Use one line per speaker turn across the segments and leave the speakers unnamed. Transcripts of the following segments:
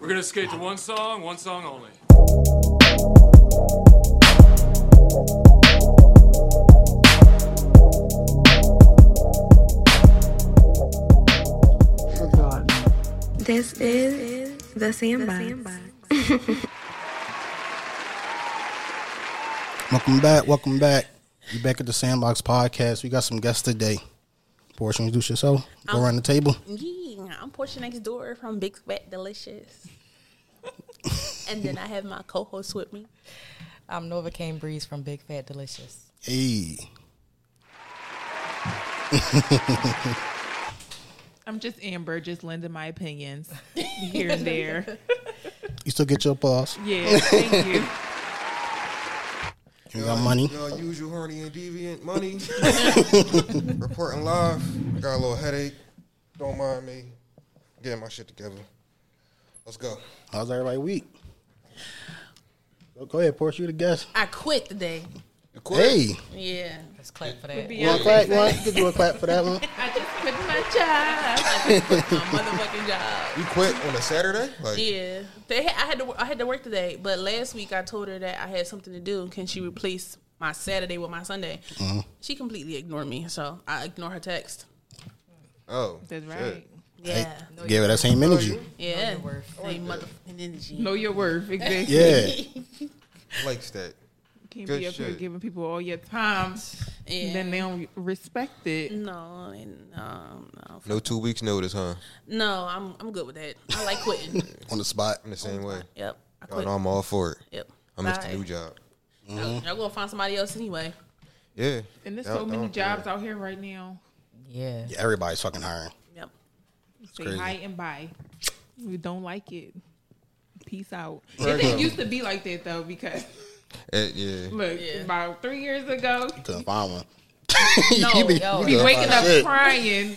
We're gonna skate to one song, one song only.
Forgotten.
This is the sandbox.
Welcome back. Welcome back. You back at the Sandbox Podcast. We got some guests today. Portia, introduce yourself.
Um,
Go around the table.
Yeah, I'm Portia next door from Big Fat Delicious. and then I have my co-host with me.
I'm Nova Cane Breeze from Big Fat Delicious.
Hey,
I'm just Amber, just lending my opinions here and there.
you still get your applause.
Yeah, thank you.
You got money.
Y'all usual horny and deviant money. Reporting live. I got a little headache. Don't mind me. Getting my shit together. Let's go.
How's everybody week? Go ahead, Portia. You the guest.
I quit today.
Hey,
Yeah.
Let's clap for that.
you want a clap? You want you can do a clap for that one?
I just quit my job. I just quit my motherfucking job.
You quit on a Saturday? Like,
Yeah. They I had to I had to work today, but last week I told her that I had something to do. Can she replace my Saturday with my Sunday? She completely ignored me, so I ignore her text.
oh.
That's
shit.
right.
Yeah.
Give it that same energy.
Yeah.
Worth.
Same motherfucking energy.
Know your worth. Exactly.
Yeah.
Likes that.
Can't
Good
be up here
shit.
giving people all your time.
Yeah.
Then they don't respect it.
No, and, um, no,
No two weeks notice, huh?
no, I'm I'm good with that. I like quitting.
On the spot.
I'm the same way.
yep, I
Y'all
quit.
know I'm all for it.
Yep,
I missed the
Oh, Bye.
new job.
Y'all- Y'all gonna find somebody else anyway.
Yeah.
And there's
Y'all
so many
don't-
jobs out here right now.
Yeah.
Yeah, everybody's fucking hiring.
Yep.
Say
crazy.
hi and bye. We don't like it. Peace out.
Right
It didn't
now.
used to be like that though, because
Eh, yeah.
look, about three years ago,
Couldn't find one.
No,
You be-
yo.
you
be
couldn't
waking
find
up
shit.
crying,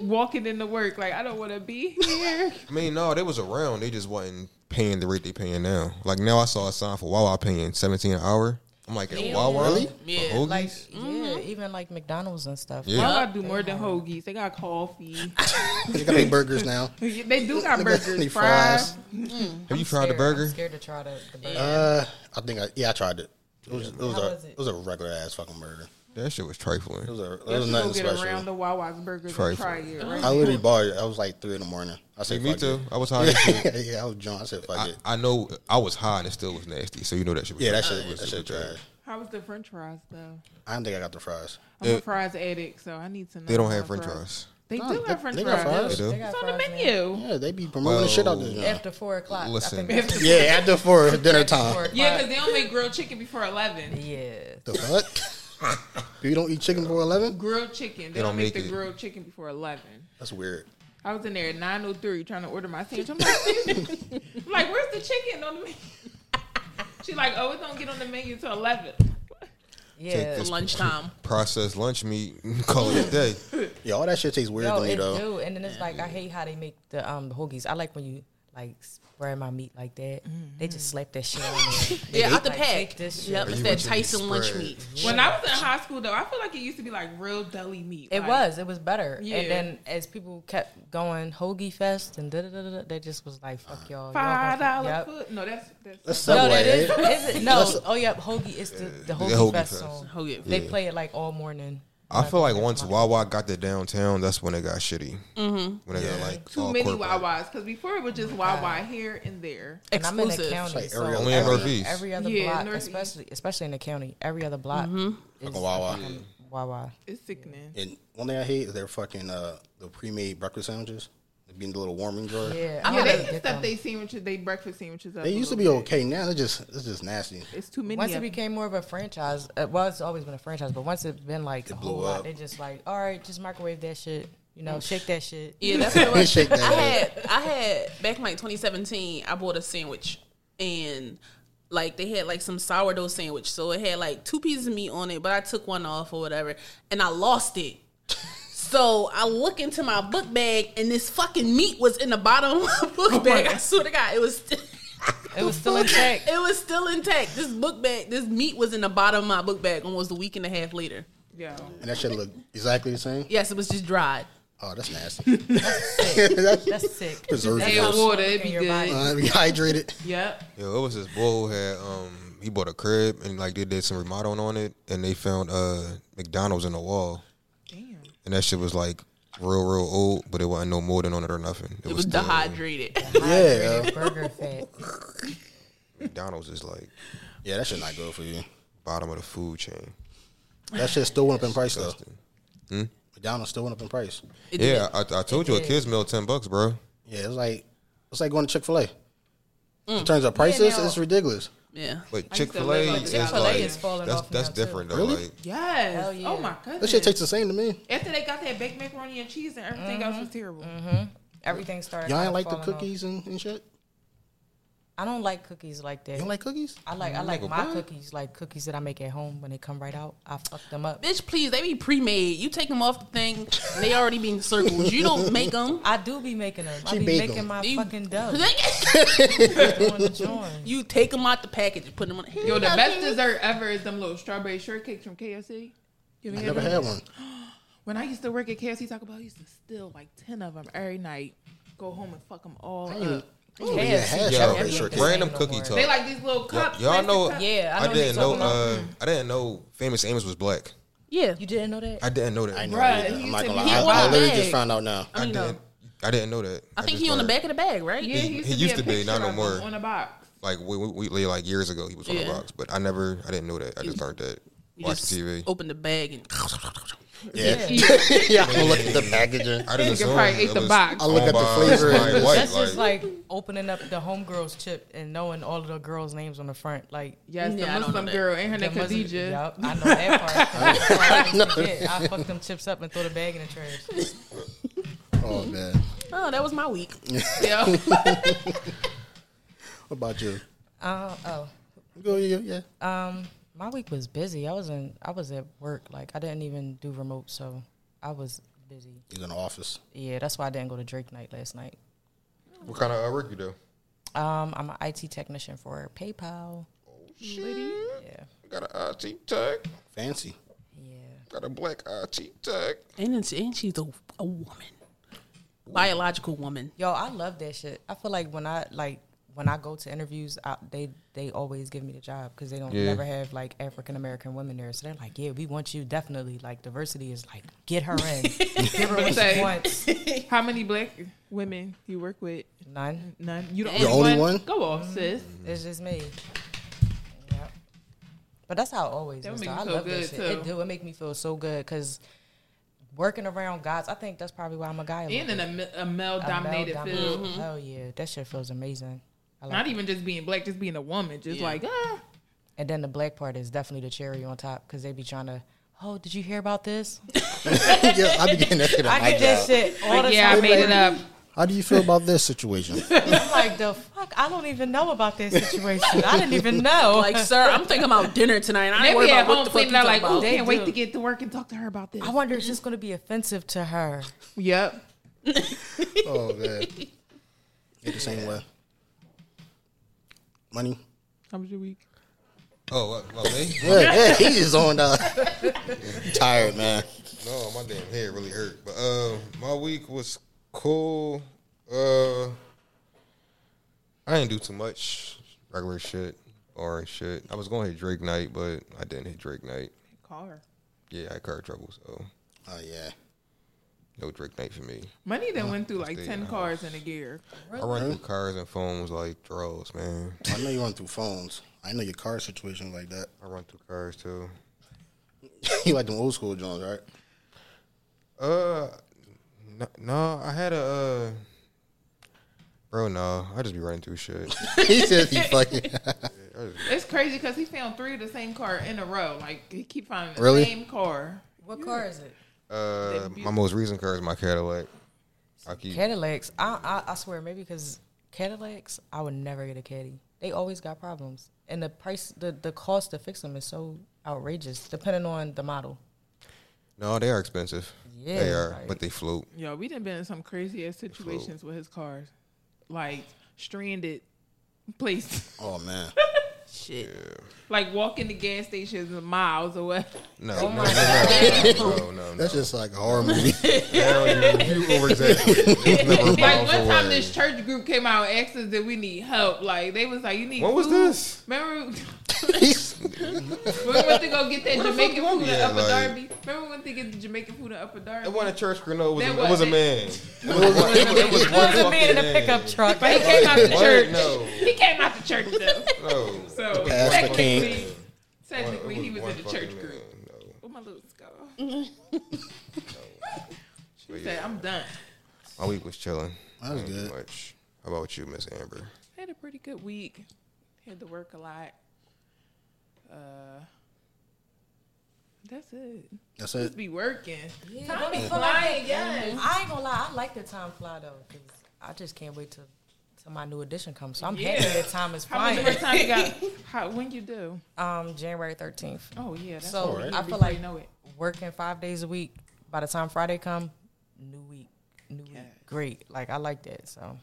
walking into work like I don't want to be here.
I mean, no, they was around. They just wasn't paying the rate they paying now. Like, now I saw a sign for Wawa paying 17 an hour. I'm like, at Wawa?
Really?
For
Yeah,
hoagies?
Like, yeah,
Mm-hmm.
even like McDonald's and stuff.
Yeah.
Why would I do more than hoagies? They got coffee.
They got make burgers now.
They do got
They
burgers, fries.
Have you tried the burger?
I'm scared to try the, the burger.
Uh, I think I yeah I tried it. It was, it was
How
a
was it?
it was a regular ass fucking burger.
That shit was trifling.
It was a it
Let's
was
go
nothing
get
special.
a round of Wawa's burgers
Trifle.
and try it. Right?
I literally bought it. I was like three in the morning. I
Hey,
said,
me
"Fuck
too.
it."
I was high. as shit.
yeah, I was drunk. I said, "Fuck
I,
it."
I know I was high and it still was nasty. So you know that shit. Was
Yeah, that
nasty.
shit
It
that shit
super
trash.
How was the French fries though?
I don't think I got the fries.
I'm
Uh,
a fries addict, so I need to know.
They don't have French
about
fries.
They
No,
do
they-
have French
they got
fries.
fries.
They do.
They got
It's on the
fries, man.
menu.
Yeah, they be promoting the shit out this
Well,
joint.
After four o'clock.
Listen.
I think that's
Yeah, after for dinner time.
four
Yeah,
o'clock.
because they don't make grilled chicken before eleven.
yeah.
The fuck? you don't eat chicken before eleven?
Grilled chicken. They, don't, make, the
it.
grilled chicken before eleven.
That's weird.
I was in there at nine oh three trying to order my sandwich. I'm like, I'm like, where's the chicken on the menu? She like, oh, it don't get on the menu till eleven.
Take
Yeah.
this
lunchtime.
processed lunch meat. and Call it a day.
Yeah, all that shit tastes weird
No,
to me
it
though.
do. And then it's like I hate how they make the um hoagies. I like when you like spread my meat like that.
Mm-hmm.
They just slap that shit on there.
Yeah, out the
Like,
pack.
take this shit.
Yep,
Are
it's
you
that
with your
Tyson lunch
spread?
meat.
When I was in high school though, I feel like it used to be like real deli meat.
It
like-
was. It was better.
Yeah.
And then as people kept going hoagie fest and da da da da, they just was like, "Fuck y'all." y'all
five
gonna-
dollar
Yep.
food. No, that's that's
That's
No,
Subway.
that is,
eh?
is it? No. Oh, yeah. Hoagie is the, the Hoagie,
Hoagie
Fest,
Fest.
song.
Hoagie.
They play it like all morning.
I feel like once Wawa got to downtown, that's when it got shitty. Mm-hmm. When it got like
too
all
many
corporate.
Wawas because before it was
Oh
just Wawa here and there.
And I'm in the
Exclusive.
county.
Like
so
area
Only in
every,
Northeast.
every other
Yeah,
block,
Northeast. Mm-hmm.
especially especially in the county, every other block is
Fucking Wawa.
fucking Wawa.
It's sickening.
And one thing I hate is their fucking uh the pre-made breakfast sandwiches. They be in the little warming drawer.
Yeah,
Yeah,
I
they
don't
can
get
step
them.
they sandwiches, they breakfast sandwiches up.
They
a
used to be
little bit.
okay. Now they just it's just nasty.
It's too many.
Once
of
it
them.
became more of a franchise, uh, well, it's always been a franchise, but once it's been like a whole
blew up.
lot, they just like, all right, just microwave that shit, you
Mm.
know, shake that shit.
Yeah, that's what it was.
Shake that
I had I had back in like 2017. I bought a sandwich and like they had like some sourdough sandwich, so it had like two pieces of meat on it, but I took one off or whatever, and I lost it. So I look into my book bag, and this fucking meat was in the bottom of my
Oh
book bag. I swear to God, it was.
It was still intact.
It was still intact. This book bag, this meat was in the bottom of my book bag almost a week and a half later.
Yo,
And that shit look exactly the same.
Yes, it was just dried.
Oh, that's nasty. That's
That's sick.
preservatives.
Add water, it be
Your
good.
body.
Uh, be hydrated.
Yep.
Yo, it was this boy who had um he bought a crib and like they did some remodeling on it and they found uh McDonald's in the wall.
Damn.
And that shit was like real, real old, but it wasn't no mold in on it or nothing.
It was
still-
dehydrated.
Yeah, uh,
Burger fat.
McDonald's is like
yeah, that shit not good for you.
bottom of the food chain.
That shit still went up in price though.
Disgusting.
McDonald's still went up in price.
It
Yeah, I, I told you a kids meal ten bucks, bro.
Yeah, it's like it's like going to Chick Fil A.
Mm.
In terms of prices, it's ridiculous.
did. Yeah.
But Chick Fil
live
A,
on
is
Chick-fil-A
like
is falling
that's
off
that's
now, too.
different though.
Really?
Like
Yes.
yeah.
Oh my goodness.
That shit tastes the same to me.
After they got that baked macaroni and cheese and everything
Mm-hmm.
else was terrible.
Everything started.
Y'all
kinda
ain't like the
falling off.
cookies and, and shit.
I don't like cookies like that.
You don't like cookies?
I like I like
Nigga,
my
what?
cookies, like cookies that I make at home when they come right out. I fuck them up.
Bitch, please, they be pre-made. You take them off the thing, they already been circled. You don't make them.
I do be making them.
She
I be
bake
making
'em.
my
You-
fucking dough. on the joint.
you take them out the package and put them on. Here
Yo,
you
the
go,
best
baby.
dessert ever is them little strawberry shortcakes from KFC. You
I
ever
never
had them?
had one.
When I used to work at KFC Taco Bell, I used to steal like ten of them every night. Go home and fuck them all
I ain't even-
up.
I ain't even had
Yo,
strawberry
yeah.
shortcake.
random
Same no
cookie
more.
talk.
They like these little cups.
y'all
plastic
know,
cups.
Yeah, I
I,
know.
didn't
what
know.
you're talking about.
Uh, I didn't know Famous Amos was black.
Yeah,
you didn't know that.
I didn't know that.
I
I,
ain't never
Bruh,
either.
he
I'm not
said
gonna
he
lie. I,
want
I literally
bag.
just found out now.
I mean,
didn't. I didn't know that.
I think
just
he on the
learned.
back of the bag, right?
Yeah, he used to, used be, to be
not no more.
on the box.
Like we, we, we like years ago, he was on
Yeah.
the box, but I never, I didn't know that. I just learned that.
You
Watch
just
TV.
Open the bag and
Yeah,
Yeah.
yeah. I look at the packaging.
I just
Nigga
assumed
probably ate
it
the
was
box.
I look at the
owned by
flavor.
somebody white,
That's just like opening up the homegirls chip and knowing all of the girls' names on the front. Like
Yes,
Yeah, I
the
don't know
Muslim
that.
girl and her
the
name
Muslim-
Khadija.
Yup, I know that part. I, always forget. I fucked them chips up and throw the bag in the trash.
Oh man,
oh, that was my week.
Yeah.
what about you?
Uh, oh,
Go you. Yeah.
Um, my week was busy. I was in. I was at work. Like I didn't even do remote, so I was busy.
He's in the office.
Yeah, that's why I didn't go to Drake night last night.
What kind of uh, work you do?
Um, I'm an IT technician for PayPal. Yeah,
Got a IT tech.
Fancy.
yeah.
Got a black IT tech.
And it's, and she's a, a woman, biological woman.
Yo, I love that shit. I feel like when I like when I go to interviews, I, they they always give me the job because they don't
Yeah.
never have like African American women there. So they're like, yeah, we want you definitely. Like diversity is like get her in, give her what
Say.
she wants.
How many black women you work with?
None.
None. You the
The only one?
Go off, sis.
It's just me. Yeah. But that's how it always
That
is.
would
though.
make
I
you feel
love that
good,
shit. It
too.
do. It make me feel so good because working around guys, I think that's probably why I'm a guy. a little
And in
bit.
a, a male
A
dominated
male-dominated-
field.
Hell yeah, that shit feels amazing. I like
Not
it.
even just being black, just being a woman. Just like, ah.
And then the black part is definitely the cherry on top because they be trying to. Oh, did you hear about this?
yeah, I be getting that shit on
I
my
get that
job.
shit all the
Yeah, I
time.
made it up.
How do you feel about this situation?
I'm like, the fuck? I don't even know about this situation. I didn't even know.
Like, sir, I'm thinking about dinner tonight. and I
They
ain't worried
be at
about what
home
the fuck you
thinking out
like.
like, oh,
About.
They
can't wait
do.
to get to work and talk to her about this.
I wonder if it's going to be offensive to her.
Yep.
oh man, get the same way. Money.
How was your week?
Oh, uh, well, me?
Yeah, yeah, he is on the tired man.
No, my damn head really hurt. But uh, my week was cool. Uh, I didn't do too much. Regular shit, orange shit. I was going to hit Drake night, but I didn't hit Drake night.
Call her.
Yeah, I had car trouble, so
Oh yeah.
no Drake night for me.
Money that went through like
stayed
ten
in the
cars in a gear.
I run through cars and phones like draws, man.
I know you run through phones. I know your car situation like that.
I run through cars too.
you like them old school Jones, right?
Uh, no, no I had a. Uh, bro, no, I just be running through shit.
he said he fucking.
It's crazy because he found three of the same car in a row. Like he keep finding the
Really?
same car.
What car is it?
Uh, my most recent car is my Cadillac. I keep
Cadillacs, I, I I swear maybe because Cadillacs, I would never get a caddy. They always got problems, and the price, the the cost to fix them is so outrageous, depending on the model.
No, they are expensive. they
Yeah,
are,
like-
but they float.
Yo, we done been in some crazy ass situations with his cars, like stranded place.
Oh man,
Shit.
Like walking to gas stations miles away.
No, no, no, no, no, no, no.
That's just like a horror movie.
Now you, you over It's never
Like
miles
one time,
away.
this church group came out and asked us that we need help. Like they was like, "You need."
What was
food.
this?
Remember when we went to go get that Jamaican food in
Yeah,
Upper
like-
Darby? Remember when we went to get the Jamaican food in Upper Darby?
It wasn't a church group. No, it was,
That
a, it was a
wasn't-
man. It was, it was, it was, one
It was a man in a
fucking
pickup
man.
truck.
But he came out to
What?
church.
No.
He came out to church though.
No.
So
Pastor King.
technically, technically
It
he was
one
in the
fucking
church
man.
group.
No.
With my little skull. she said, "I'm done."
My week was chilling.
That was
Not
good.
Much. How about you, Miss Amber?
I had a pretty good week. Had to work a lot. Uh, that's it.
That's
Just
it.
be working.
Yeah,
Time
don't
be
be flying.
flying, yes.
I ain't gonna lie, I like the time fly though, 'cause I just can't wait till till my new edition comes. So I'm happy
Yeah.
that time is
How much
flying.
more time you got? How, when you do?
Um, January 13th.
Oh yeah. That's
So
what we
I
do
feel
before you
like
know it.
working five days a week. By the time Friday come, new week, new week, great. Like I like that. So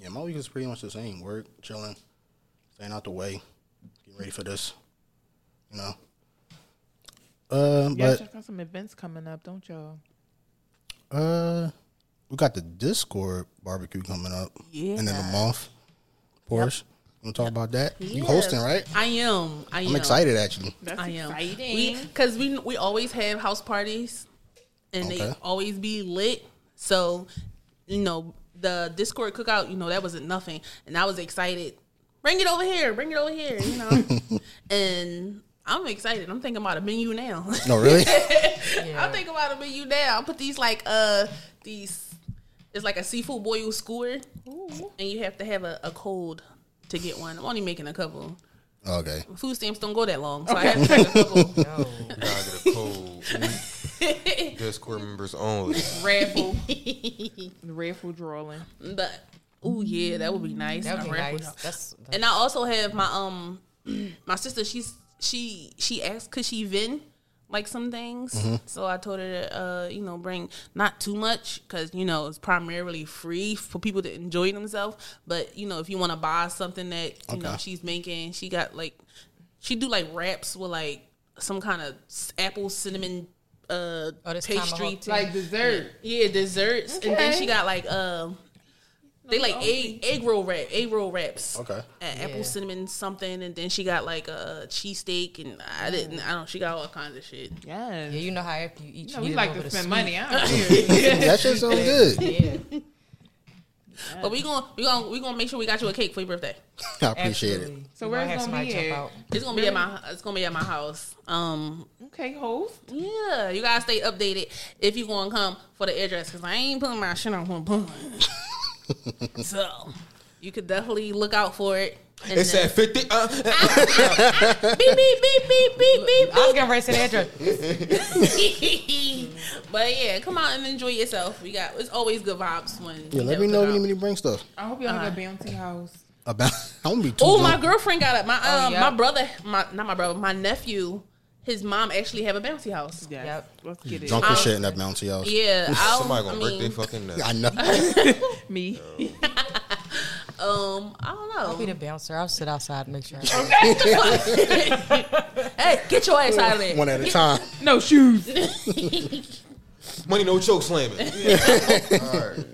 Yeah, my week is pretty much the same. Work, chilling, staying out the way, getting ready for this. You know. Uh,
Yeah,
but
check out some events coming up, don't y'all?
uh, we got the Discord barbecue coming up,
Yeah.
and in a month, Porsche. You want to talk about that? You hosting, right?
I am. I am.
I'm excited actually.
That's
I am.
exciting.
Because we, we always have house parties, and they
Okay.
always be lit. So, you know, the Discord cookout, you know, that wasn't nothing, and I was excited. Bring it over here. Bring it over here. You know, and. I'm excited. I'm thinking about a menu now.
No, really?
I'm thinking about a menu now. I put these like uh these it's like a seafood boil skewer, and you have to have a, a cold to get one. I'm only making a couple.
okay.
Food stamps don't go that long, so I have to make a couple.
Now I get a cold. Discord members only.
raffle. raffle drawing.
But oh yeah, that would be nice. A
that would be
raffle
nice.
draw.
That's
And I also have my um my sister. She's she she asked could she vend like some things.
Mm-hmm.
So I told her to uh you know bring not too much because you know it's primarily free for people to enjoy themselves. But you know if you want to buy something that you know
Okay.
she's making, she got like she do like wraps with like some kind of s- apple cinnamon uh
Oh, this
pastry
tomahawk
thing.
Like dessert.
Yeah, desserts, and then
Okay.
she got like um, they like egg egg roll wrap, egg roll wraps.
Okay.
And apple
Yeah.
cinnamon something, and then she got like a cheesesteak, and I didn't, I don't. She got all kinds of shit.
Yes.
yeah. You know how after you eat,
You
you
know, we
need a
like
little
to
bit of
spend
sweet.
money. I don't care.
That shit sounds good.
Yeah,
But we gonna we gonna we gonna make sure we got you a cake for your birthday.
I appreciate it.
absolutely.
So
You
where's
might have
gonna be
somebody
at?
jump out.
It's gonna be at my it's gonna be at my house. Um,
okay, host.
yeah, you gotta stay updated if you gonna come for the address, cause I ain't putting my shit on one so you could definitely look out for it. And
It's
then-
at 50. Uh, uh,
beep beep beep beep beep beep.
I was gonna write to the address.
but yeah, come out and enjoy yourself. We got it's always good vibes when.
Yeah, let me know
uh,
when you when you bring stuff.
I hope y'all
Uh,
have a bouncy house.
About I'm gonna be too.
Oh, my
drunk.
girlfriend got it. My um,
Oh, yeah.
my brother, my not my brother, my nephew, his mom actually have a bouncy house.
Yes.
Yep.
Let's get it.
Drunk as shit in that bouncy house.
Yeah, I'll,
somebody
I
gonna break
mean,
their fucking neck.
I know.
Me.
um, I don't know.
Be the bouncer. I'll sit outside and make sure. I-
hey, get your ass out of there.
One at a time.
No shoes.
Money no choke slamming. All right.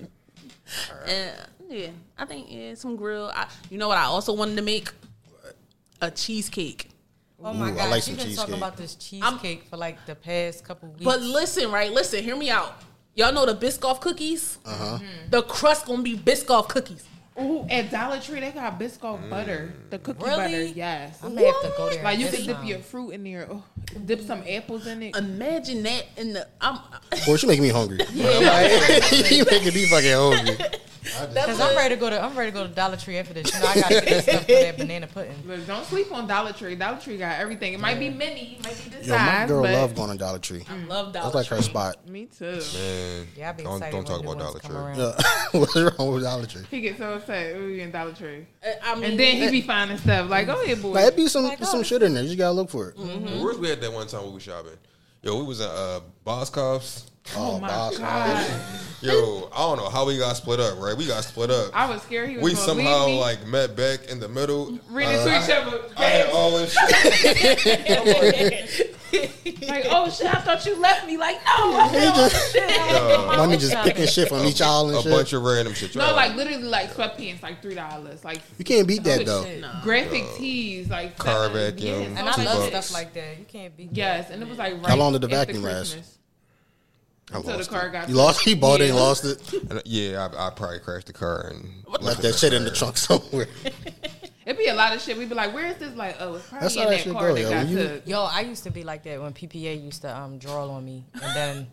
Uh, yeah, I think yeah, some grill. I, you know what? I also wanted to make a cheesecake.
Oh my
Ooh, I
god,
like
she
some
been
cheesecake.
talking about this cheesecake for like the past couple weeks.
But listen, right? Listen, hear me out. Y'all know the Biscoff cookies.
Uh-huh.
The crust gonna be Biscoff cookies.
Ooh, at Dollar Tree they got Biscoff
Mm.
butter, the cookie
Really?
butter. Yes.
I'm gonna have to go there.
Like you
this
can dip
time.
your fruit in there. Oh, dip some apples in it.
Imagine that in the. I'm,
Boy, she making me hungry. you making me fucking hungry.
Cause I'm ready to go to I'm ready to go to Dollar Tree after this. You know I gotta get this stuff for that banana pudding.
But don't sleep on Dollar Tree. Dollar Tree got everything. It might be
Mm.
mini, it might be this
Yo, my
size,
girl
but
love going to Dollar Tree.
love
That's
Dollar
like
Tree.
her spot.
me too.
Man,
Yeah, I'll be
don't,
excited.
don't talk about
when new
Dollar
ones come
Tree.
around.
Yeah. What's wrong with Dollar Tree?
He gets so upset. Ooh, you in Dollar Tree,
Uh, I mean,
Mm.
and then he be finding stuff. Like, oh. Mm-hmm. go ahead, boy.
Mm-hmm.
Like, it be some some shit in there. You just gotta look for it.
Where's we at that one time we was shopping? Yo, we was at uh, Boscov's.
Oh, my
Bob's
god!
Yo, I don't know how we got split up, right? We got split up.
I was scared he was
we
gonna
somehow
leave me.
like met back in the middle. uh,
reading to each other.
I had all this shit.
like, oh shit! I thought you left me. Like, no, I feel all this Oh, shit.
Let me just picking shit from each aisle and
a
shit.
bunch of random shit.
No,
Y'all-
like literally, like sweatpants, like three dollars. Like
you can't beat
Oh,
that though.
graphic tees, like
Car
seven.
vacuum.
Yes,
And
Two
I love
bucks.
stuff like that. You can't be.
yes, and it was like right
long did the
after
vacuum last?
Christmas.
I
Until the
lost
car
it.
got
You lost. He bought it and
Yeah.
lost it.
And, uh, yeah, I, I probably crashed the car and
Left that shit in the trunk somewhere.
It'd be a lot of shit. We'd be like, "Where is this?" Like, oh, it's probably
That's how
in
that
that
shit
car
go,
that
yo.
got
When you-
took.
Yo, I used to be like that when PPA used to um, draw on me, and then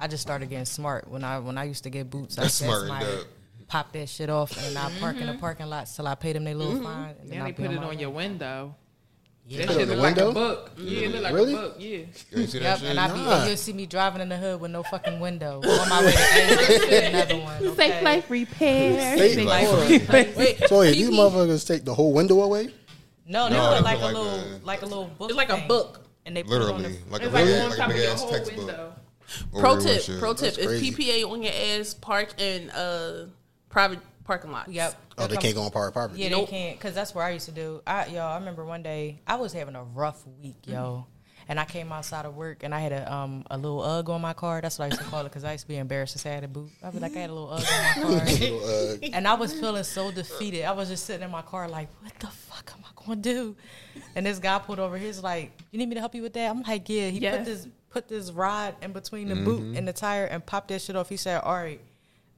I just started getting smart when I when I used to get boots. I
That's
just
smartened
might
up.
Pop that shit off, and I park in the parking lot till I paid them their little fine. And then
Now
I
they
be
put it
my
on
way.
your window.
Put
That
it
shit
on the
look like a
window?
book. Yeah, it look like
Really?
a book. Yeah.
You see that
Yep,
shit?
and I be
Nah.
you'll see me driving in the hood with no fucking window on my way to another one. Okay?
Safe life repair.
They-
Like,
Wait,
So yeah, these motherfuckers take the whole window away.
no, they
No,
put
it
like a
look like
little
a-
like a little book.
It's like a
thing,
book.
and they put it on
literally
the,
like a
It's like
big,
on
like
top
a
of
big
your
ass
whole
textbook.
window.
Over
Pro
there
tip,
with shit.
pro tip
That's
is
crazy.
PPA on your ass park in uh private parking lots.
Yep.
Oh, they can't go on private property.
Yeah,
Nope.
they can't. Cause that's where I used to do. I yo, I remember one day I was having a rough week, yo, and I came outside of work and I had a um a little UGG on my car. That's what I used to call it, cause I used to be embarrassed to say I had a boot. I'd be like, I had a little UGG on my car.
Uh,
And I was feeling so defeated. I was just sitting in my car, like, what the fuck am I going to do? And this guy pulled over. He's like, you need me to help you with that? I'm like, yeah. He put
Yes.
this put this rod in between the boot and the tire and popped that shit off. He said, all right,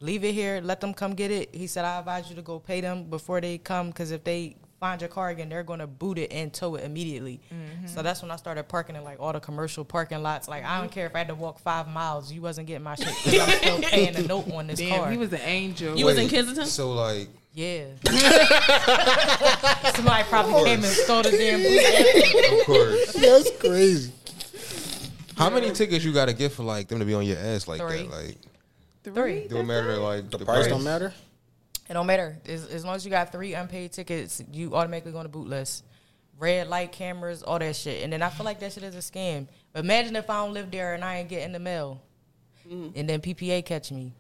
leave it here. Let them come get it. He said, I advise you to go pay them before they come because if they find your car again, they're going to boot it and tow it immediately.
Mm-hmm.
So that's when I started parking in like all the commercial parking lots. Like, I
Mm-hmm.
don't care if I had to walk five miles. You wasn't getting my shit 'cause I'm still paying a note on this
Damn,
car.
he was an angel.
You was in Kensington?
So like,
Yeah. Somebody probably came and stole the damn boot.
of course.
that's crazy.
How many tickets you got to get for like them to be on your ass like
Three.
that? Like,
Three.
do it matter like the,
Price don't matter.
It don't matter. As, as long as you got three unpaid tickets, you automatically go on the boot list. Red light cameras, all that shit. And then I feel like that shit is a scam. Imagine if I don't live there and I ain't getting the mail. And then PPA catch me.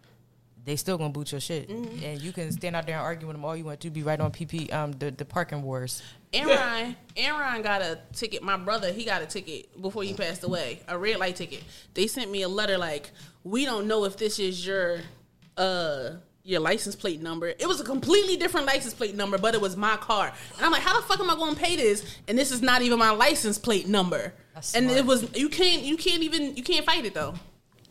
They still gonna boot your shit. And you can stand out there and argue with them all you want to, be right on PP um the, the parking wars.
Aaron, Aaron got a ticket. My brother, he got a ticket before he passed away, a red light ticket. They sent me a letter like, "We don't know if this is your uh your license plate number." It was a completely different license plate number, but it was my car. And I'm like, "How the fuck am I going to pay this?" And this is not even my license plate number.
That's
And it
smart.
was you can't you can't even you can't fight it though.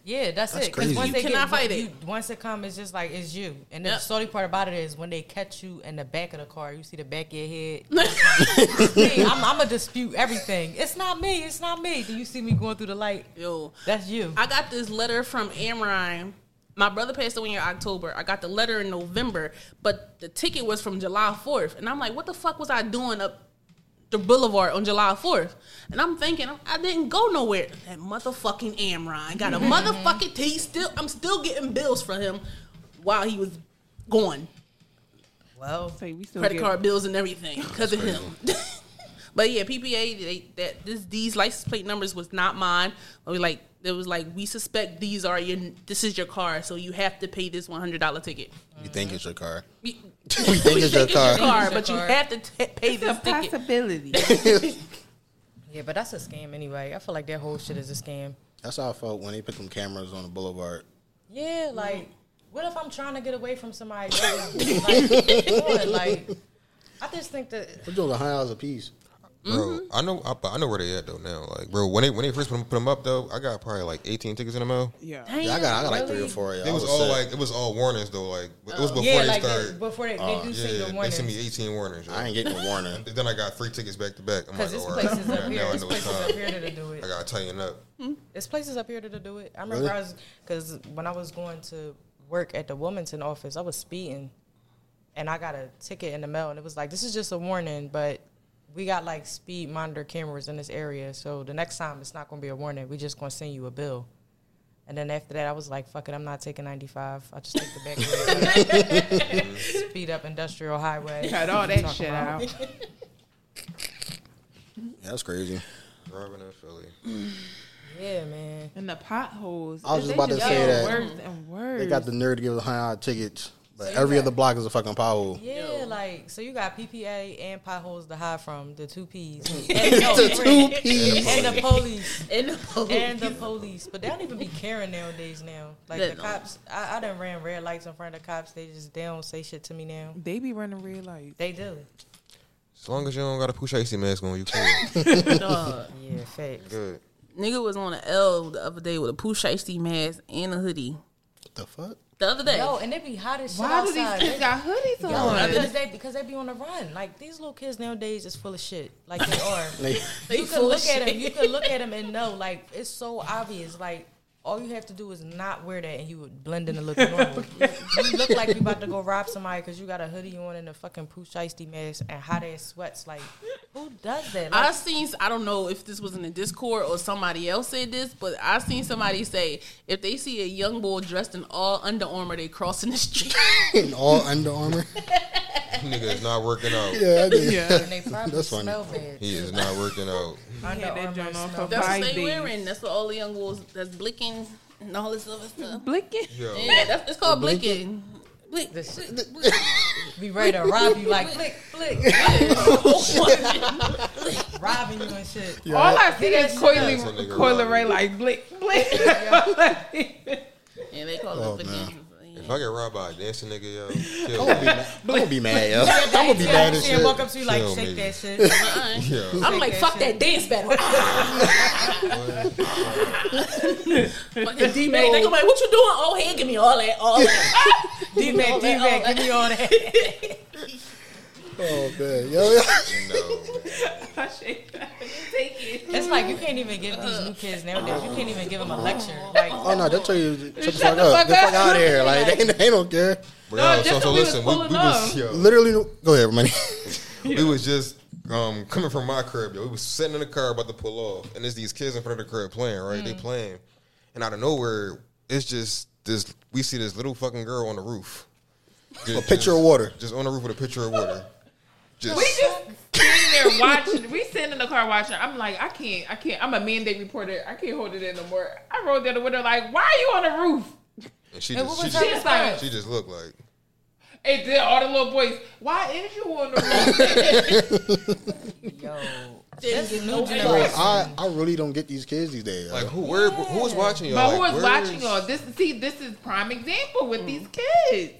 Yeah, that's, it.
crazy.
Because once
You
they
cannot
get,
fight it.
you- once it comes, it's just like it's you. And the
Yep.
sorry part about it is when they catch you in the back of the car, you see the back of your head. Me, I'm, I'm gonna dispute everything. It's not me. It's not me. Do you see me going through the light?
Yo,
That's you.
I got this letter from Amrine. My brother passed away in October. I got the letter in November, but the ticket was from July 4th. And I'm like, what the fuck was I doing up the boulevard on July 4th? And I'm thinking, I didn't go nowhere. That motherfucking Amrine got a motherfucking T. Still, I'm still getting bills from him while he was gone.
well,
Say, we still
Credit
get-
card bills and everything because of him. but yeah, PPA they, that this these license plate numbers was not mine. But we like it was like we suspect these are your this is your car, so you have to pay this one hundred dollar ticket.
You think it's your car?
We,
We think it's your car.
car,
It's your
but you
car.
have to t- pay
It's a
this ticket.
possibility.
yeah, but that's a scam anyway. I feel like that whole shit is a scam.
That's how I felt when they put them cameras on the boulevard.
Mm-hmm.
Yeah, like what if I'm trying to get away from somebody? like, come on, like, I just think that
We're doing a hundred dollars a piece.
Mm-hmm.
Bro, I know, I, I know where they at though now. Like, bro, when they when they first put them, put 'em up though, I got probably like eighteen tickets in the mail.
Damn,
Yeah, I got, I got like three or
really?
four. Yeah,
It
I
was all
set.
like it was all warnings though. Like, but it was before
Oh. yeah,
they
like
started.
they, before they, they do send you
yeah,
the
they
warning.
sent me eighteen warnings. yo.
I ain't getting a warning.
Then I got three tickets back to back. I'm
Because
like,
this
all right,
place is up
now
here.
I
This
know it's
place is up
time.
here to do it.
I gotta tighten up.
This place is up here to do it. I remember
Really?
I was because when I was going to work at the Wilmington office, I was speeding, and I got a ticket in the mail, and it was like, "This is just a warning," but we got like speed monitor cameras in this area, so the next time it's not going to be a warning. We just going to send you a bill. And then after that, I was like, "Fuck it, I'm not taking 95. I just take the back road, speed up industrial highway."
Cut all that shit out.
Yeah, that's crazy.
Driving in Philly.
Yeah, man.
And the potholes.
I was just
They
about to say
getting
that.
Worse and worse.
They got the nerve to give us high dollar tickets, but every other block is a fucking pothole.
Yeah, like so you got PPA and potholes to hide from the two P's
It's a two piece.
and the police
And the police.
and the police. But they don't even be caring nowadays. Now, like
They
the
don't.
cops, I, I done ran red lights in front of the cops. They just they don't say shit to me now.
They be running red lights.
They do.
As long as you don't got a Pushacey mask on, you cool.
Dog.
Yeah, facts.
Good.
Nigga was on an L the other day with a push HD mask and a hoodie.
The fuck?
The other day.
No, and they be hot as shit
Why do these
outside.
kids got hoodies on?
because they because they be on the run. Like these little kids nowadays is full of shit. Like they are.
They,
you can look at them. You can look at them and know. Like it's so obvious. Like all you have to do is not wear that, and you would blend in and look normal. you, you look like you about to go rob somebody because you got a hoodie on and a fucking poo shiesty mask and hot ass sweats. Like who does that?
I
Like,
seen I don't know if this was in the Discord or somebody else said this, but I seen somebody say if they see a young boy dressed in all Under Armour, they crossing the street.
in all Under Armour.
Nigga is not working out.
Yeah, I did.
and they probably
That's funny.
smell bad.
He is not working out.
Under
Had that
Armour
joint on
smell
for
That's
five
what they
days.
wearing. That's what all the young boys that's blicking and all this other stuff.
Blinking.
Yo.
Yeah, that's it's called
Blinking?
blinking. Blick.
This be ready to rob you like flick flick, robbing you and shit.
All I see is
That's a nigga
Coily
robbing.
Ray like blick, blick. All I see.
Yeah, they call
Oh,
it blinking. Yeah.
If I get robbed by a dancing nigga, yo, kill
I'm gonna be
me.
mad. I'm gonna be mad, yo. I'm gonna be mad as
She walk
shit.
up to you like
Chill,
shake
nigga.
that shit.
Uh-uh.
Yo,
I'm like,
that
fuck that dance battle. Fucking D Mac. They go like, what you doing? Oh, hey, give me all that, all that.
D Mac, D Mac, give me all that.
Oh man, yo, yo.
no.
I shake that. Take it.
It's like you can't even give these new kids nowadays. You can't even give them a lecture. Like
Oh no, they'll tell you shut the fuck up. Get the fuck out of here. Like they, they don't care.
Bro,
just
uh, so,
so
so
we was
listen, we, we
pulling
was
up.
yo,
Literally, no- go ahead, money.
we was just um, coming from my crib. Yo, we was sitting in the car about to pull off, and there's these kids in front of the crib playing. Right, they playing, and out of nowhere, it's just this. We see this little fucking girl on the roof.
A pitcher of water.
Just on the roof with a pitcher of water. Just
We just sitting there watching. We sitting in the car watching. I'm like, I can't, I can't. I'm a mandate reporter. I can't hold it in no more. I rolled down the window like, why are you on the roof?
and she
and what
just, she
was
just,
her response?
she just looked like
And then all the little boys, why is you on the roof?
Yo,
Didn't get no
Yo, I, I really don't get these kids these days.
like who where who was watching y'all?
but
like,
who is
where
watching
is-
all this? See, this is prime example with these kids.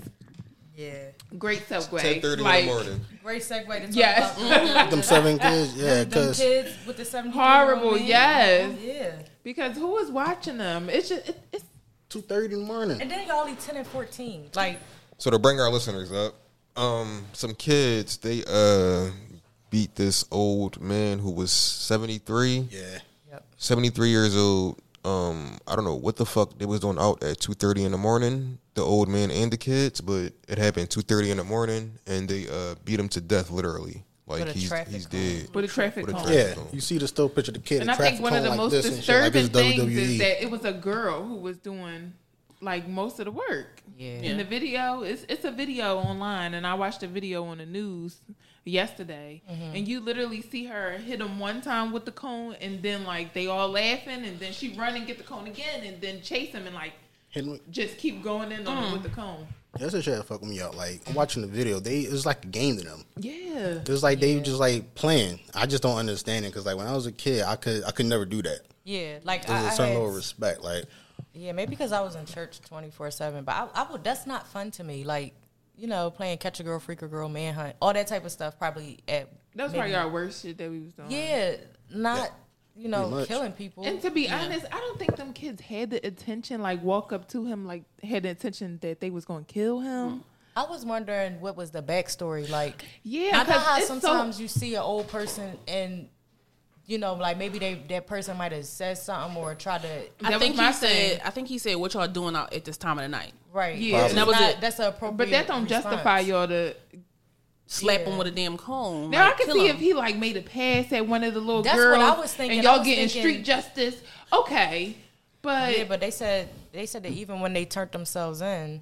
yeah.
Great subway.
10:30 in the morning.
Great segue to talk
Yes.
about
them seven kids, yeah,
them, them
because
kids with the seven
Horrible, yes.
Yeah,
Because who is watching them? It's just, it, it's
two thirty in the morning.
and then y'all only ten and fourteen. Like
So to bring our listeners up, um, some kids they uh beat this old man who was 73,
Yeah,
73 years old. Um, I don't know what the fuck they was doing out at two thirty in the morning. The old man and the kids, but it happened two thirty in the morning, and they uh beat him to death literally. Like
With a
he's
traffic
he's
cone.
dead.
with a traffic
With a
cone.
traffic
yeah. You see the still picture of the kid.
And
the
I think
traffic
one of the
cone
most
like this and shit, like
disturbing
it's E.
things
WWE.
is that it was a girl who was doing like most of the work.
Yeah.
In the video, it's it's a video online, and I watched a video on the news yesterday,
Mm-hmm.
and you literally see her hit him one time with the cone, and then like they all laughing, and then she run and get the cone again, and then chase him, and like
Henry-
just keep going in on
Mm.
him with the cone.
That's the shit that fuck me up. Like I'm watching the video, they it's like a game to them.
Yeah.
It's like they just like playing. I just don't understand it because like when I was a kid, I could I could never do that.
yeah, like I,
There's a
I
certain
had-
level of respect. Like
yeah, maybe because I was in church twenty four seven. But I, I would that's not fun to me. Like you know, playing catch a girl, freak a girl, manhunt, all that type of stuff. Probably at
That's
maybe-
probably our worst shit that we was doing.
Yeah, not
Pretty
you know
much.
killing people.
And to be honest, I don't think them kids had the attention, like walk up to him, like had the intention that they was gonna kill him.
I was wondering what was the backstory like.
Yeah,
I know how
because
sometimes you see an old person and you know, like maybe they that person might have said something or tried to
I
That
think
was my
he said.
thing.
I think he said, "What y'all doing out at this time of the night?
right.
Yeah.
It's
That
was
not-
it.
That's a appropriate.
but that don't justify
response.
y'all to.
Slap him
Yeah.
with a damn cone."
Now
like,
I can
kill
see
him.
if he like made a pass at one of the little
That's what
girls,
I was thinking.
and
I
y'all
was
getting
thinking-
street justice. Okay, but,
Yeah, but they said they said that even when they turned themselves in,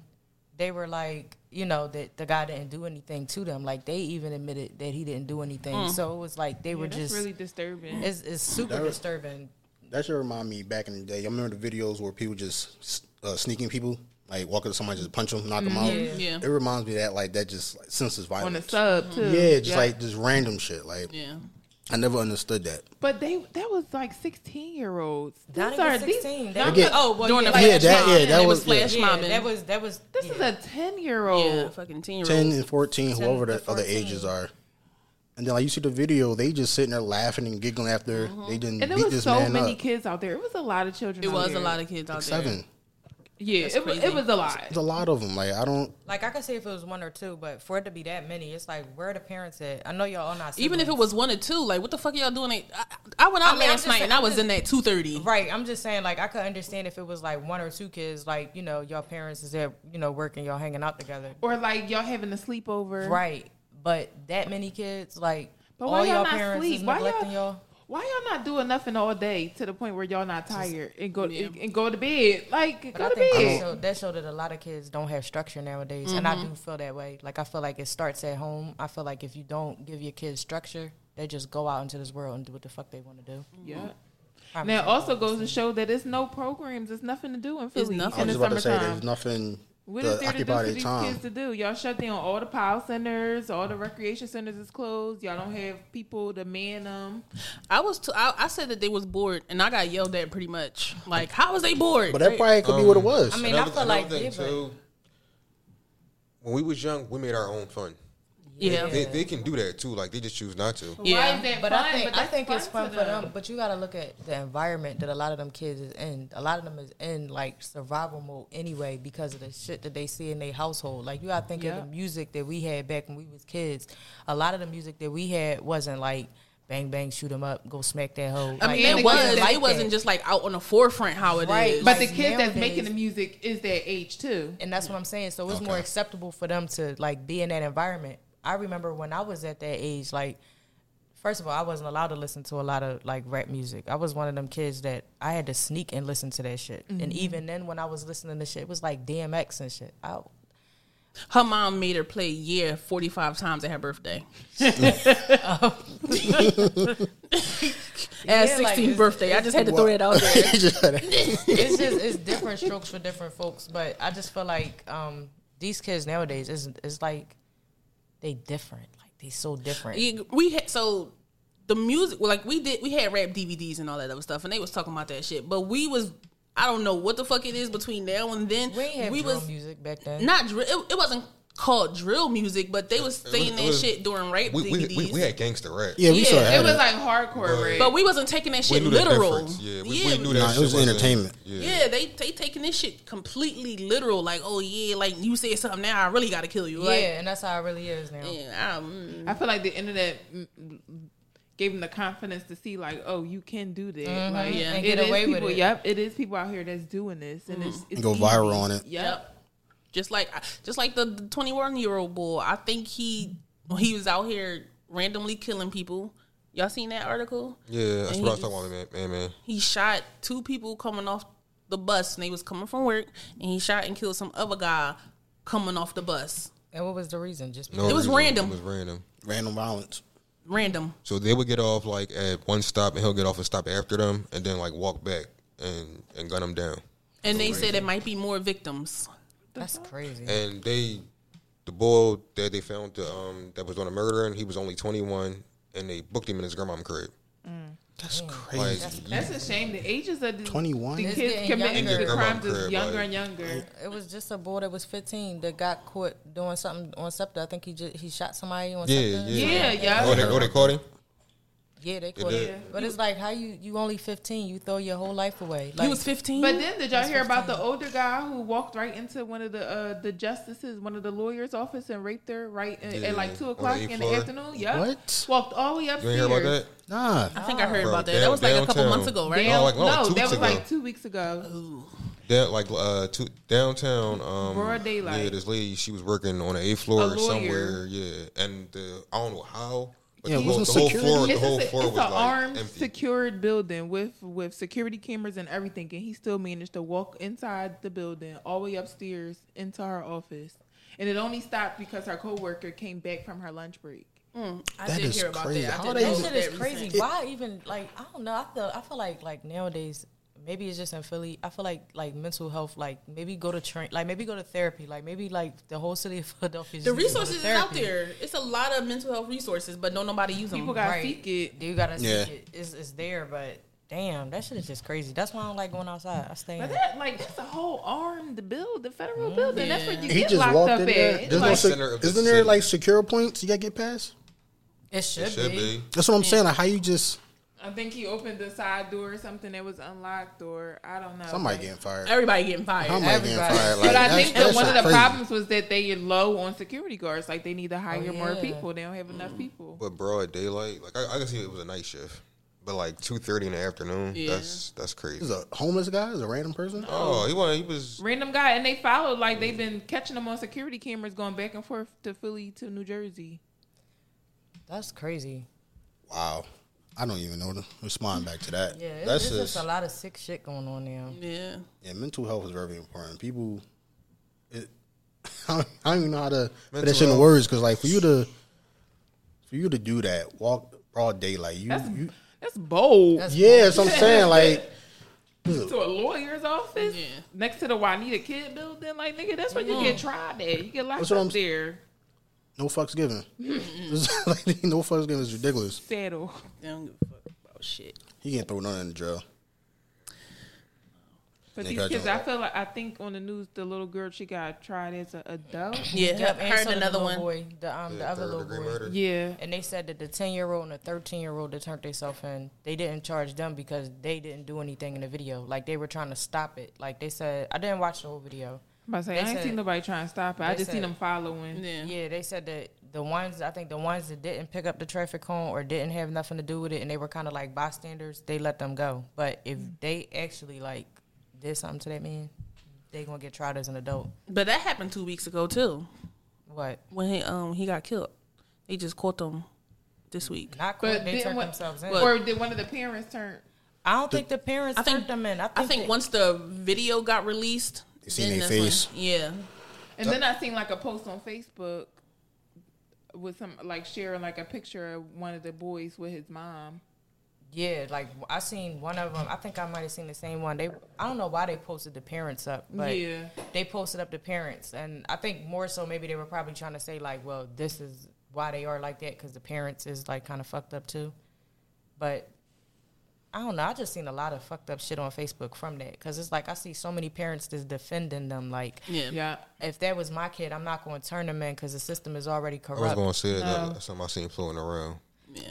they were like, you know, that the guy didn't do anything to them. Like they even admitted that he didn't do anything. So it was like they were
Mm. that's
just
really disturbing.
it's, it's super disturbing.
That should remind me back in the day. I remember the videos where people just uh, sneaking people, like walk up to somebody, just punch them, knock them out.
Mm-hmm.
Yeah.
It reminds me of that like that just like, senseless
on the
violence.
Mm-hmm.
sub too.
yeah, just
Yep.
like just random shit. Like
Yeah.
I never understood that.
But they that was like sixteen year olds.
Not
These
even
are these.
16.
That
That
was,
was-
Oh, well,
During
yeah,
the
like
Yeah,
flash
that- yeah,
mobbing.
that
They
was-
was flash
Yeah,
mobbing.
that was that was.
this
yeah.
is a ten year
yeah,
old.
fucking teen year
Ten
old.
and fourteen, whoever the other
14.
ages are. And then like you see the video, they just sitting there laughing and giggling after they didn't
Mm-hmm. And there
beat
was
this
so
man
many
up.
kids out there. It was a lot of children.
It
out
was
there.
a lot of kids out there.
Seven.
Yeah, it, wa- it
crazy.
was a lot.
There's a lot of them. Like I don't.
Like I could say if it was one or two, but for it to be that many, it's like where are the parents at? I know y'all all not.
Even if it
siblings.
was one or two, like what the fuck are y'all doing? I, I went
I
out
mean, I'm
last
just
night
saying-
and I
I'm
was
just-
in that two thirty.
right, I'm just saying like I could understand if it was like one or two kids, like you know y'all parents is at you know working, y'all hanging out together,
Or like y'all having a sleepover.
right? But that many kids, like
But why
all
y'all,
y'all,
not
parents
sleep?
is
Why
neglecting
y'all,
y'all.
Why y'all not do enough in all day to the point where y'all not tired and go and go to bed? Like
But
go
I
to
think that
bed.
showed, that showed that a lot of kids don't have structure nowadays, and
Mm-hmm.
I do feel that way. Like I feel like it starts at home. I feel like if you don't give your kids structure, they just go out into this world and do what the fuck they want to do.
Mm.
Yeah.
I'm
Now it
sure.
also goes to show that it's no programs. There's nothing to do in Philly
nothing.
I
in
was just
the
about to say
summertime.
there's nothing
What is
to
there to do
occupy
for
their
these
time.
kids to do? Y'all shut down all the power centers, all the recreation centers is closed. Y'all don't have people to man them.
I was too, I, I said that they was bored and I got yelled at pretty much. Like how was they bored?
But that probably could be
Um,
what it was.
I mean, I feel like yeah, but-
when we was young, we made our own fun.
yeah.
They, they can do that too. Like they just choose not to.
Yeah.
Why is that
But
fun?
I think I
that's
think it's fun
to
for them. But you got to look at the environment that a lot of them kids is in. A lot of them is in like survival mode anyway because of the shit that they see in their household. Like you got to think
Yeah.
of the music that we had back when we was kids. A lot of the music that we had wasn't like bang bang shoot 'em up, go smack that hoe.
I
Like,
mean,
and
it
the
was.
kids
It
like
wasn't just like out on the forefront how it is.
Right.
But
Like,
the kids that's
nowadays-
making the music is that age too.
And that's what I'm saying. So it's more acceptable for them to like be in that environment. I remember when I was at that age, like first of all, I wasn't allowed to listen to a lot of like rap music. I was one of them kids that I had to sneak and listen to that shit.
Mm-hmm.
And even then when I was listening to shit, it was like DMX and shit. I,
Her mom made her play "Yeah" forty five times at her birthday. at
Yeah, like,
sixteenth
it's-
birthday, I just had to throw that out there.
it's just it's different strokes for different folks. But I just feel like um these kids nowadays is it's like they different. Like they so different.
Yeah, we had so the music well, like we did we had rap DVDs and all that other stuff and they was talking about that shit but we was I don't know what the fuck it is between now and then
We ain't had
we
drill
was
music back then.
not drill it, it wasn't called drill music but they was
It was-
saying
it
that
was-
shit during rap
We, we,
DVDs
we, we had gangster rap.
yeah, we
yeah,
saw
it
It
that.
was like hardcore rap.
but we wasn't taking that
We
shit
knew the
literal
difference. Yeah, we,
yeah,
we knew that.
Nah, it
shit
was
wasn't-
entertainment.
Yeah.
yeah, they they taking this shit completely literal like oh yeah like you said something now I really gotta kill you
yeah,
like,
and that's how it really is now.
yeah, um,
I feel like the internet mm, mm, gave them the confidence to see like, oh, you can do that. Like,
Yeah. And
it
Mm-hmm. get
is
away with
people.
it.
Yep, it is people out here that's doing this, and it's, it's
Go
easy.
viral on it.
Yep.
Just like just like the twenty one year old boy, I think he he was out here randomly killing people. Y'all seen that article?
Yeah, that's
And
what I was
he
talking about, man. man, man.
He shot two people coming off the bus, and they was coming from work, and he shot and killed some other guy coming off the bus.
And what was the reason? Just
No
It was
reason.
random.
It was random.
Random violence.
Random.
So they would get off like at one stop, and he'll get off a stop after them, and then like walk back and and gun them down.
And they said it might be more victims.
That's crazy.
And they, the boy that they found the, um that was on a murder, and he was only twenty one, and they booked him in his grandmom crib.
That's crazy.
Like
That's a shame. The ages of the,
21.
the
It's
kids
getting
committing
younger.
to the
Grandma
crimes is
crib,
younger
like-
and younger.
It was just a boy that was 15 that got caught doing something on SEPTA. I think he just he shot somebody on
yeah,
SEPTA.
yeah,
Yeah, yeah.
Oh, they, oh, they caught him.
Yeah, they caught
did.
him. But it's like how you you only 15, you throw your whole life away. Like
he was fifteen.
But then did y'all hear about the older guy who walked right into one of the uh, the justices, one of the lawyers' office and raped her right at,
Yeah,
at like
on
two
the
o'clock
eighth
in the
floor.
afternoon? Yeah.
What?
Walked all the way
You
upstairs.
ain't hear about that?
Nah.
I think I heard
Bro,
about that.
down-
that was like a couple
downtown.
months ago, right?
Damn,
Oh, like, oh, two
no, that
weeks
was
ago.
like two weeks ago.
That like uh to downtown um
Broad daylight.
Yeah, this lady she was working on the eighth floor
lawyer.
somewhere. Yeah, and the, I don't know how. But
Yeah,
the, whole,
wasn't
the whole
security?
floor, the
It's, a
whole
se-
floor
it's
was
an
like
armed,
empty.
secured building with with security cameras and everything, and he still managed to walk inside the building, all the way upstairs into her office, and it only stopped because her coworker came back from her lunch break.
I
That
did
is
hear about
crazy.
that. I
How
did
they
hear
That
was-
about
shit is
that
crazy.
recently.
Why even like I don't know. I feel I feel like like nowadays maybe it's just in Philly. I feel like like mental health. Like maybe go to train. Like maybe go to therapy. Like maybe like the whole city of Philadelphia.
The resources is out there. It's a lot of mental health resources, but don't nobody use them.
People gotta
Right.
seek it.
You gotta
Yeah.
see it. It's, it's there, but damn, that shit is just crazy. That's why I don't like going outside. I stay.
But
in.
that like that's a whole arm, the build, the federal building. That's where you
He
get
just
locked
walked
up
in
at.
there.
It's
There's no
like-
sec-
Center of the
isn't there
city.
like secure points you gotta get past?
It should,
It should
be.
be.
That's what I'm saying. Like how you just
I think he opened the side door or something that was unlocked, or I don't know.
somebody
Like-
getting fired.
Everybody getting fired.
Somebody
everybody.
getting fired. Like,
But I
that's-
think that
that's
one of the
crazy.
problems was that they are low on security guards. Like they need to hire more
yeah.
people. They don't have enough
Mm.
people.
But broad daylight, like I, I can see it was a night shift, but like two thirty in the afternoon,
Yeah.
that's that's crazy.
This is a homeless guy, is a random person.
oh, he was he was
Random guy, and they followed like they've been catching them on security cameras, going back and forth to Philly to New Jersey.
That's crazy.
Wow. I don't even know to respond back to that.
Yeah, it's,
that's
it's
just,
just a lot of sick shit going on now.
Yeah.
yeah, mental health is very important. People, it, I don't- I don't even know how to put
Mental
that shit in
health.
words because, like, for you to, for you to do that, walk broad daylight, you, you
That's bold.
yeah, that's what I'm saying. Like,
to a lawyer's office
Yeah.
next to the Juanita Kid building. Like nigga, that's where you get tried at. You get
Mm-hmm.
locked
That's what
up
I'm-
there.
no fucks given. It's like, no fucks given is ridiculous.
Settle.
They don't give a fuck about shit.
He can't throw none in the jail.
But
They
these
got
kids,
your-
I feel like I think on the news, the little girl she got tried as an adult.
Yeah.
Yep,
I
and
heard
so did the
another
little
one.
Boy, the um, the
yeah,
other
third
little
degree
boy.
murder.
Yeah,
And they said that the 10 year old and the 13 year old that turned themselves in, they didn't charge them because they didn't do anything in the video. Like they were trying to stop it. Like they said, I didn't watch the whole video.
I'm about to say
They
I ain't
said-
seen nobody trying to stop it. I
they
just seen
said-
them following.
Yeah.
Yeah, they said that the ones, I think the ones that didn't pick up the traffic cone or didn't have nothing to do with it and they were kind of like bystanders, they let them go. But if
Mm.
they actually like did something to that man, they going to get tried as an adult.
But that happened two weeks ago too.
What?
When he um he got killed. They just caught him this week.
Not
But
court, they
then
turned
what-
themselves in.
Or did one of the parents turn?
I don't think the parents
I think-
turned them in. I think,
I think
that-
once the video got released,
They seen
then
they
that's
face.
when- yeah.
And then I seen like a post on Facebook with some like sharing like a picture of one of the boys with his mom.
Yeah, like I seen one of them. I think I might have seen the same one. They, I don't know why they posted the parents up, but
Yeah.
they posted up the parents, and I think more so maybe they were probably trying to say like, well, this is why they are like that because the parents is like kind of fucked up too. But I don't know. I just seen a lot of fucked up shit on Facebook from that because it's like I see so many parents just defending them. Like,
Yeah.
Yeah.
if that was my kid, I'm not going to turn them in because the system is already
I was
corrupt.
gonna say
uh,
that. That's something I seen floating around.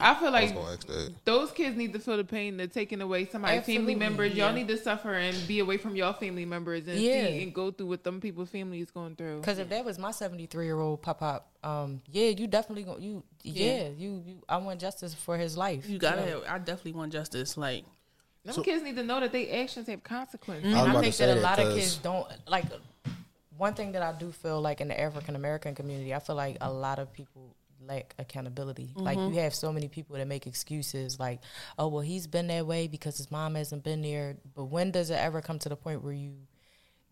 I feel
I was
like
gonna ask that.
those kids need to feel the pain. They're taking away somebody's
Absolutely,
family members. Y'all
yeah.
need to suffer and be away from y'all family members and
Yeah.
see and go through what them people's family is going through.
Because if that was my seventy three year old pop pop, um, yeah, you definitely gonna you yeah, you you I want justice for his life.
You gotta have I definitely want justice. Like
Them kids need to know that their actions have consequences.
I was about
And I
to
think
say
that a
that
lot of
'cause
kids don't like. One thing that I do feel like in the African American community, I feel like a lot of people lack accountability. Like
Mm-hmm.
you have so many people that make excuses, like, "Oh well, he's been that way because his mom hasn't been there." But when does it ever come to the point where you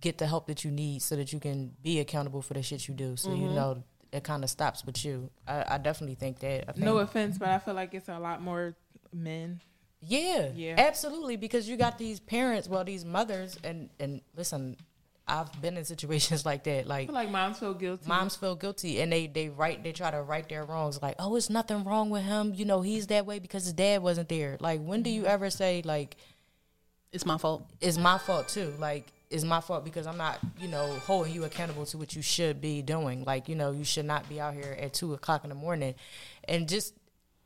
get the help that you need so that you can be accountable for the shit you do? So
Mm-hmm.
you know it kind of stops with you. I, I definitely think that. I think
No offense, but I feel like it's a lot more men.
Yeah,
Yeah.
absolutely. Because you got these parents, well, these mothers, and and listen, I've been in situations like that.
I
Like
feel like moms feel guilty.
moms feel guilty, and they they right they try to right their wrongs. Like, oh, it's nothing wrong with him. You know, he's that way because his dad wasn't there. Like, when do
Mm-hmm.
you ever say like
it's my fault.
it's my fault too? Like. It's my fault because I'm not, you know, holding you accountable to what you should be doing. Like, you know, you should not be out here at two o'clock in the morning, and just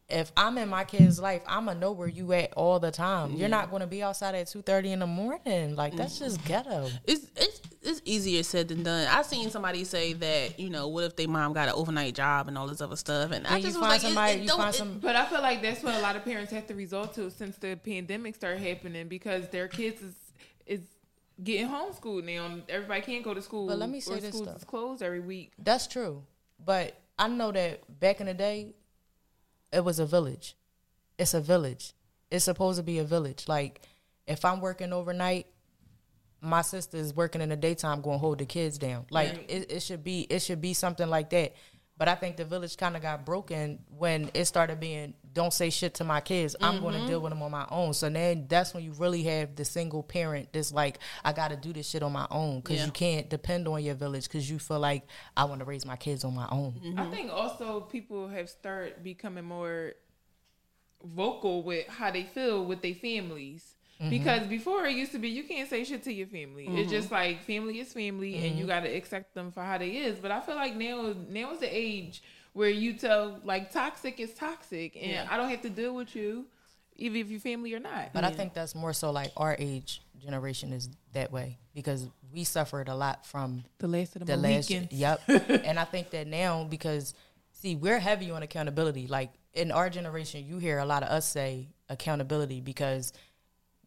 if I'm in my kid's life, I'ma know where you at all the time. You're not gonna be outside at two thirty in the morning. Like that's just
Mm-hmm.
ghetto.
It's it's it's easier said than done. I seen somebody say that, you know, what if their mom got an overnight job and all this other stuff and I
When you
just
find
was like, it-
somebody,
it
you
don't-
find
it-
some.
But I feel like that's what a lot of parents have to resort to since the pandemic started happening because their kids is is getting homeschooled now. Everybody can't go to school.
But let me say
or
this,
schools
though.
is closed every week.
That's true, but I know that back in the day, it was a village. It's a village. It's supposed to be a village. Like if I'm working overnight, my sister's working in the daytime going to hold the kids down. Like it, it should be it should be something like that. But I think the village kind of got broken when it started being "Don't say shit to my kids." I'm going to deal with them on my own. So then that's when you really have the single parent that's like, "I got to do this shit on my own" because
Yeah.
you can't depend on your village because you feel like I want to raise my kids on my own.
I think also people have started becoming more vocal with how they feel with their families. Because before it used to be you can't say shit to your family. It's just like family is family and you gotta accept them for how they is. But I feel like now now is the age where you tell like toxic is toxic and I don't have to deal with you even if you're family or not.
But I think that's more so like our age generation is that way because we suffered a lot from
the last of
the last. Yep. and I think that now because see we're heavy on accountability. Like in our generation, you hear a lot of us say accountability because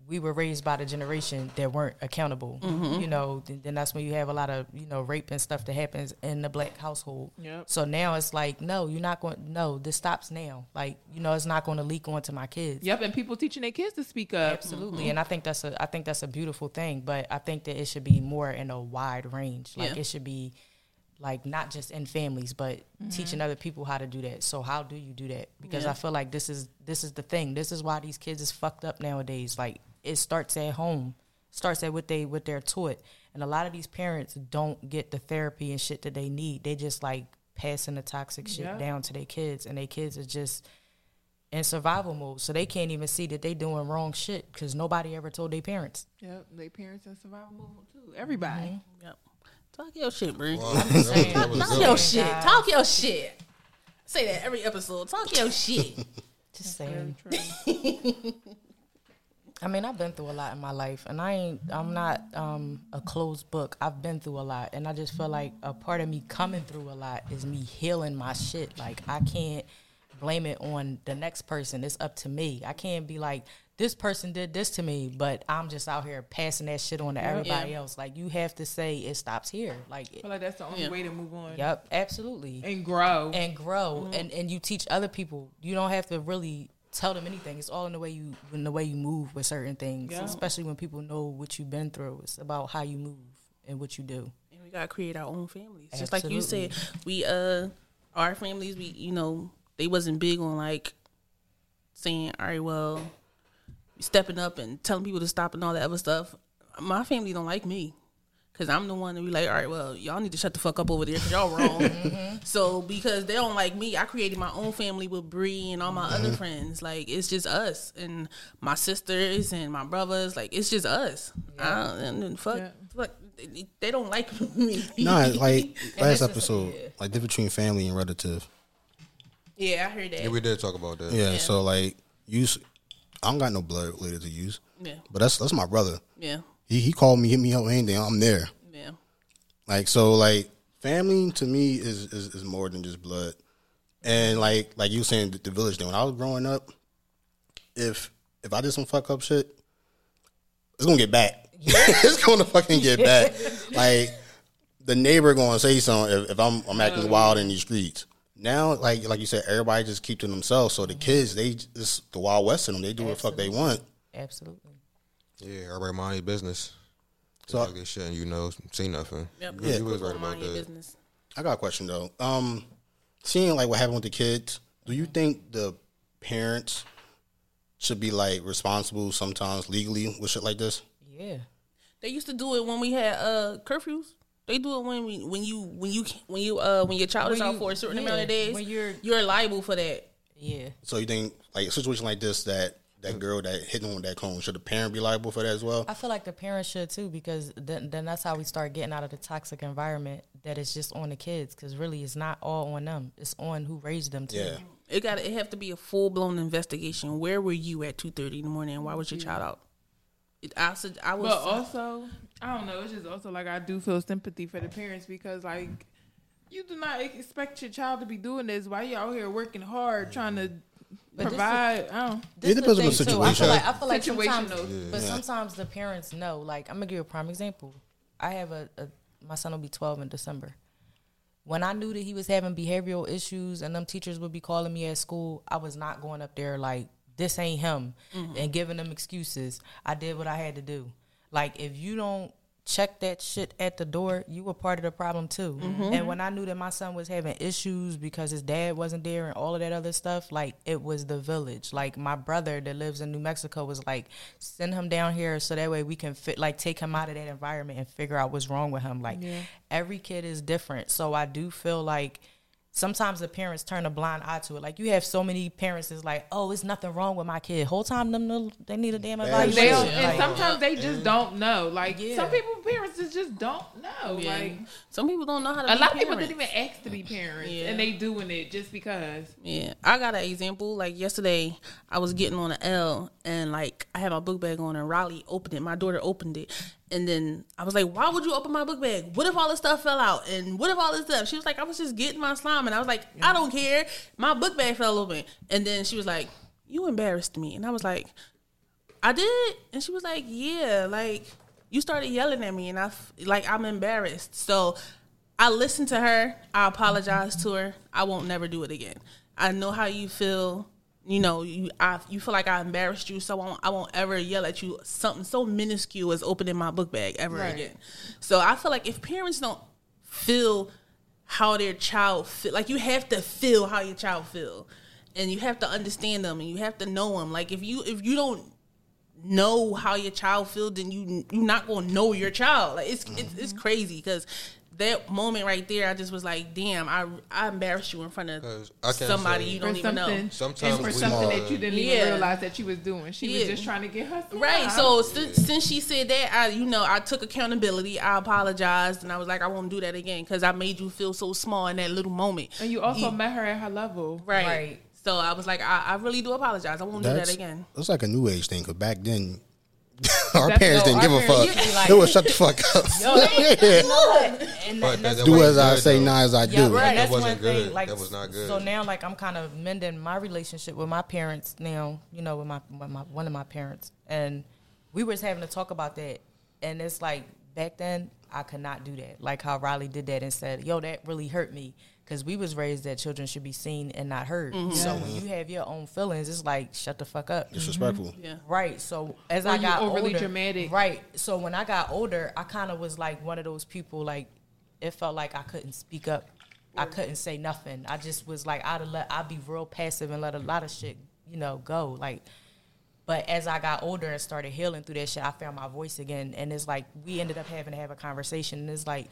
we were raised by the generation that weren't accountable.
Mm-hmm.
You know, then, then that's when you have a lot of you know rape and stuff that happens in the black household.
Yep.
So now it's like no, you're not going. No, this stops now. Like you know, it's not going to leak onto my kids.
Yep, and people teaching their kids to speak up.
Absolutely, and I think that's a I think that's a beautiful thing, but I think that it should be more in a wide range. Like
Yeah.
it should be like not just in families, but teaching other people how to do that. So how do you do that? Because I feel like this is this is the thing. This is why these kids is fucked up nowadays. Like it starts at home, starts at what they what they're taught, and a lot of these parents don't get the therapy and shit that they need. They just like passing the toxic shit
Yeah.
down to their kids, and their kids are just in survival mode, so they can't even see that they doing wrong shit because nobody ever told their parents.
Yep, their parents in survival movement too. Everybody.
Yep. Talk your shit, Bree.
Wow, that was- that was
Talk
good.
your shit. Talk your shit. Say that every episode. Talk your shit.
Just saying.
True.
I mean, I've been through a lot in my life, and I ain't. I'm not um, a closed book. I've been through a lot, and I just feel like a part of me coming through a lot is me healing my shit. Like I can't blame it on the next person. It's up to me. I can't be like this person did this to me, but I'm just out here passing that shit on to everybody
Yeah.
else. Like you have to say it stops here. Like,
I feel like that's the only
Yeah.
way to move on
yep, absolutely.
and grow.
and grow and, and you teach other people you don't have to really tell them anything it's all in the way you in the way you move with certain things
Yeah.
especially when people know what you've been through it's about how you move and what you do
and we gotta create our own families. Just like you
Absolutely.
said, we uh our families we you know, they wasn't big on like saying, All right, well, stepping up and telling people to stop and all that other stuff. My family don't like me. Cause I'm the one that be like, all right, well, y'all need to shut the fuck up over there, cause y'all wrong.
Mm-hmm.
So because they don't like me, I created my own family with Bree and all my
Mm-hmm.
other friends. Like it's just us and my sisters and my brothers. Like it's just us. I don't, and then fuck,
Yeah.
fuck, they, they don't like me.
Nah, like last episode, like difference between family and relative.
yeah, I heard that.
Yeah, we did talk about that.
Yeah, so like you, s- I don't got no blood related to use,
yeah,
but that's that's my brother.
yeah,
He he called me, hit me up, anything. I'm there.
yeah,
Like so, like family to me is is, is more than just blood. And like like you were saying the, the village thing. When I was growing up, if if I did some fuck up shit, it's gonna get back. it's gonna fucking get back. Like the neighbor gonna say something if, if I'm I'm acting wild in these streets. Now, like like you said, everybody just keep to themselves. So the kids, they just the wild west in them. They do what the fuck they want.
absolutely
Yeah, everybody mind your business.
So-
So talk this shit and you know, see nothing.
Yep.
You, you was right
Don't mind
about
your
that.
business.
I got a question though. Um, seeing like what happened with the kids, do you think the parents should be like responsible sometimes legally with shit like this?
yeah
They used to do it when we had uh curfews. They do it when we when you when you when you uh when your child is
When
out
you-
for a certain
yeah,
amount of days,
when you're-
you're liable for that.
yeah
So you think like a situation like this that that girl that hit him with that cone should the parent be liable for that as well?
i feel like the parents should too because then, then that's how we start getting out of the toxic environment that is just on the kids because really it's not all on them it's on who raised them too
Yeah,
It got to it have to be a full blown investigation. Where were you at two thirty in the morning? and Why was your child out? It, I said I was.
But also, I don't know. It's just also like I do feel sympathy for the parents because like you do not expect your child to be doing this while you're out here working hard trying to
this is-
provide. I don't.
This
It
the
depends on
thing,
the
too. I feel
situation.
like, I feel like
Situational.
sometimes, but sometimes the parents know. Like I'm gonna give you a prime example. I have a, a my son will be 12 in December. When I knew that he was having behavioral issues and them teachers would be calling me at school, I was not going up there like this ain't him and giving them excuses. I did what I had to do. Like if you don't check that shit at the door, you were part of the problem too. And when I knew that my son was having issues because his dad wasn't there and all of that other stuff, like it was the village. Like my brother that lives in New Mexico was like, send him down here so that way we can fit, like take him out of that environment and figure out what's wrong with him. Like every kid is different. So I do feel like sometimes the parents turn a blind eye to it. Like you have so many parents that's like, oh, it's nothing wrong with my kid. Whole time them little- they need a damn
They
evaluation.
don't,
Like-
and sometimes they just don't know. Like
Yeah.
some people, parents just, just don't know. Like
Some people don't know how to.
a
be
lot of people
parents.
didn't even ask to be parents,
Yeah.
and they doing it just because.
Yeah, I got an example. Like yesterday, I was getting on an L, and like I had my book bag on, and Riley opened it. My daughter opened it, and then I was like, "Why would you open my book bag? What if all this stuff fell out? And what if all this stuff?" She was like, "I was just getting my slime," and I was like, "I don't care. My book bag fell open." And then she was like, "You embarrassed me," and I was like, "I did," and she was like, "Yeah, like you started yelling at me, and I f- like I'm embarrassed." So I listened to her. I apologized to her. I won't never do it again. I know how you feel. You know, you I, you feel like I embarrassed you, so I won't, I won't ever yell at you. Something so minuscule as opening my book bag ever again. So I feel like if parents don't feel how their child feel, like you have to feel how your child feel, and you have to understand them, and you have to know them. Like if you if you don't know how your child feels, then you you're not gonna know your child. Like it's it's,
Mm-hmm.
it's crazy because that moment right there, I just was like, damn, I I embarrassed you in front of
'Cause I can't
somebody
say-
you
For
don't even know.
something,
Sometimes
and for
we
something
smile.
that you didn't
Yeah.
even realize that you was doing. She
Yeah.
was just trying to get her smile.
Right. So since, since she said that, I you know I took accountability. I apologized, and I was like, I won't do that again because I made you feel so small in that little moment.
and you also met her at her level.
right.
Right.
So I was like, I, I really do apologize. I won't do that again.
It's like a new age thing because back then. our
That's
parents
no-
didn't
our
give a
parents-
fuck.
yeah, like-
they would shut the fuck up.
And
But that- that
do
wasn't
as I
good,
say,
though.
not as I do.
Yeah, right.
That
That's
wasn't
one thing.
good.
Like
That was not good.
So now, like, I'm kind of mending my relationship with my parents now. You know, with my, with my one of my parents, and we was having to talk about that, and it's like back then I could not do that. Like how Riley did that and said, "Yo, that really hurt me," because we was raised that children should be seen and not heard. So when you have your own feelings, it's like shut the fuck up.
Disrespectful.
Right. So as
Or
I
you
got
overly
older,
dramatic.
Right. So when I got older, I kind of was like one of those people. Like it felt like I couldn't speak up. I couldn't say nothing. I just was like I'd let I'd be real passive and let a lot of shit you know go. Like, but as I got older and started healing through that shit, I found my voice again. And it's like we ended up having to have a conversation. And it's like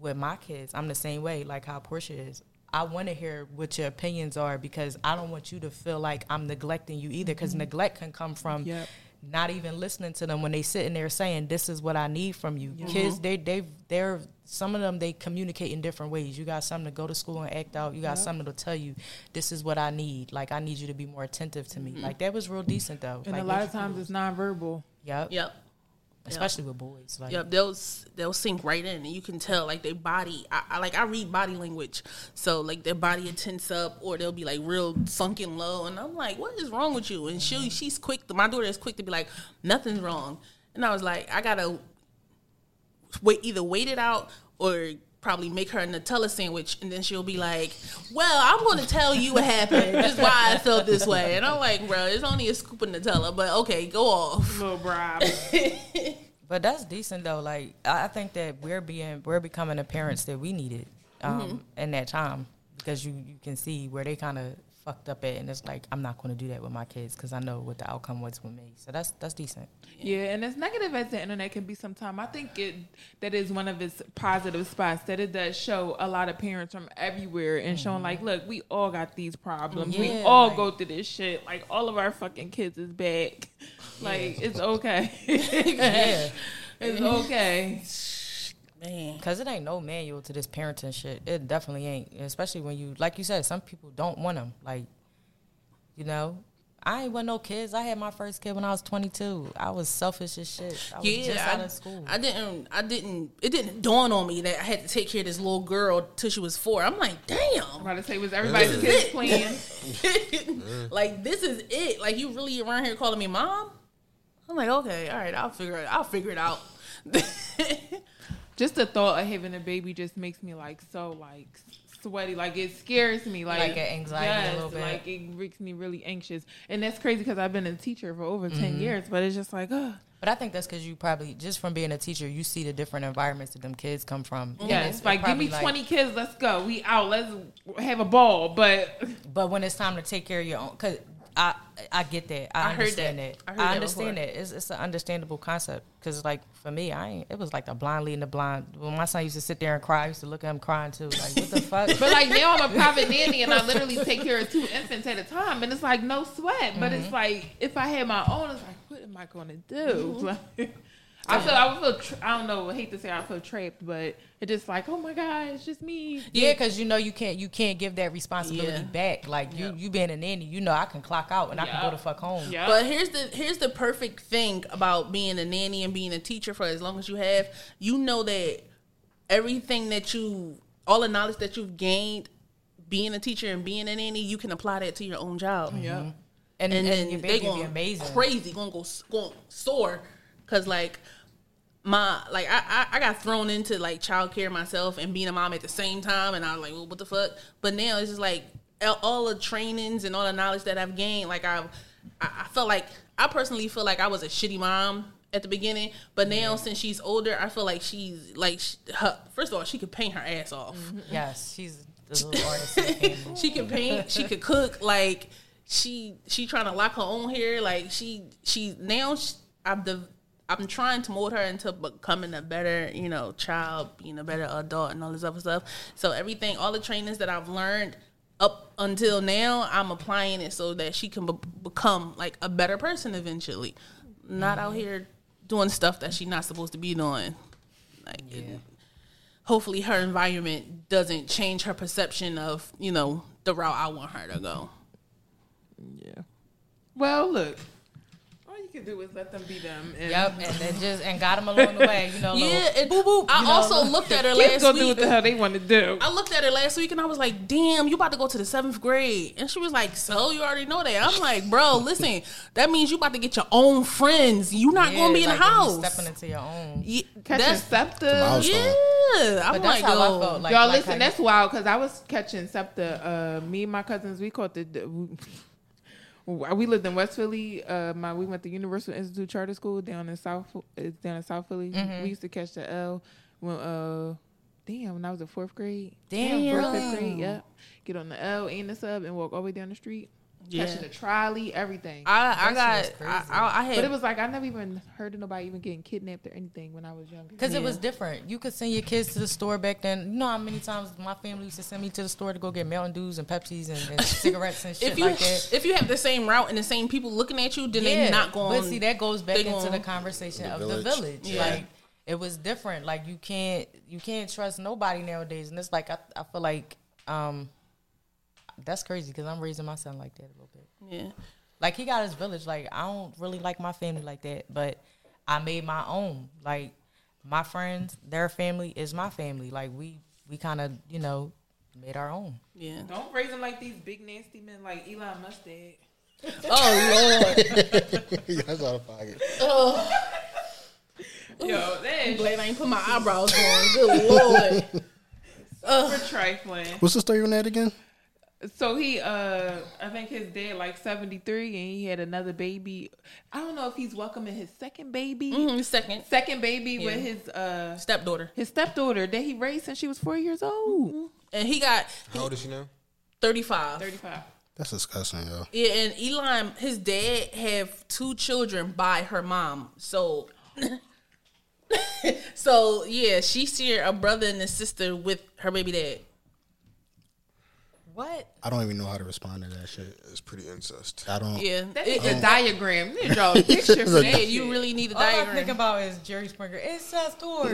with my kids, I'm the same way, like how Portia is. I want to hear what your opinions are because I don't want you to feel like I'm neglecting you either. Because neglect can come from
Mm-hmm. Yep.
not even listening to them when they sitting there saying, "This is what I need from you."
Uh-huh.
Kids, they they they're some of them they communicate in different ways. You got some to go to school and act out. You got some that'll tell you, "This is what I need." Like I need you to be more attentive to me. Like that was real decent though.
Mm-hmm. And
like,
a lot
what
of
you-
times it's nonverbal.
yep,
Yep.
especially with boys. Like,
Yep, they'll s- they'll sink right in, and you can tell like their body. I, I like I read body language, so like their body will tense up, or they'll be like real sunken low, and I'm like, what is wrong with you? And she she's quick. To, my daughter is quick to be like, nothing's wrong, and I was like, I gotta wait either wait it out or probably make her a Nutella sandwich, and then she'll be like, "Well, I'm going to tell you what happened. This is why I felt this way." And I'm like, "Bro, it's only a scoop of Nutella, but okay, go off."
Little bribe.
But that's decent though. Like I I think that we're being we're becoming the parents that we needed um, in that time because you you can see where they kind of fucked up at, and it's like I'm not going to do that with my kids because I know what the outcome was with me. So that's that's decent.
Yeah, and as negative as the internet can be sometimes, I think it that is one of its positive spots that it does show a lot of parents from everywhere and showing like, look, we all got these problems. we
Mm-hmm. Yeah,
all
like-
go through this shit. Like all of our fucking kids is back. Like it's okay.
Yeah,
It's okay.
Man.
because it ain't no manual to this parenting shit. It definitely ain't, especially when you like you said some people don't want them. Like you know. I ain't want no kids. I had my first kid when I was 22. I was selfish as shit. I was just out
I,
of school.
I didn't. I didn't. It didn't dawn on me that I had to take care of this little girl till she was four. I'm like,
I'm
damn.
about to say was everybody's
Yeah.
kids playing.
like this is it. Like you really around here calling me mom? I'm like, okay, all right. I'll figure it. I'll figure it out.
Just the thought of having a baby just makes me like so like sweaty. Like it scares me. Like,
Like an anxiety a little bit.
Like it makes me really anxious. And that's crazy because I've been a teacher for over
Mm-hmm.
ten years, but it's just like, oh,
But I think that's because you probably just from being a teacher, you see the different environments that them kids come from. And
yeah.
it
It's like give
probably
me twenty kids. Let's go. We out. Let's have a ball. But
But when it's time to take care of your own, because I I get that.
I
I,
heard
understand
that.
that.
I
I,
heard that
understand
before.
that. It's it's an understandable concept because like for me, I ain't, it was like the blind leading the blind. When my son used to sit there and cry, I used to look at him crying too. Like what the fuck?
But like now I'm a private nanny and I literally take care of two infants at a time and it's like no sweat. But
Mm-hmm.
it's like if I had my own, it's like what am I gonna do?
Mm-hmm.
Like, I feel I would feel tra- I don't know. I hate to say I feel trapped, but it's just like oh my god, it's just me.
Yeah, because you know you can't you can't give that responsibility
Yeah.
back. Like you you being a nanny, you know I can clock out and I can
Yeah.
go the fuck home.
Yeah.
But here's the here's the perfect thing about being a nanny and being a teacher for as long as you have. You know that everything that you all the knowledge that you've gained being a teacher and being a nanny, you can apply that to your own job.
yeah.
And,
And,
and,
then
your
they
baby be
going
amazing.
crazy, going to go s- going soar cuz like my like I, I I got thrown into like childcare myself and being a mom at the same time, and I was like, well, what the fuck? But now it's just like all- all the trainings and all the knowledge that I've gained. Like I've, I, I felt like I personally feel like I was a shitty mom at the beginning, but now since she's older, I feel like she's like sh her, first of all, she could paint her ass off.
Mm-hmm. Yes, she's the little artist. in the family.
she could paint, she could cook, like she she trying to lock her own hair. Like she she now sh I'm the I'm trying to mold her into becoming a better you know child, being a better adult, and all this other stuff. So everything, all the trainings that I've learned up until now, I'm applying it so that she can be- become like a better person eventually. Not out here doing stuff that she's not supposed to be doing. Like, it- hopefully her environment doesn't change her perception of you know the route I want her to go.
Yeah. Well, look. All you can do is let them be them. And
Yep, and then just and got him along the way. You know,
Yeah,
little-
and I
you know,
also
little-
looked at her last
Kids gonna do
week.
what the hell they want to do.
I looked at her last week and I was like, "Damn, you about to go to the seventh grade?" And she was like, "So you already know that." I'm like, "Bro, listen, that means you about to get your own friends. You not
yeah,
gonna be in
like
the
when you
house."
Stepping into your own.
Ye-
Catching
that's
septa.
milestone.
yeah. I'm
But
like,
that's how I
yo,
felt. Like,
Y'all
like
listen,
how you-
that's wild because I was catching SEPTA. Uh, me and my cousins, we caught the. the- we lived in West Philly. Uh, my we went to Universal Institute Charter School down in South it's down in South Philly. We used to catch the L when uh, damn when I was in fourth grade.
Damn,
fourth fifth
really?
grade. Yep, get on the L and the sub and walk all the way down the street.
Yeah.
Catching the trolley, everything.
I, I
That
got,
shit was
I,
crazy.
I, I had,
but it was like I never even heard of nobody even getting kidnapped or anything when I was younger.
Because it was different. You could send your kids to the store back then. You know how many times my family used to send me to the store to go get Mountain Dews and Pepsis and, and cigarettes and shit
if you
like that.
if you have the same route and the same people looking at you, then they not going.
But see, that goes back
they
into
gon-
the conversation
The
of the
village.
village.
Yeah.
Like it was different. Like you can't you can't trust nobody nowadays. And it's like I, I feel like um that's crazy because I'm raising my son like that a little bit.
yeah.
Like he got his village. Like I don't really like my family like that, but I made my own. Like my friends, their family is my family. Like we we kind of you know made our own.
Yeah.
Don't raise them like these big nasty men like Elon Musk did.
Oh Lord.
That's out of pocket.
Yo, that is
Glad I ain't put my eyebrows on. Good lord.
super trifling.
What's the story on that again?
So he, uh, I think his dad like seventy three, and he had another baby. I don't know if he's welcoming his second baby,
Mm, Second
second baby with
Yeah.
his uh
stepdaughter,
his stepdaughter that he raised since she was four years old.
and he got
How old is she now?
thirty five.
Thirty five.
That's disgusting, yo.
Yeah, and Elon, his dad have two children by her mom. So, so yeah, she shared a brother and a sister with her baby dad.
What?
I don't even know how to respond to that shit.
It's pretty incest.
I don't.
Yeah,
That
It-
is a diagram. They draw a picture for
yeah,
that.
you really need a
All I
diagram.
think about is Jerry Springer. It's just tour.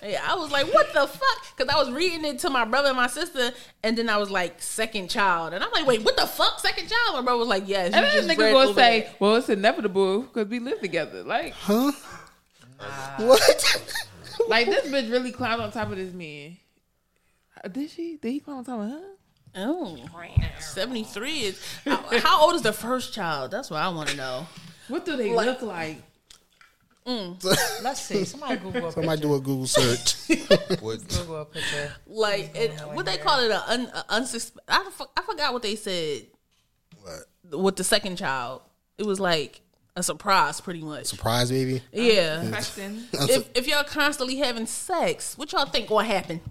Yeah, I was like, what the fuck? Because I was reading it to my brother and my sister, and then I was like, second child. And I'm like, wait, what the fuck? Second child? My brother was like, yes.
And
you
then
just
this nigga
read
gonna
over
say,
it.
"Well, it's inevitable because we live together." Like,
Huh? What?
like this bitch really climbed on top of this man. Uh, Did she? Did he climb on top of her?
oh, 73 is. How, how old is the first child? That's what I want to know.
What do they
Like-
look like?
Let's see. Somebody Google a
I might
picture.
do a Google search.
What?
Google a picture.
Like it, what they call it, a un, a unsus- I, f- I forgot what they said
What?
with the second child. It was like a surprise, pretty much.
Prize baby.
Yeah.
Question.
If if y'all constantly having sex, what y'all think gonna happen?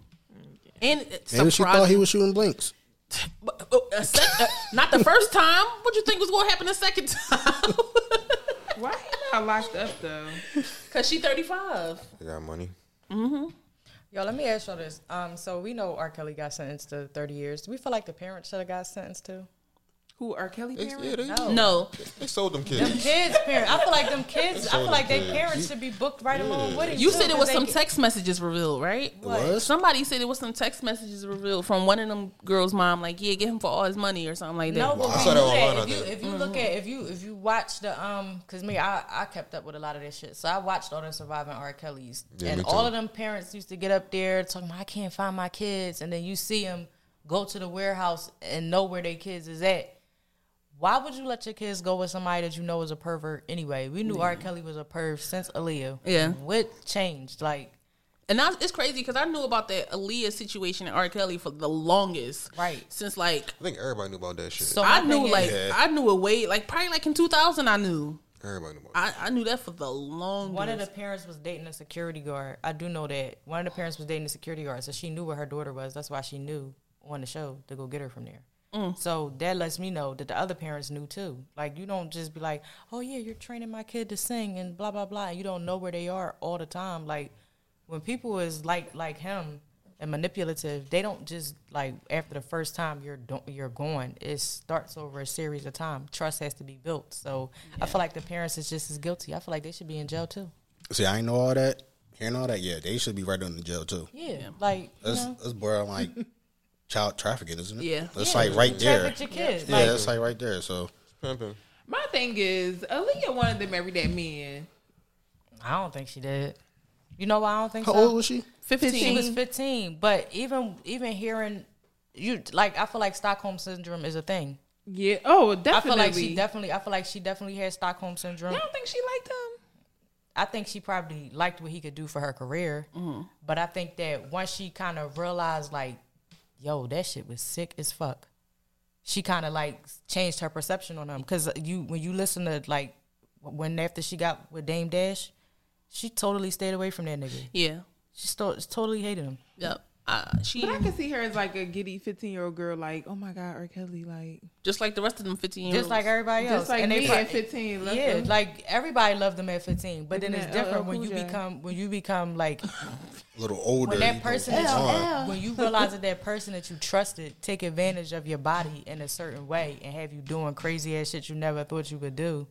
And it's
Maybe she thought
surprising.
he was shooting blinks.
But, uh, a sec- uh, not the first time. What you think was gonna happen the second time?
Why he not locked up though?
Cause she thirty five.
I got money.
Yo, let me ask y'all this. Um, so we know R. Kelly got sentenced to 30 years. Do we feel like the parents should have got sentenced to?
Who are Kelly
They, yeah,
parents?
they,
Oh.
No,
they sold them
Them
kids.
kids' parents. I feel like them kids. I feel like their
kids.
parents should be booked right along with it.
you
too,
said it
'cause
was
they
some
get-
text messages revealed, right?
was?
Somebody said it was some text messages revealed from one of them girls' mom. Like, yeah, get him for all his money or something like that.
No, but
I
when
saw that
you
online,
look at-
I
if you
think.
if you look at if you if you watch the um, cause me I I kept up with a lot of this shit, so I watched all the surviving R. Kellys,
Yeah,
and
me
all
too.
of them parents used to get up there talking, about, I can't find my kids, and then you see them go to the warehouse and know where their kids is at. Why would you let your kids go with somebody that you know is a pervert anyway? We knew R. Kelly was a perv since Aaliyah.
Yeah.
what changed? Like,
And I, it's crazy because I knew about that Aaliyah situation and R. Kelly for the longest,
Right.
Since like
I think everybody knew about that shit.
so
I
my
knew,
thing is-
like
Yeah.
I knew it way, like probably like in two thousand, I knew.
everybody knew about that.
I, I knew that for the longest.
One of the parents was dating a security guard. I do know that. One of the parents was dating a security guard, so she knew where her daughter was. That's why she knew on the show to go get her from there. So that lets me know that the other parents knew too. Like you don't just be like, "Oh yeah, you're training my kid to sing and blah blah blah." And you don't know where they are all the time. Like when people is like like him and manipulative, they don't just like after the first time you're do- you're going. It starts over a series of time. Trust has to be built. So I feel like the parents is just as guilty. I feel like they should be in jail too.
See, I ain't know all that. Hearing all that, yeah, they should be right on the jail too.
Yeah, like you
That's
know,
that's borderline like child trafficking, isn't it?
Yeah.
that's
Yeah.
like right there.
traffic your kids.
Yeah,
Like,
that's like right there. So
Pimping.
My thing is, Aaliyah wanted to marry that man.
I don't think she did. You know why I don't think
how
so?
old was she?
She was
15.
15, but even even hearing you like I feel like Stockholm syndrome is a thing.
Yeah. Oh,
I
definitely.
feel like she definitely I feel like she definitely had Stockholm syndrome.
I don't think she liked him.
I think she probably liked what he could do for her career,
Mm-hmm.
but I think that once she kind of realized like, yo, that shit was sick as fuck. She kind of like changed her perception on him because you when you listen to like when after she got with Dame Dash, she totally stayed away from that nigga.
yeah.
She sto- totally hated him.
Yep. Uh, she
But I can see her as like a giddy fifteen year old girl. Like, oh my god, R. Kelly. Like,
just like the rest of them 15 year olds.
just like everybody else.
just like
and
me
they pro-
at fifteen. Left
yeah,
him.
like everybody loved them at fifteen, but then
Looking
it's
at LL
different when
uh, Cool
you
J.
become when you become like
A little older.
when
you
that
know,
person
it's
that
on.
you, when you realize that that person that you trusted take advantage of your body in a certain way and have you doing crazy ass shit you never thought you could do.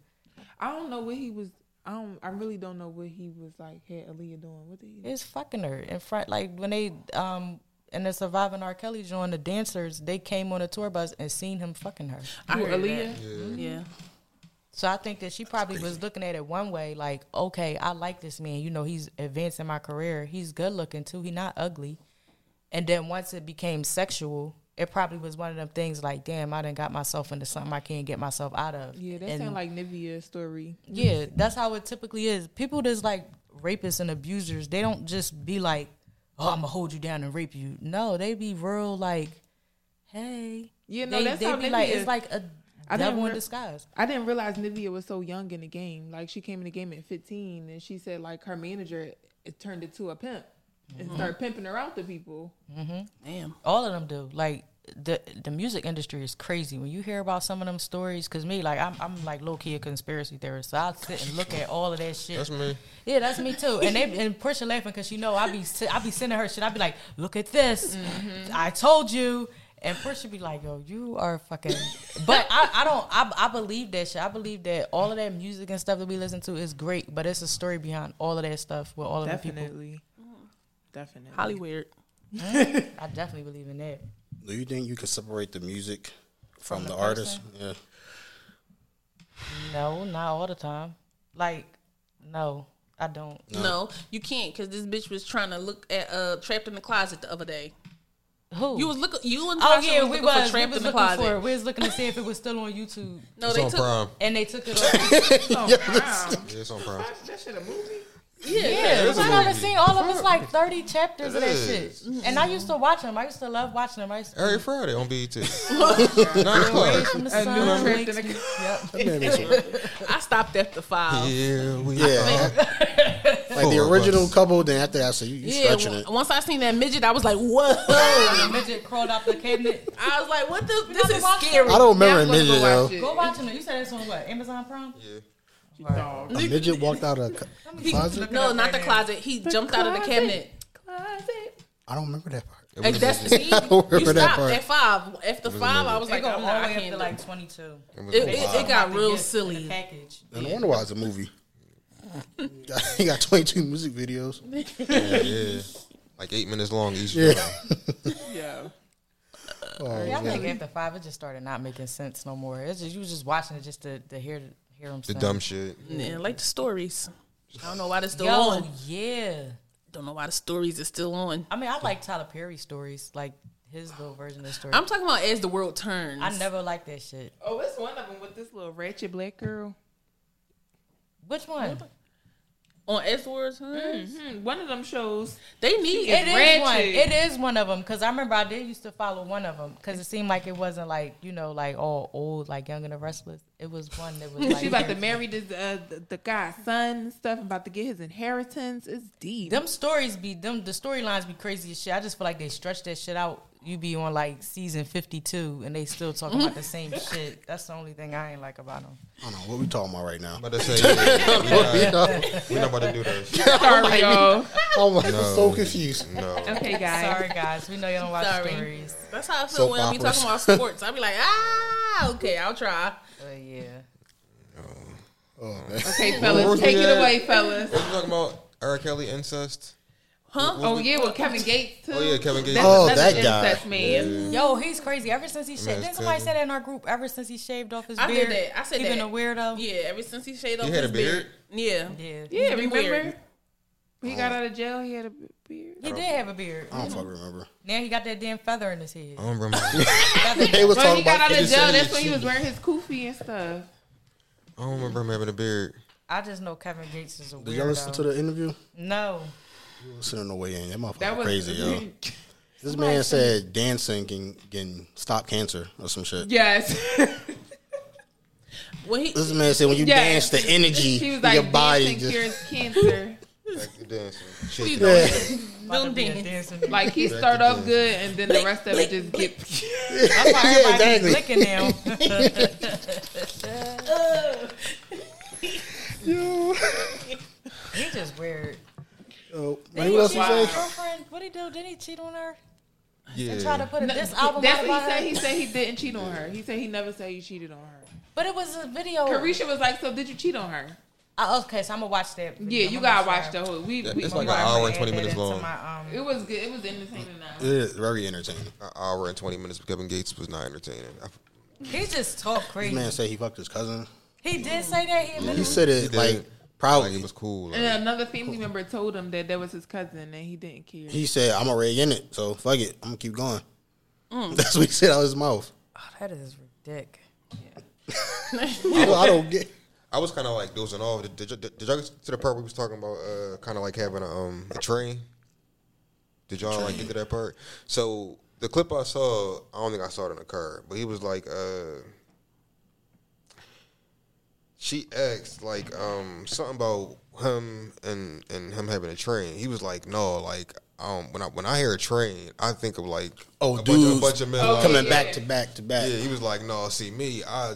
I don't know what he was. I don't. I really don't know what he was like. Had Aaliyah doing? What did he?
It's fucking her in front. Like when they um in the surviving R. Kelly joined the dancers, they came on a tour bus and seen him fucking her.
I heard
Aaliyah.
that. Yeah.
So I think that she probably was looking at it one way, like, okay, I like this man. You know, he's advancing my career. He's good looking too. He not ugly. And then once it became sexual, it probably was one of them things like, damn, I done got myself into something I can't get myself out of.
Yeah, that
And-
sound like Nivea's story.
yeah, that's how it typically is. People that's like rapists and abusers, they don't just be like, oh, I'm gonna hold you down and rape you. No, they be real like, hey,
Yeah, no,
they,
that's
they
how
be like,
Nivea-
it's like a
I didn't
devil in
re-
disguise.
I didn't realize Nivea was so young in the game. Like she came in the game at 15, and she said like her manager it turned into a pimp
Mm-hmm.
and started pimping her out to people.
Damn.
all of them do. Like the the music industry is crazy. When you hear about some of them stories, cause me like I'm I'm like low key a conspiracy theorist. So I sit and look at all of that shit.
That's me.
Yeah, that's me too. And they and Portia laughing because you know I be si- I be sending her shit. I be like, look at this. I told you. And Portia be like, yo, you are fucking. But I, I don't. I, I believe that shit. I believe that all of that music and stuff that we listen to is great, but it's a story behind all of that stuff with all of the people.
Definitely, definitely.
Hollywood.
I definitely believe in that.
Do you think you could separate the music from, the, artist? Yeah.
No, not all the time. Like, no, I don't.
No, you can't because this bitch was trying to look at uh trapped in the closet the other day.
Who?
You was looking. You and
oh
Tasha
yeah,
was
we
looking
was,
for
we
Tramp
was
in the
looking
closet.
for it. We was looking to see if it was still on YouTube,
No,
It's
they
on
took.
Prime.
and they took it off.
Oh, wow.
Yeah, it's on Prime.
That shit a movie?
yeah,
is a
I done
movie.
seen all of it's like thirty chapters of
It
that
is. Er
shit, and I used to watch them. I used to love watching them. I used to
Every Friday on E BET. Nine o'clock.
from the
A new
sun
trip
makes
in the-
me- Yep.
I stopped after five.
Yeah, we
Yeah. Like the
Four Oh, of
original
us.
couple, then after that, I said, you, you
Yeah.
stretching
on-
it.
Once I seen that midget, I was like, whoa.
The midget crawled out the cabinet.
I was like, what the?
never
This is
watched it?
scary.
I don't remember a
Now I'm
midget,
gonna
yo.
go
Go
watch
watch them. You said it's on what? Amazon Prime.
Yeah.
it. Dog.
A midget walked out of a co- closet?
No, not the closet. He jumped out of the cabinet.
I don't remember that part.
It
Like,
was a
that's see, you
I don't remember that
stopped
part.
at five. After five, I was
They
like,
go
I'm
all the
not, I
way up to
can't.
like
Like,
twenty two.
movie.
it,
It was a
it, it
vibe.
got real silly.
package.
And I wonder why it's a movie. he got 22 music videos.
Yeah. Like eight minutes long each.
Yeah.
time.
Yeah.
Oh,
Yeah, I
man.
think after five, it just started not making sense no more. It's just you was just watching it just to, to hear hear them.
The dumb shit.
Yeah, like the stories. I don't know why they're still
Yo,
on.
yeah.
Don't know why the stories is still on.
I mean, I like Tyler Perry stories, like his little version of the story.
I'm talking about as the world turns.
I never liked that shit.
Oh, it's one of them with this little ratchet black girl.
Which one?
on as the world turns.
Hmm, one of them shows.
They need
Mm-hmm. It
it.
is one.
Ratchet.
It is one of them because I remember I did used to follow one of them because it seemed like it wasn't like you know like all old like Young and the Restless. It was one that was like
She about to marry this uh, the, the guy's son and stuff. About to get his inheritance. It's deep.
Them stories be them the storylines be crazy as shit. I just feel like they stretch that shit out. You be on like season fifty two and they still talking about the same shit. That's the only thing I ain't like about them.
I don't know. What we talking about right now?
I'm about to say, yeah,
You know?
we're not about to do this.
Sorry, y'all.
Oh I'm like, so confused.
No.
Okay, guys.
Sorry guys, we know y'all don't watch
Sorry.
stories,
That's how I feel
Soap
when we
operas.
talking about sports. I'd be like, ah, okay, I'll try.
but yeah.
Oh, man.
Okay,
Where
fellas,
was
take
we
it
at?
away, fellas.
What you talking about? R. Kelly incest?
Huh?
Oh yeah, with Kevin Gates too.
Oh, yeah, Kevin Gates.
That's
Oh,
another
that guy.
incest man.
Yo, he's crazy. Ever since he shaved,
Man's
didn't somebody
crazy.
say that in our group? Ever since he shaved off his
I did
beard,
that. I said
he
that.
been a weirdo.
Yeah, ever since he shaved off
had
his
a beard?
Yeah.
Yeah.
Yeah,
He's been
remember?
weird.
He got out of jail. He had a beard.
he did have a beard.
I don't fucking remember.
Now he got that damn feather in his head.
I
Oh.
don't remember.
They was
When
talking
he got
about
out of jail, that's when he
insensitive
was wearing his kufi and stuff.
I don't remember him having a beard.
I just know Kevin Gates is a
shit. Did y'all listen to
weirdo.
the interview?
no,
Listening on the way in. That motherfucker
That was
crazy, yo. This man said dancing can, can stop cancer or some shit.
yes.
When he
This man said when you
Yes.
dance, the energy
She was
in
like,
your body
dancing
just
cures cancer.
Like dancing. Shit, you
yeah.
About to
Them
be a
dance.
dancing
Like he start off good, and then the rest of it just get.
That's why
Yeah, exactly.
everybody be licking now. he just weird.
Oh,
Did
man,
he
what else
cheat
you
on his
say?
girlfriend? What he do? Did he cheat on her? And try to
Yeah.
put a this album out
That's what
about
Oh
he said. He
her?
said he didn't cheat on her. He said he never said he cheated on her.
But it was a
Oh.
video.
Carisha was like, "So did you cheat on her?"
I, okay, so I'm gonna watch that. video.
Yeah,
I'm
you
gonna
gotta watch
try.
the whole. We, we
It's like an
I'm gonna
hour and
add
20
that
minutes
into
long.
my, um,
it was good. It was entertaining. Now.
It is very entertaining.
An hour and 20 minutes with Kevin Gates was not entertaining. I,
he just talk
This
crazy.
man said he fucked his cousin.
He did say that. He
He
admitted.
said it
did.
like
like,
proudly.
it was cool. Like,
And another family member told him that that was his cousin, and he didn't care.
He said, "I'm already in it, so fuck it. I'm gonna keep going."
Mm.
That's what he said out of his mouth.
Oh, that is ridiculous.
I don't, I don't get.
I was kind of like dozing off. Did, did, y- did, y'all get to the part we was talking about uh, kind of like having a, um, a train? Did y'all like get to that part? So the clip I saw, I don't think I saw it in the car, but he was like, uh, she asked like um, something about him and and him having a train. He was like, no, like um, when I when I hear a train, I think of like
Oh,
a bunch of,
dudes
a bunch of men like-
coming back to back to back.
Oh, yeah, he was like, no, see me, I,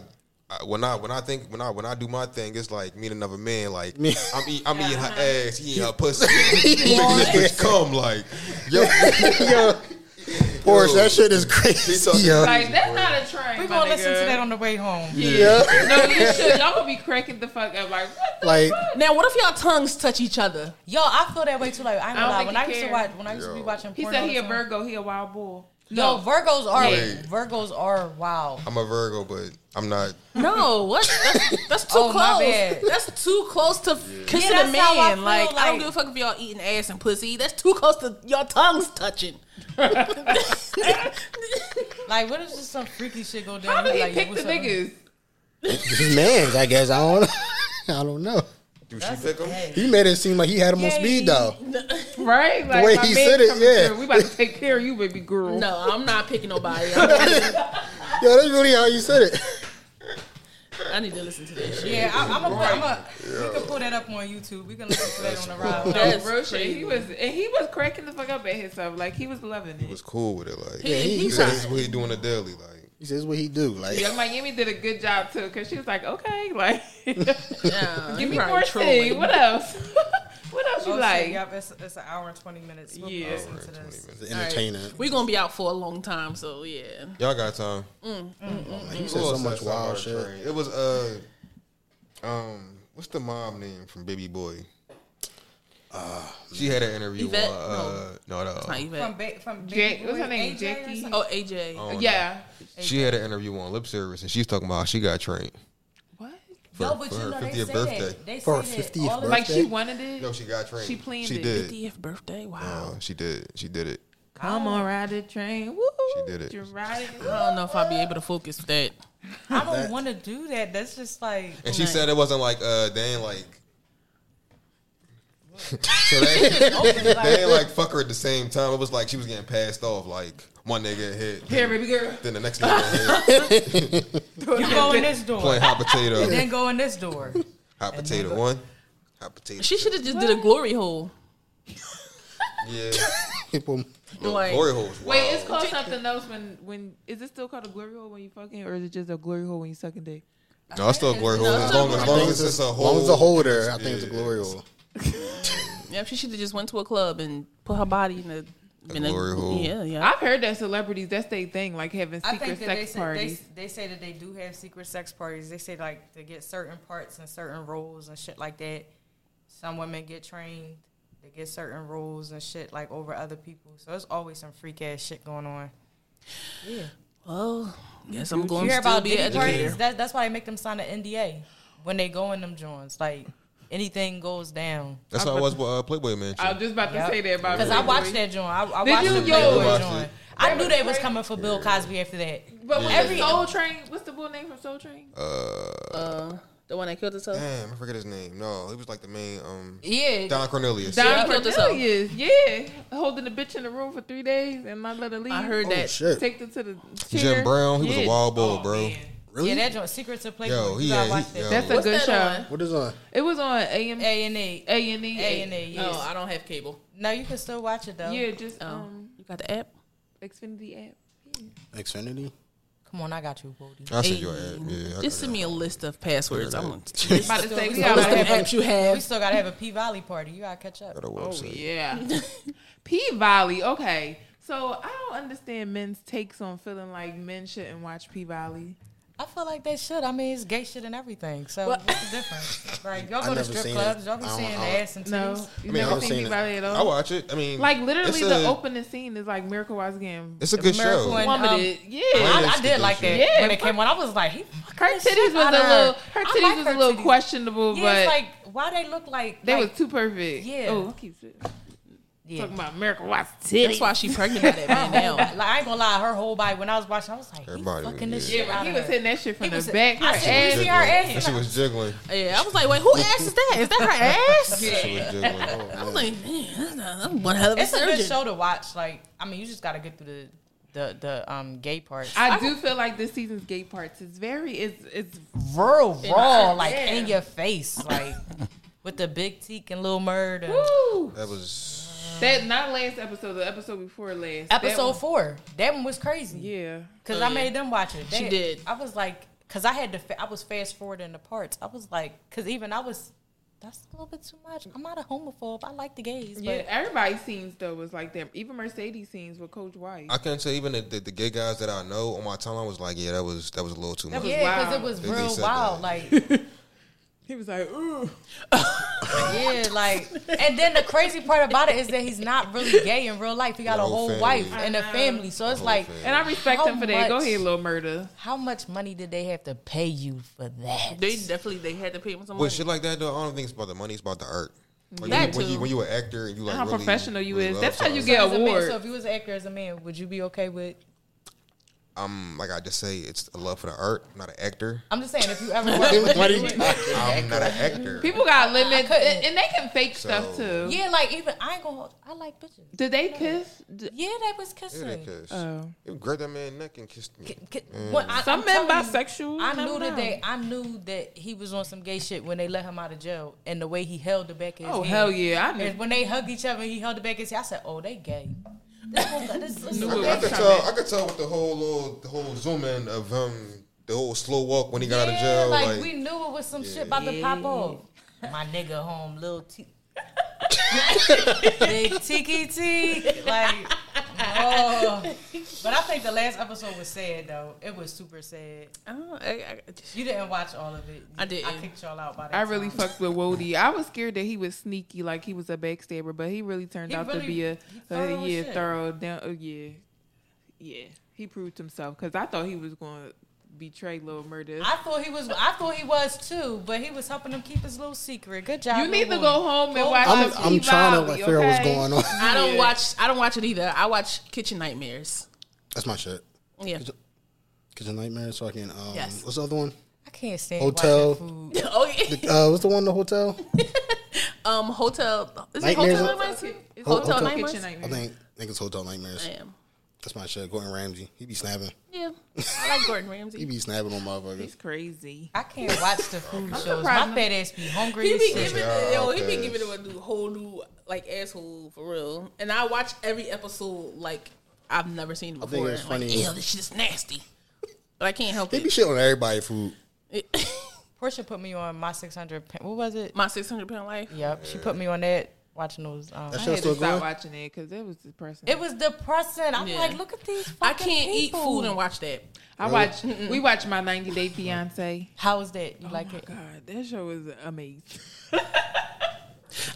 I when I when I think when I when I do my thing, it's like meeting another man. Like
Me-
I'm eat, I'm eating her ass, he eating her pussy. He making this bitch come like, yo,
yo, Porsche, that shit is
talking
crazy. Yo.
like that's not a train.
We
my
gonna listen
nigga.
to that on the way home.
Yeah.
No, you should. Y'all gonna be cracking the fuck up. Like what? The
Like
now, what if y'all tongues touch each other?
Yo, I feel that way too. Like I, ain't
I don't
gonna lie.
think
when
he
I used to
cared.
watch, when I used to be
Yo.
watching,
He
porn
said
all
he
the
a
time.
Virgo. He a wild bull.
Yo, Virgos are
Yeah.
Virgos are wow.
I'm a Virgo, but I'm not.
No, what? That's, that's too
Oh,
close.
my bad.
That's too close to kissing
Yeah,
a
that's how I
man.
feel,
like, I don't
like-
give a fuck if y'all eating ass and pussy. That's too close to y'all tongues touching.
Like, what if just some freaky shit go down?
How do
You're
he
like, yo,
pick the
what's up?
niggas?
This is man's, I guess. I don't I don't know.
Do she pick him?
Hey,
He made it seem like he had him on speed dial.
Right? Like
way
my
he
man
said it,
coming
yeah.
through. We about to take care of you, baby girl.
No, I'm not picking nobody. I
Yo, that's really how you said it.
I need to listen to that shit.
yeah, I, I'm a, I'm a, we can pull that up on YouTube. We can listen for that on the ride.
Like,
That's
real shit.
crazy.
He was and he was cracking the fuck up at himself. Like he was loving
He
it.
was cool with it. Like,
Yeah,
he,
he- he
said
tried.
this is what he doing a daily. Like,
He says what he do. Like
Young Miami did a good job too, cause she was like, okay, like
Nah,
give
you probably
me more tea.
trolling.
What else? what else you
Oh, shit,
like?
yep, it's, it's an hour and 20 minutes. We'll
Yeah.
Oh.
listen
for
to
20
this.
minutes.
the entertainer.
We're gonna be out for a long time, so yeah.
Y'all got time.
Like, he Oh, said so much wild shit.
It was uh, um, what's the mom name from Baby Boy?
Uh,
she had an interview.
Yvette?
on, uh, no, no.
Not
From,
even.
ba- from
Jack-
Baby
what's her
Boy, AJ
name,
or
Jackie?
something?
Oh, AJ.
Yeah.
She had an interview on Lip Service, and she's talking about how she got trained.
What?
For,
No, but
for
you
her
know, they
50th
say
birthday.
that. They say
For her
that
50th
all of-
birthday.
Like she wanted it.
No, she got trained.
She planned
She
it.
did.
50th birthday. Wow.
Uh, she did. She did it.
Come on, ride the train. Woo!
She did it.
You ride it.
I don't know if I'll be able to focus with that.
I don't want to do that. That's just like.
And she said it wasn't like uh they ain't like so they, they ain't like fuck her at the same time. It was like she was getting passed off like one nigga hit
Here, baby girl.
then the next nigga hit,
You go in this door,
playing hot potato.
then go in this door.
Hot potato one. Hot potato.
She should have just did a glory hole.
Yeah.
People
Like,
Glory hole was wild.
Wait, it's called something else when when is it still called a glory hole when you fucking or is it just a glory hole when you suck a dick?
No, it's still a glory hole. As long as, long as it's a
As long as the
hole.
holder, I think it's a glory hole.
yeah, she should have just went to a club and put her body in a, in
glory hole.
Yeah, yeah.
I've heard that celebrities that's their thing, like having
I
secret
think that they
sex
say, they,
parties.
they say that they do have secret sex parties. They say like they get certain parts and certain roles and shit like that. Some women get trained. They get certain roles and shit like over other people. So there's always some freak ass shit going on.
Well, guess I'm
You
going
hear
to still
about
be an
Diddy parties?
educator.
That, that's why they make them sign an NDA when they go in them joints. Like anything goes down.
That's how it was with uh, Playboy man.
I was just about to
Yep.
say that about
Because I watched that joint. I, I
Did
watched
you?
the
Yo.
Playboy
Watched
joint.
it.
I knew they was coming for Bill Cosby after that.
But when
Every-
the Soul Train, what's the boy name from Soul Train?
Uh, the one that killed herself.
Damn, I forget his name. No, he was like the main um
Yeah.
Don Cornelius.
Yeah,
Don
I killed this
Cornelius, yeah, holding the bitch in the room for three days and not let her leave.
I heard
Oh
that.
shit.
Take them to the
Jim
chair.
Brown, he was
Yeah.
a wild bull, bro.
Yeah, that joint, Secrets of Playboy.
Yo,
you
he
gotta
had-
watch
he-
that.
yo.
That's a
What's
good
that
show.
What is uh, on?
It was on AM
A and E.
A and E
A and E.
No,
Yes.
I don't have cable.
No, you can still watch it though.
Yeah, just
Oh,
um
you got the app?
Xfinity app.
Xfinity?
Come on, I got you, Bodie.
Uh,
I sent
Hey.
you an ad. Yeah, I-
Just send me a list of passwords. I'm gonna
About to say we
still
got
gotta
the
have
apps you
a, we
have.
still gotta have a P Valley party. You gotta catch up.
got a
Oh
website.
yeah. P Valley. Okay. So I don't understand men's takes on feeling like men shouldn't watch P Valley.
I feel like they should. I mean, it's gay shit and everything. So what's the difference? Like y'all
I
go to
never
strip
seen
clubs,
it.
y'all be
I don't-
seeing
I don't-
ass and
No,
titties.
you
mean, I
never
haven't
seen P
seen it.
Valley at
I
all.
watch it. I mean,
Like literally,
it's
the
a-
opening scene is like Miracle Watch game.
It's a good
Miracle
show.
and-
Woman,
um,
did- yeah.
I-
I, I did like that
Yeah,
when it came on. I was like, he fucking
her
the shit
titties was
outta
a little, her
I
titties
like
was a little
titties.
questionable,
Yeah,
but
it's like why they look like
they
like,
was too perfect.
Yeah.
Oh, I keep saying-
yeah.
talking about Miracle Watch
That's
titties.
why she pregnant by that man now.
Like I ain't gonna lie, her whole body when I was watching, I was like,
Her
he
body
fucking
was-
this
Yeah,
shit.
but
out
he
of
was
her.
hitting that shit from
He
the
was-
back. Her
I said,
ass.
see her ass,
And she was jiggling.
Yeah, I was like, wait, who ass is that? Is that her ass?
She was jiggling. Oh,
I was like, man, that's a- that's one hell of a
It's a good
surgeon.
show to watch. Like, I mean, you just gotta get through the the the um gay parts.
I do feel like this season's gay parts is very it's it's
Real raw, like
Yeah.
in your face, like with the big teak and little murder.
woo.
That was
That not last episode, the episode before last. That
Episode
one-
four, that one was crazy.
Yeah.
Cause
Oh,
I
yeah.
made them watch it.
She did.
I was like, cause I had to. Fa- I was fast forwarding the parts. I was like, cause even I was. That's a little bit too much. I'm not a homophobe. I like the gays, but
Yeah, everybody's scenes though was like that. Even Mercedes scenes with Coach White.
I can't say even the, the, the gay guys that I know on my timeline was like, yeah, that was that was a little too much.
was-
yeah,
wild.
because it was
They- they
real
said
wild.
that.
Like
he was like, ooh.
Yeah, like, and then the crazy part about it is that he's not really gay in real life. He got
The
a
whole
whole
family.
wife
I
and a
know.
family, so it's
whole
like,
family.
And I respect
How
him for that. Go
much?
ahead, little murder.
how much money did they have to pay you for that?
They definitely they had to pay him some
With
money.
shit like that, though, I don't think it's about the money. It's about the art. Like,
That
when, you, when you
too.
when you an actor and you like
how
really-
professional you
really
is.
love
That's how you
something.
get
As a man,
awards.
so if you was an actor as a man, would you be okay with?
I'm like I just say it's a love for the art. I'm not an actor.
I'm just saying if you ever worked with,
Why do you-
I'm not an actor.
People got
I
limits,
couldn't.
and, and they can fake stuff too.
So-
yeah, like even I ain't gonna. hold- I like bitches.
Did they kiss? D-
Yeah, they was
Yeah, they
kissing.
kiss.
Oh.
You grab that man neck and kissed me.
K- k- when I-
Some
I'm
men
telling you,
bisexual,
I
never
knew that
know.
they, I knew that he was on some gay shit when they let him out of jail, and the way he held the back of his
Oh
hand.
hell yeah! I knew.
And when they hugged each other, he held the back of his hand. I said, "Oh, they gay." This one- this- this-
No,
I,
Ooh,
I could
that's
tell.
right.
I could tell with the whole little, the whole zoom in of him, the whole slow walk when he got out of
Yeah,
jail.
like,
Like,
we knew it was some shit about to pop off. My nigga home, little T. Big Tiki T. Like, oh. But I think the last episode was sad, though. It was super sad.
I don't. I, I,
You didn't watch all of it.
I didn't.
I kicked y'all out by that
I really
time.
fucked with Wody. I was scared that he was sneaky, like he was a backstabber, but he really turned
He
out to
really-
be a,
he
a
thorough as
yeah
shit.
thorough down. Oh yeah, yeah. He proved himself because I thought he was going to betray Lil Murder.
I thought he was. I thought he was too, but he was helping him keep his little secret. Good job.
You need to
little
go
boy.
home and
Go
watch.
home.
I'm,
some
I'm
Steve
trying to
Harvey,
like figure out what's
okay?
going on.
I don't
Yeah.
watch. I don't watch it either. I watch Kitchen Nightmares.
That's my shit.
Yeah.
Kitchen Nightmare. So I can. Um,
Yes.
What's the other one?
I can't stand
Hotel.
watching food.
oh yeah.
Uh, what's the one? in The hotel.
Um. Hotel. Is it
Nightmares
Hotel
of-
Nightmares?
It's
Ho-
Hotel
Hotel-
Nightmares.
Kitchen
I think I think it's Hotel Nightmares.
I am.
That's my shit. Gordon Ramsay. He be snapping.
Yeah. I like Gordon
He
Ramsay.
be snapping on motherfuckers.
He's crazy.
I can't watch the food shows. My
surprised-
fat ass be hungry.
He
as
be
shit.
giving
Yeah,
yo, he
okay.
be giving him a new, whole new like asshole for real. And I watch every episode like I've never seen it
think
before.
it's
and I'm like,
funny-
Ew, this shit's nasty. But I can't help
He be
it.
shit on everybody food.
Portia put me on my 600. pa- What was it?
My six hundred pound life.
Yep, she put me on that watching those. Um,
That
I
shit
had to
still
stop
good.
watching it because it was depressing.
it was depressing. I'm
Yeah.
like, look at these.
I
Fucking
can't eat
people.
food and watch that.
I watched. We watched my 90 Day Fiance.
How is that? You like it?
God, that show is amazing.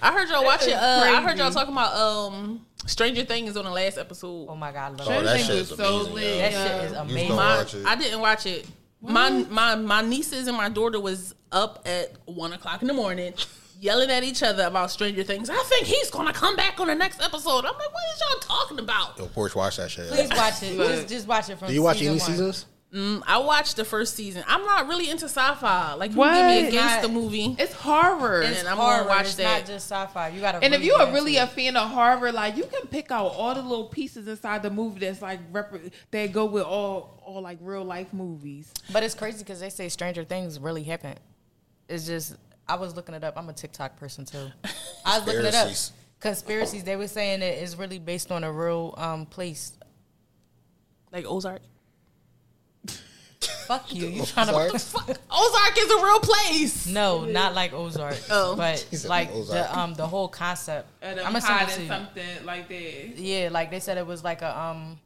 I heard y'all watching.
is
Uh, I heard y'all
crazy.
talking about um Stranger Things on the last episode.
Oh my god, I love
Oh,
it.
that
Thing
shit
was
is
so
amazing.
lit.
yo.
That shit
You
is
just
amazing.
don't
My-
watch it.
I didn't watch it. My my my nieces and my daughter was up at one o'clock in the morning, yelling at each other about Stranger Things. I think he's gonna come back on the next episode. I'm like, what is y'all talking about?
Yo, Porch, watch that shit.
Please watch it. Just, just watch it from.
Do you watch
season
any
one.
seasons?
I watched the first season. I'm not really into sci-fi. Like, you give me a
What?
gangster
Not-
movie.
It's horror.
It's
It's
And I'm gonna
horror.
watch
it's
that.
not just sci-fi. You gotta.
And if
really
you
get
are
into
really
it.
a fan of horror, like you can pick out all the little pieces inside the movie that's like rep- that go with all all like real life movies.
But it's crazy because they say Stranger Things really happened. It's just I was looking it up. I'm a TikTok person too. I was looking it up.
Conspiracies.
Conspiracies. They were saying that it's really based on a real um, place.
Like Ozark.
Fuck you. You trying
Sorry.
to
Fuck, Ozark is a real place.
no, not like Ozark.
Oh.
but
He said
like
Ozark.
the um the whole concept.
And
I'm gonna send it to
hiding
you.
something like that.
Yeah, like they said it was like a um.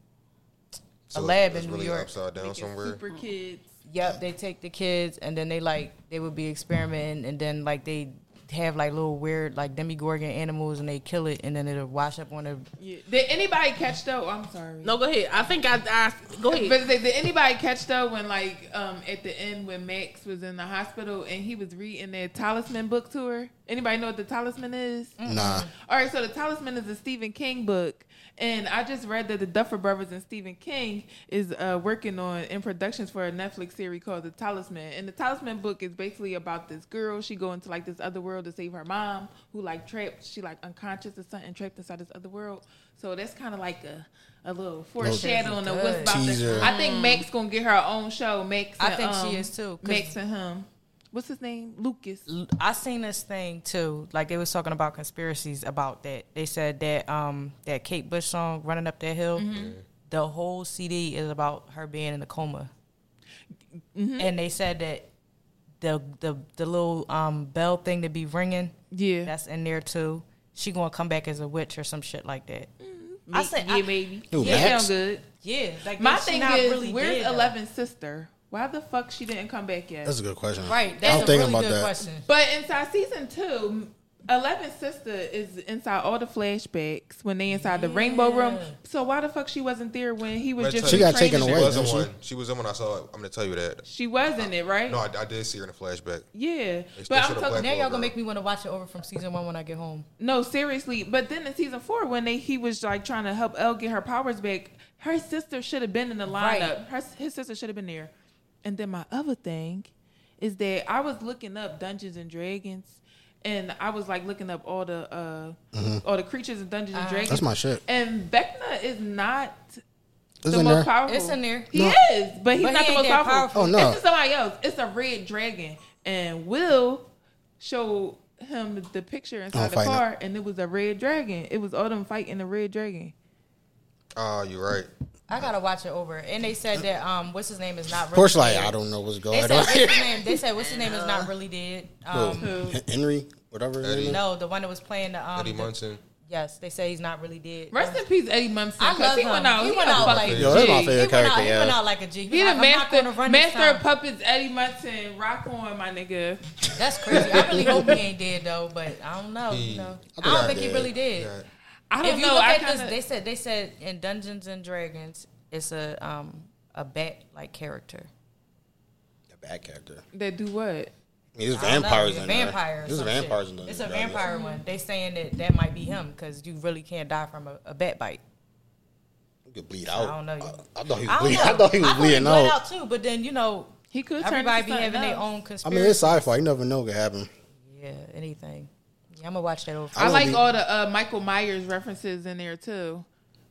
So
a lab
it's
in New
really
York.
upside down somewhere.
Super kids.
Yep, they take the kids and then they like they would be experimenting and then like they have like little weird like demigorgon animals and they kill it and then it'll wash up on the
Yeah. Did anybody catch though? I'm sorry.
No, go ahead. I think I, I go ahead.
But did, did anybody catch though when like um at the end when Max was in the hospital and he was reading that Talisman book to her? Anybody know what the Talisman is?
Nah.
All right, so the Talisman is a Stephen King book, and I just read that the Duffer Brothers and Stephen King is uh, working on in productions for a Netflix series called The Talisman. And the Talisman book is basically about this girl. She go into like this other world to save her mom, who like trapped. She like unconscious or something, trapped inside this other world. So that's kind of like a a little foreshadowing of what's about
Teaser.
to. I think Max gonna get her own show. Max,
I
and,
think she
um,
is too, 'cause-
Max and him. What's his name? Lucas.
I seen this thing too like they was talking about conspiracies about that they said that um that Kate Bush song running up that hill the whole CD is about her being in a coma and they said that the the the little um bell thing to be ringing
Yeah.
that's in there too she gonna come back as a witch or some shit like that I said
yeah,
I-
maybe.
Who,
yeah,
Max?
sound good.
Yeah, like
My
she
thing
not
is,
really
where's
dead, though.
Eleven's sister? Why the fuck she didn't come back yet?
That's a good question.
Right,
I
that's
was
a
thinking
really
about
good
that.
question.
But inside season two, Eleventh sister is inside all the flashbacks when they inside the rainbow room. So why the fuck she wasn't there when he was
But
just
she got
retraining
taken
her?
She
away.
was the
didn't she?
one. She was the one I saw. I'm gonna tell you that.
She wasn't it right?
No, I, I did see her in a flashback.
yeah,
They- they
but I'm
should've
talking.
blacked
Now y'all
Girl.
gonna make me want to watch it over from season one when I get home.
No, seriously. But then in season four, when they he was like trying to help Elle get her powers back, her sister should have been in the
Right.
lineup. Her his sister should have been there. And then my other thing is that I was looking up Dungeons and Dragons, and I was like looking up all the uh all the creatures in Dungeons and Dragons.
Mm-hmm. That's my shit.
And Vecna is not
It's
the
in
most
there.
powerful.
It's in there.
He
No.
is, but he's
But
not
he
the
ain't
most
that
powerful.
powerful.
Oh, no.
It's just somebody else. It's a red dragon, and Will showed him the picture
I'm
inside the
fighting
car, and it was a red dragon. It was all them fighting the red dragon.
Ah, you're right.
I gotta watch it over. And they said that um, what's his name is not. Really
Porsche, like
dead.
I don't know what's
They
going
said
on. Uh,
what's his name. They said what's his name is not really dead. Um,
Hen- Henry, whatever. his
Eddie.
name is.
no, the one that was playing the um.
Eddie
the-
Munson.
Yes, they say he's not really dead.
Rest in peace, Eddie Munson.
I
'cause
love
he
him.
Went out,
He
he
went
a
out
fucking
like-
Yo, that's my
G.
He
favorite
went, out,
character.
he
yeah.
went out like a G. He
He
like,
the
I'm not
master,
gonna run this
master of
time.
puppets, Eddie Munson. Rock on, my nigga.
That's crazy. I really hope he ain't dead though, but I don't know. you know. I don't
I
think he
did.
really did.
Yeah.
I don't
If you
know.
look
I
at this,
kind
they
of
said they said in Dungeons and Dragons, it's a um a bat like character.
The bad character.
that do what?
I mean, there's
I don't know,
vampires
it's a
in there.
vampire. or
There's
some
vampires
shit.
in there.
It's a vampire one. They saying that that might be him because you really can't die from a, a bat bite.
You could bleed out. I
don't know.
I, I thought he was
I don't
bleeding.
know.
I thought he was bleeding
bled
out.
too, but then you know
He could turn
everybody
into
be
something
having their
else.
own
I
conspiracy.
mean, it's sci-fi. You never know what could happen.
yeah, anything. Yeah, I'm gonna watch that over.
I
I
don't
like
be-
all the uh, Michael Myers references in there too.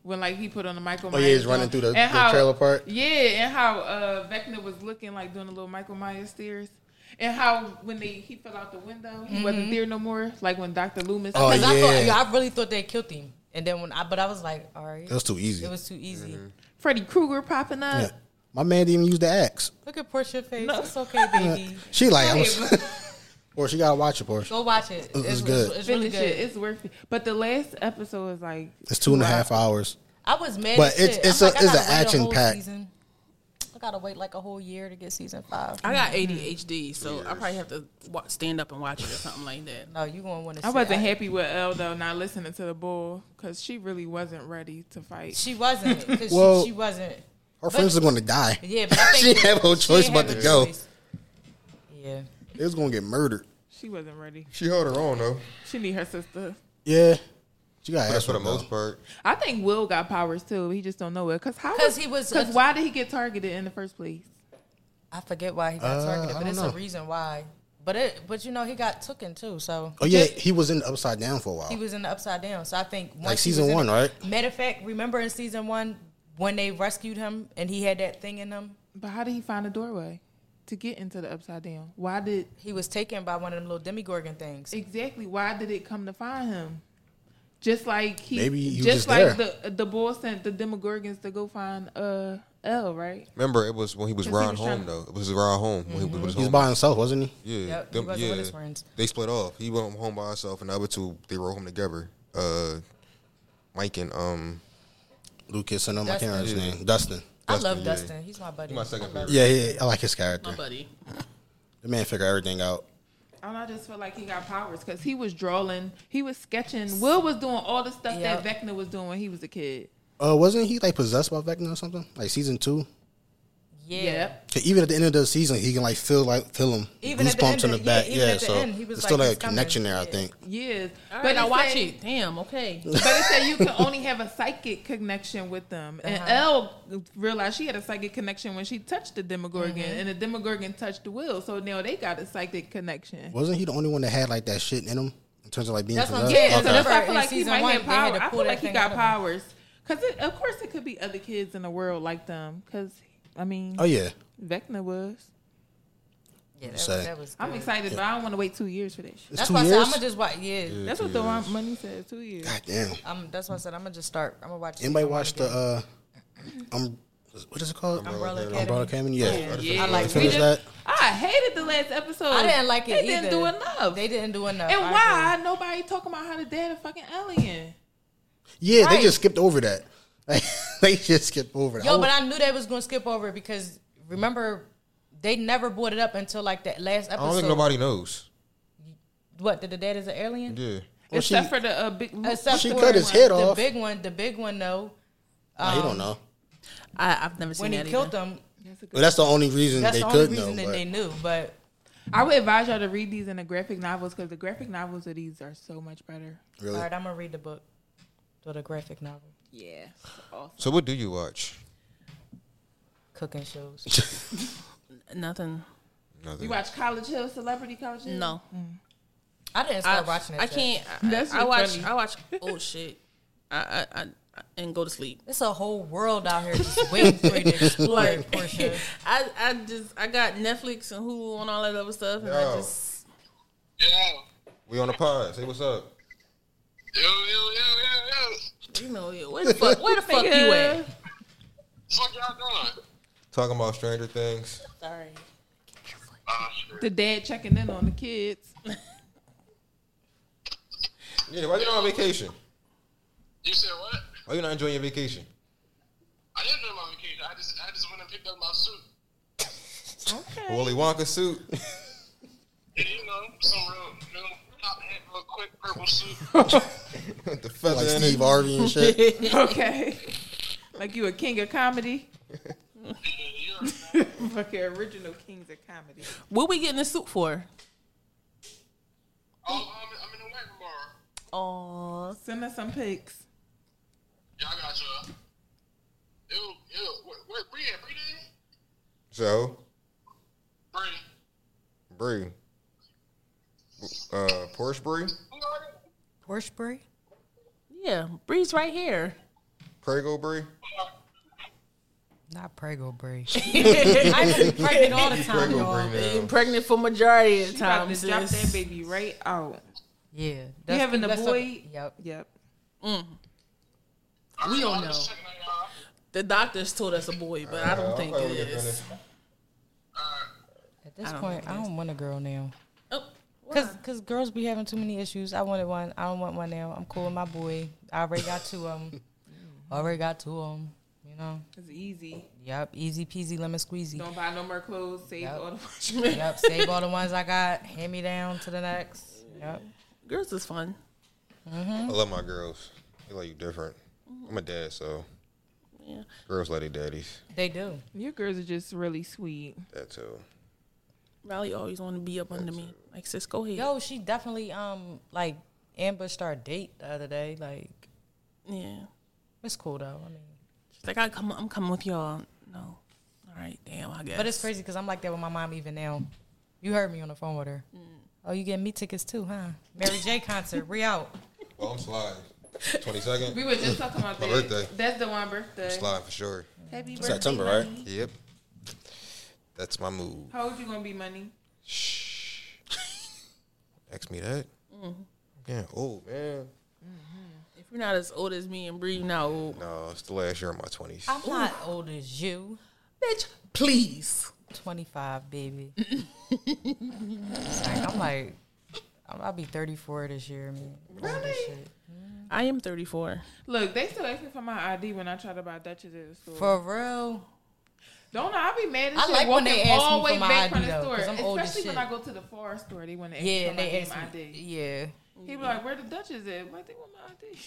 When like he put on the Michael
Oh,
Myers.
yeah, he's running
joint.
through the-
And
the trailer park?
Yeah, and how uh Vecna was looking like doing a little Michael Myers stairs. And how when they he fell out the window, he
Mm-hmm.
wasn't there no more. Like when Dr. Loomis
Oh,
Because I, thought,
yeah.
yeah, I really thought they killed him, and then when I, but I was like, all right,
It was too easy.
it was too easy.
Freddy Krueger popping up.
Yeah. My man didn't even use the axe.
Look at Portia face. It's okay, baby.
She like, I'm,
Hey,
or she gotta watch it, Porsche.
Go watch it.
was
It's,
good.
It's, it's really
Finish it.
good.
It's worth it. But the last episode is like
It's two and a half hours.
I was mad,
But
as
it's-
shit.
it's
I'm
a- it's
I gotta
a
wait
action
whole
pack.
season. I gotta wait like a whole year to get season five.
I got ADHD, so I probably have to wa- stand up and watch it or something like that.
no, you gonna want to.
I wasn't happy with Elle though not listening to the bull because she really wasn't ready to fight.
She wasn't. 'cause
Well-
she, she wasn't.
Her friends are gonna die.
Yeah, but I think
she didn't have no
she
choice
didn't
but
have
to
a
go.
choice. Yeah.
They was gonna get murdered.
She wasn't ready.
She held her own though.
She need her sister.
Yeah, she got
That's for the
most
most part.
I think Will got powers too. He just don't know it. Cause how?
'Cause he was
Cause
a-
why did he get targeted in the first place?
I forget why he got
Uh,
targeted,
I
but
don't
it's
know.
a reason why. But it, but you know, he got tooken too, so
Oh yeah, he was in the upside down for a
he
while.
was in the upside down. So I think once
Like
he
season
was in
one,
the-
right?
Matter of fact, remember in season one when they rescued him and he had that thing in him,
But how did he find a doorway to get into the upside down? Why did
he was taken by one of them little demigorgon things.
exactly? Why did it come to find him? Just like he,
Maybe he was
just,
just
like
there.
the the boy sent the Demogorgons to go find uh L, right?
Remember, it was when he was
Cause he
riding
was
home
trying-
though. It was around home when he was, with his
He was
home.
by himself, wasn't he?
yeah,
Yep, he
them-
wasn't
yeah.
with his friends.
They split off. He went home by himself, and the other two they rode home together. Uh, Mike and um,
Lucas and um, I can't remember his
Dustin.
name. Dustin.
I
Dustin,
love
yeah.
Dustin. He's my buddy.
my second
I love-
favorite.
Yeah, yeah, I like his character.
My buddy.
The man figured everything out.
I don't know, I just feel like he got powers because he was drawing, he was sketching. Will was doing all the stuff
Yep.
that Vecna was doing when he was a kid.
Uh, wasn't he like possessed by Vecna or something? Like season two.
Yeah.
Yep.
'Cause even at the end of the season, he can like feel like feel him
Even at the
goosebumps in
end
the
of- yeah,
back. Yeah,
even at the
so
end, he was
there's
like,
still like
he's
a
coming.
connection there. I
Yeah.
think.
Yes.
All right, I
it
watch
said-
it. Damn. Okay.
But it said you can only have a psychic connection with them. And Elle realized she had a psychic connection when she touched the Demogorgon, and the Demogorgon touched the Will. So now they got a psychic connection.
Wasn't he the only one that had like that shit in him in terms of like being
That's what I'm
possessed?
saying.
Yeah, so that's why I
Remember
feel
in
like he
season
might
one,
have
they had to
power. I
pull
feel
that
like he
thing
got
out of him.
powers. Because, of course, it could be other kids in the world like them. Because, I mean,
Oh yeah,
Vecna was.
Yeah, that was,
Say.
that was
I'm
good.
excited, but I don't want to wait two years for that shit.
it's
That's
two
why I said
years.
I'm gonna just watch. Yeah,
That's what the money says, two years.
God damn.
I'm, that's why I said I'm gonna just start. I'm gonna watch.
Anybody
season one
watch the
again.
uh, um, what is it called?
Umbrella Academy?
Umbrella Academy. Yeah,
Yeah.
I like
finish
We
that.
just- I hated the last episode.
I didn't like it
They
either.
didn't do
uh,
enough.
They didn't do enough.
and
I
why nobody talking about how the dad a fucking alien?
Yeah,
Right.
they just skipped over that. Like, they just skipped over that.
Yo, but I knew they was gonna skip over it because remember they never brought it up until like that last episode.
I don't think nobody knows.
What? That the dad is an alien?
Yeah.
Well, she,
Except for the uh, big.
Except
She
for
cut his head
the
off.
big one. The big one though.
nah, he
um,
don't know.
I, I've never seen
When he
that
killed
either.
them,
Well, that's the only reason
that's
they
the only
could
reason
know.
that
but
they knew. But
I would advise y'all to read these in the graphic novels because the graphic novels of these are so much better.
really,
all right, I'm gonna read the book, or the graphic novel,
Yeah. Awesome.
So what do you watch?
cooking shows.
Nothing.
Nothing.
You watch College Hill, Celebrity College Hill?
No.
I didn't
I,
start watching it.
I
yet.
can't. I,
That's
I watch.
funny.
I watch old shit. I, I, I I- and go to sleep.
It's a whole world out here just waiting for you to explore.
Like
Portia.
I I just I got Netflix and Hulu and all that other stuff, and I
Yo.
just
We on the pod. Say what's up.
Yo, yo, yo, yo, yo.
you know yeah, where the fuck where the fuck you
eh.
at?
Fuck y'all doing?
Talking about Stranger Things.
Sorry.
Ah, shit.
The dad checking in on the kids.
Yeah, why you not on vacation?
you said what?
Why you not enjoying your vacation?
I didn't do my vacation. I just, I just went and picked up my suit.
Willy Wonka suit.
And, you know, some real, real top hat, real quick purple suit.
With the feather
like
in
Steve
it.
Harvey and shit.
Okay. like you a king of comedy.
uh, Yeah, you're
Fucking original kings of comedy.
What we getting the suit for?
Oh, I'm, I'm in the way tomorrow.
Oh,
Send us some pics.
Y'all got y'all. Ew, ew. Where, where, Bree at? Bree there?
So,
Bree.
Bree. Uh, Porsche Bree.
You know what?
Porchbury?
yeah, Bree's right here.
Prego Bree.
Not Prego Brie. I see pregnant all the time,
Prego
y'all.
Bree now.
Pregnant for majority of the
About
time.
to drop
sis.
that baby right out.
Yeah.
You
that's-
having a
that's
boy?
Yep.
Yep.
We don't
I'm
know.
just checking on y'all.
The doctors told us a boy, but I don't
Uh,
think
I'm
it
probably gonna
is.
finish.
At this point, I don't want a girl now.
Oh,
Cause, Cause girls be having too many issues. I wanted one. I don't want one now. I'm cool with my boy. I already got two of them. already got two of them. You know.
It's easy.
Yep. Easy peasy lemon squeezy.
Don't buy no more clothes. Save
Yep.
all the
Yep. Save all the ones I got. Hand me down to the next. Yep.
girls is fun.
I love my girls. They like you different. I'm a dad, so
Yeah.
girls like their daddies.
They do.
Your girls are just really sweet.
That too.
Riley always want to be up under me. Like sis, go ahead.
Yo, she definitely um like ambushed our date the other day. Like
Yeah.
it's cool though. I mean,
She's like, I come, I'm coming with y'all. No. All right, damn, I guess.
but it's crazy because I'm like that with my mom even now. You heard me on the phone with her. Oh, you getting me tickets too, huh? Mary J concert. We out.
Well, I'm slide. 22nd.
We were just talking about
My
that.
birthday.
That's the one birthday.
Slide for sure.
Happy birthday.
September,
money.
right?
Yep. That's my move.
How old you gonna be, money?
Shh. Ask me that.
Mm-hmm.
Yeah. Oh man.
If you're not as old as me and Bree, no.
No, it's the last year of my twenties.
I'm not old as you.
Bitch, please.
25, baby. Like, I'm like, I'm- I'll be 34 this year, man. Really?
I am 34.
Look, they still asking for my ID when I try to buy Dutchess at the store.
For real?
Don't I? I be mad as
I
shit
like when
walking
they ask
all
me
the way
for my
back
ID
from the
though,
store,
'cause I'm old as
especially when
shit.
I go to the far store. They want to ask
Yeah,
me
and they
for my
asked
damn
me.
ID.
Yeah.
He be like, "Where the Dutchess at?" Like they want my ID.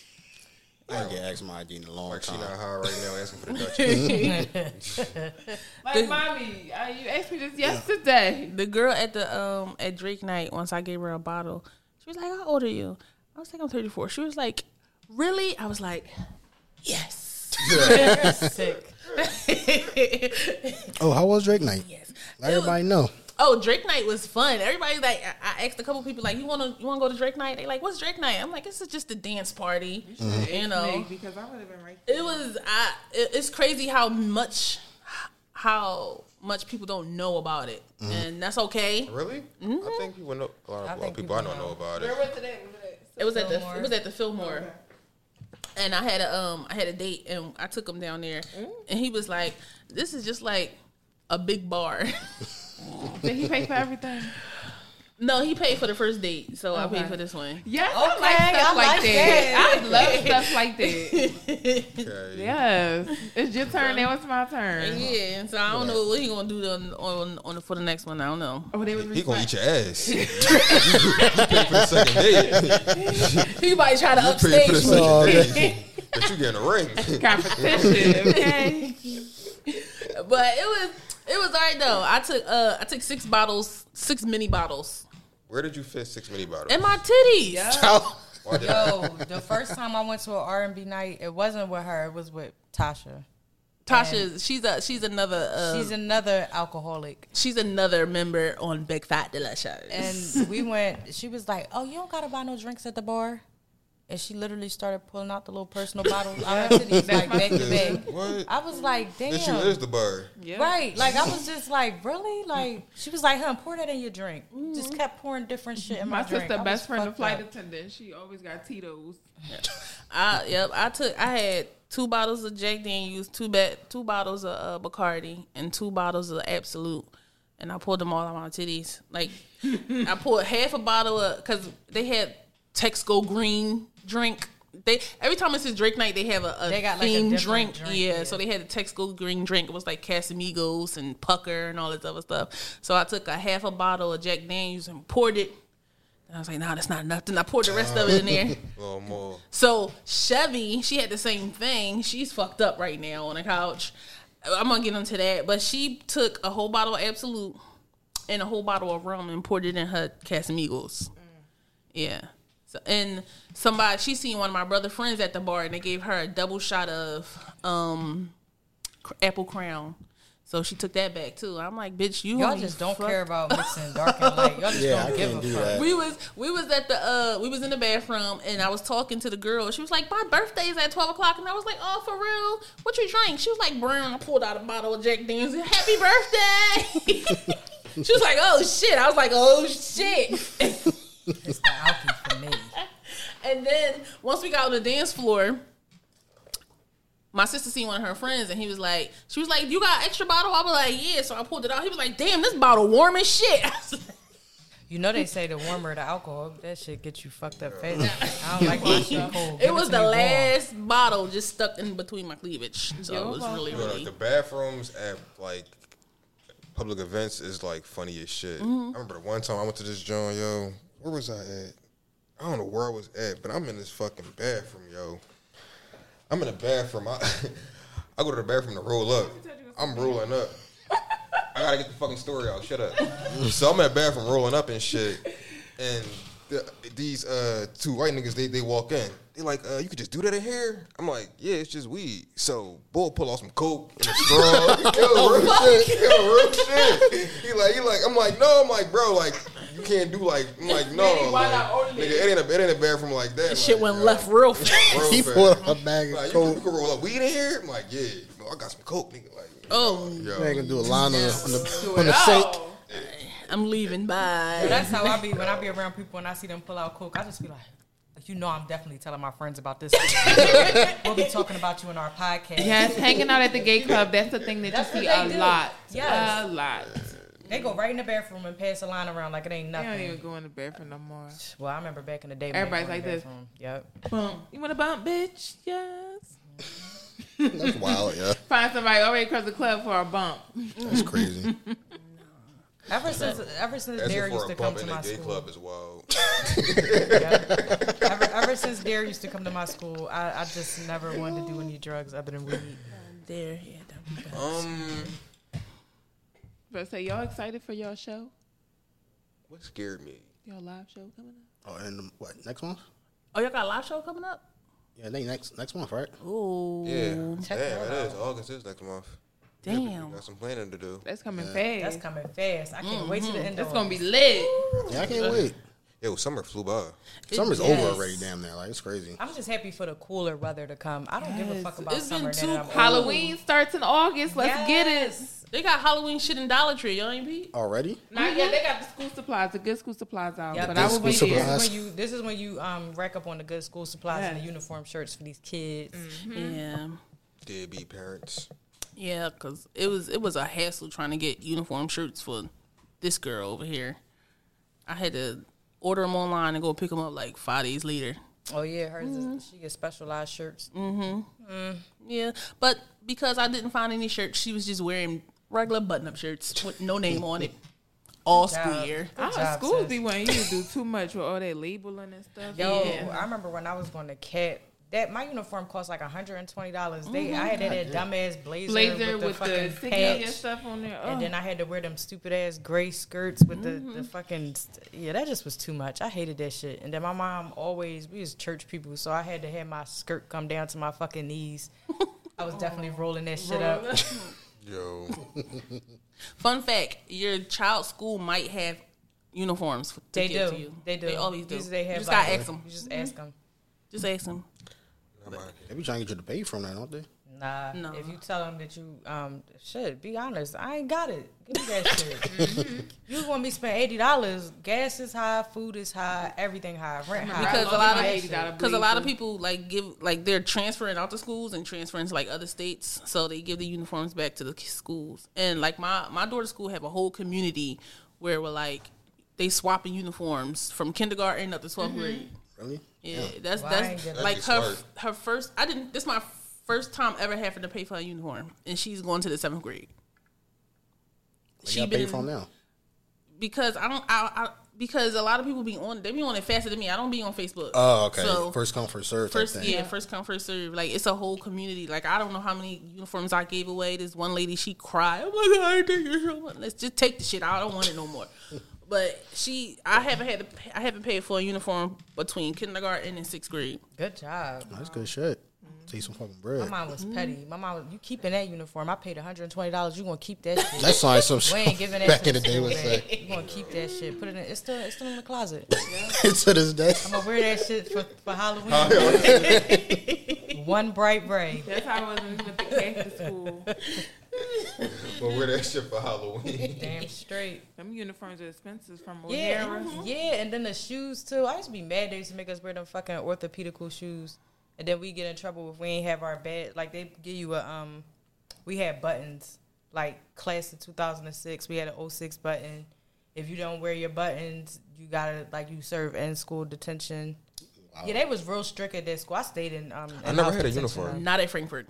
I ain't get asked my ID in a long
Like she
time.
not high right now, asking for the Dutchess.
Like, mommy, I, you asked me this yesterday.
The girl at the um at Drake night, once I gave her a bottle, she was like, How old are you? I was like, I'm 34. She was like, Really? I was like, Yes.
Sick.
Oh, how was Drake night?
Yes.
Let everybody know.
Oh, Drake night was fun. Everybody like I I asked a couple people like you want to you want to go to Drake night? They like what's Drake night? I'm like this is just a dance party, you know.
Me, because I would have been right. There.
It was I. It, it's crazy how much how much people don't know about it,
Mm-hmm.
and that's okay.
really? I think people know. A lot of,
Mm-hmm. I
a lot of
think
people I
people
don't know about it.
Where was it at? Was it at-
It was at the
Fillmore.
it was at the Fillmore, and I had a um I had a date and I took him down there, and he was like, "This is just like a big bar."
Did he pay for everything?
No, he paid for the first date, so I
Okay.
paid for this one.
Yes, I
Okay,
like stuff
I
like,
like
that.
that.
I love stuff like that.
Okay.
Yes, it's your turn. Now it's my turn.
Yeah, so I don't know what he gonna do on on, on the, for the next one. I don't know.
Oh, they was
He gonna eat
respect.
your ass. you pay for the second date.
He might try to
You pay for the
upstage me.
second date. But you getting a ring.
competition. Okay,
But it was it was alright though. I took uh I took six bottles, six mini bottles,
Where did you fit six mini bottles?
and my titties.
Why did-
Yo, the first time I went to an R and B night, it wasn't with her. It was with Tasha.
Tasha, she's a she's another uh,
She's another alcoholic,
she's another member on Big Fat Delicious.
and we went. She was like, "Oh, you don't gotta buy no drinks at the bar." And she literally started pulling out the little personal bottles out her titties, like back to back.
What?
I was like, "Damn!"
This you is the bar.
Right. Like I was just like, really? Like she was like, huh, pour that in your drink.
Mm-hmm.
Just kept pouring different shit in my,
my
drink.
sister,
I was
best friend, the
fucked
flight
up.
attendant. She always got Tito's.
I yep. I took. I had two bottles of Jack Daniels, two ba- two bottles of uh, Bacardi, and two bottles of Absolute, and I poured them all out my titties. Like I poured half a bottle of because they had Texco Green drink. They every time it's a drink night, they have a, a
They got, like, a
theme
different
drink.
drink,
yeah,
yeah.
so they had the Texco Green drink. It was like Casamigos and Pucker and all this other stuff. So I took a half a bottle of Jack Daniels and poured it. And I was like, nah, that's not enough. Then I poured the rest of it in there.
A little more.
So Chevy, she had the same thing. She's fucked up right now on the couch. I'm gonna get into that, but she took a whole bottle of Absolute and a whole bottle of rum and poured it in her Casamigos. Yeah. So and somebody she seen one of my brother friends at the bar and they gave her a double shot of um cr- apple crown. So she took that back too. I'm like, bitch, you
Y'all
only
just don't
fuck-
care about mixing dark and light. Y'all just
Yeah, I
don't give
can't
a
do
fuck.
that.
we was we was at the uh we was in the bathroom and I was talking to the girl. She was like, "My birthday's at twelve o'clock," and I was like, "Oh, for real? What you drink?" She was like, "Brown." I pulled out a bottle of Jack Daniels. Happy birthday! she was like, "Oh shit!" I was like, "Oh shit!"
It's the alky for me.
And then once we got on the dance floor, my sister seen one of her friends, and he was like, she was like, "You got extra bottle?" I was like, "Yeah." So I pulled it out. He was like, "Damn, this bottle warm as shit." I was like,
You know they say the warmer the alcohol, that shit get you fucked up fast. I don't like my shit cold. Give
It was
to
the
me warm.
last bottle just stuck in between my cleavage. So it was really,
You know, like
really.
the bathrooms at like public events is like funny as shit. I remember the one time I went to this joint, yo. Where was I at? I don't know where I was at, but I'm in this fucking bathroom, yo. I'm in the bathroom. I I go to the bathroom to roll up. I'm rolling up. I gotta get the fucking story out. Shut up. so I'm in the bathroom rolling up and shit, and the, these uh, two white niggas they they walk in. They like, uh, you could just do that in here. I'm like, yeah, it's just weed. So bull pull out some coke and a straw. Yo, real shit. Yo, real shit. He like, he like, I'm like, no, I'm like, bro, like. You can't do like, I'm like no,
Nigga, why
like,
not only?
nigga. It ain't a, it ain't a bathroom like that.
Shit
like,
went
yo.
left real fast.
Real
He
fast.
pulled a bag
Like,
of
you, can, you
coke.
can roll up weed in here? I'm like, yeah. No, I got some coke, nigga. Like,
Oh.
yo.
I ain't gonna do a line on the, on the, on the sink.
Oh,
I'm leaving. Bye.
That's how I be when I be around people and I see them pull out coke. I just be like, you know, I'm definitely telling my friends about this. we'll be talking about you in our podcast.
yes, hanging out at the gay club. That's the thing that
That's
you
what
see
they
a
do.
lot.
Yes.
a lot.
They go right in the bathroom and pass the line around like it ain't
I
nothing.
don't even go in the bathroom no more.
Well, I remember back in the day. when
Everybody's
they
like
go in the
this.
bathroom. Yep.
Bump. You want to bump, bitch? Yes.
That's wild, yeah.
Find somebody already across the club for a bump.
That's crazy.
Ever since, ever since
Asking
Dare
for
used to
a
come
bump
to
in
my
a gay
school,
club as well.
ever, ever since Dare used to come to my school, I, I just never wanted to do any drugs other than weed.
There. Yeah, that was bad.
um,
But say y'all excited for y'all show?
what scared me?
Y'all live show coming up?
Oh, and the- what next month?
Oh, y'all got a live show coming up?
Yeah, I think next next month, right?
Oh,
Yeah,
Check
damn,
that
it is
out.
August is next month.
damn.
Got some planning to do.
That's coming
That's
fast.
coming fast. I can't wait to the end.
Mm-hmm. That's
of
gonna be lit.
Yeah, I can't wait.
Yo, summer flew by.
Summer's
Yes.
over already, damn near. Like it's crazy.
I'm just happy for the cooler weather to come. I don't give a fuck about
It's been
summer. now
too
that I'm old.
Halloween starts in August. Let's get it.
Yes.
They got Halloween shit in Dollar Tree. Y'all ain't beat?
Already?
Not yet. They got the school supplies, the good school supplies out.
Yeah,
but
the
I will
good
be
school
there.
supplies.
This is when you, this is when you um, rack up on the good school supplies and the
Yes. Mm-hmm.
uniform shirts for these kids.
Yeah.
Deadbeat parents.
Yeah, because it was, it was a hassle trying to get uniform shirts for this girl over here. I had to order them online and go pick them up like five days later.
Oh yeah, hers
Mm-hmm.
is she gets specialized shirts.
Yeah, but because I didn't find any shirts, she was just wearing regular button-up shirts with no name on it all school
job.
year.
Our
job,
school
sis.
be wanting you to do too much with all that labeling and stuff.
Yo,
yeah.
I remember when I was going to cat. That my uniform cost like hundred and twenty dollars.
Oh
They I had that, dumbass blazer,
blazer
with the fucking
sticky
patch,
and stuff on there. Oh.
and then I had to wear them stupid ass gray skirts with the,
Mm-hmm.
the fucking st- yeah. That just was too much. I hated that shit. And then my mom always we was church people, so I had to have my skirt come down to my fucking knees. I was definitely rolling
Oh.
that shit up.
Yo,
Fun fact: Your child's school might have uniforms. For, to
They
give
do.
To you.
They do.
They always do.
Usually They have
you just
like-
gotta ask them.
You just ask them.
Just ask them.
They be trying to get you to pay from that, don't they?
Nah.
No.
If you tell them that you um shit, be honest. I ain't got it. Give me that shit. you want me to spend eighty dollars? Gas is high, food is high, everything high, rent high.
Because
love
a lot
my
of
$80
because a lot of
blazer.
people like give like they're transferring out to schools and transferring to like other states, so they give the uniforms back to the k- schools. And like my my daughter's school have a whole community where we're like they swapping uniforms from kindergarten up to 12th grade.
Really?
Yeah, that's
Well, I ain't
that's
get
like
That'd be
her
smart.
her first. I didn't. This is my first time ever having to pay for a uniform, and she's going to the seventh grade.
They got paid from now.
because I don't. I, I because a lot of people be on. They be on it faster than me. I don't be on Facebook.
Oh, okay.
So first,
first come, first serve. First,
first
thing.
yeah, first come, first serve. Like it's a whole community. Like I don't know how many uniforms I gave away. This one lady, she cried. Oh my god, I take your uniform. Let's just take the shit. I don't want it no more. But she, I haven't had to. Pay, I haven't paid for a uniform between kindergarten and sixth grade.
Good job.
That's good shit. Take some fucking bread.
My mom was petty. My mom, was, you keeping that uniform? I paid one hundred and twenty dollars. You gonna keep that shit?
That's like some
We ain't giving
shit
that
back in
to
the day was
school, man.
like
You gonna keep that shit? Put it in. It's still. It's still in the closet.
to this day.
I'm gonna wear that shit for, for Halloween.
Oh,
One bright ray.
That's how I was when we went to Catholic school.
but wear that shit for Halloween.
Damn straight.
Them uniforms are expensive from
Yeah,
O'Hara.
and- yeah, and then the shoes too. I used to be mad they used to make us wear them fucking orthopedical shoes, and then we get in trouble if we ain't have our bed. Like they give you a um, we had buttons like class of 2006. We had an 06 button. If you don't wear your buttons, you gotta like you serve in school detention. Yeah, they was real strict at that school. I stayed in. Um,
I
in
never
house
had a
detention,
uniform.
though.
Not at Frankfurt.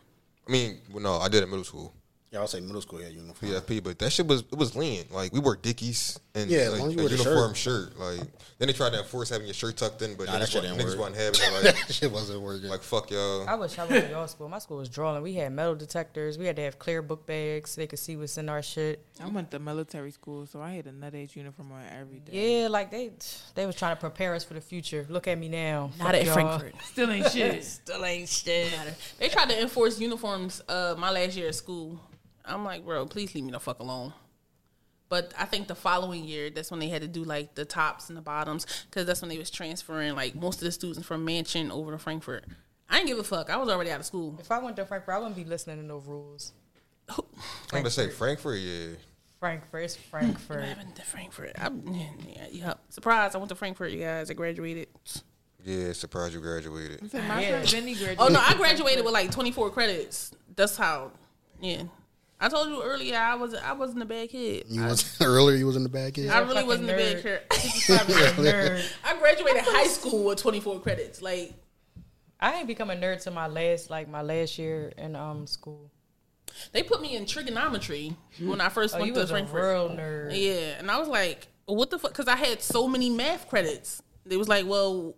I mean, well, no, I did at middle school.
Yeah, I would say middle school yeah, uniform.
PFP, but that shit was it was lean. Like we wore dickies and
Yeah, as
like,
long as you
a
wear the
uniform shirt. Like then they tried to enforce having your shirt tucked in, but
Nah, that
niggas,
shit
wa-
didn't
niggas
work.
wasn't having it. Like,
that shit wasn't working.
like fuck y'all.
I wish I went to your school. My school was drawing. We had metal detectors. We had to have clear book bags so they could see what's in our shit.
I went to military school, so I had a nut age uniform on every day.
Yeah, like they they was trying to prepare us for the future. Look at me now.
Not at Frankfurt.
Still ain't shit.
Still ain't shit. They tried to enforce uniforms uh, my last year at school. I'm like, bro, please leave me the fuck alone. But I think the following year, that's when they had to do like the tops and the bottoms, because that's when they was transferring like most of the students from Mansion over to Frankfurt. I didn't give a fuck. I was already out of school.
If I went to Frankfurt, I wouldn't be listening to no rules.
I'm gonna say Frankfurt, yeah.
Frankfurt, it's Frankfurt.
I went to Frankfurt. I, yeah, yeah. Surprise! I went to Frankfurt, you guys. I graduated.
Yeah, surprised you graduated.
So my friend Vinny graduated.
Oh no, I graduated with like 24 credits. That's how. Yeah, I told you earlier. I was I wasn't a bad kid.
you was earlier. You was in the back end.
I really
fucking
wasn't a bad
nerd.
kid.
Probably a nerd.
I graduated high school with 24 credits. Like,
I ain't become a nerd till my last like my last year in um school.
they put me in trigonometry when I first
Oh, you
went to
was a
Frankfurt.
real nerd.
Yeah, and I was like, what the fuck? Because I had so many math credits. They was like, well,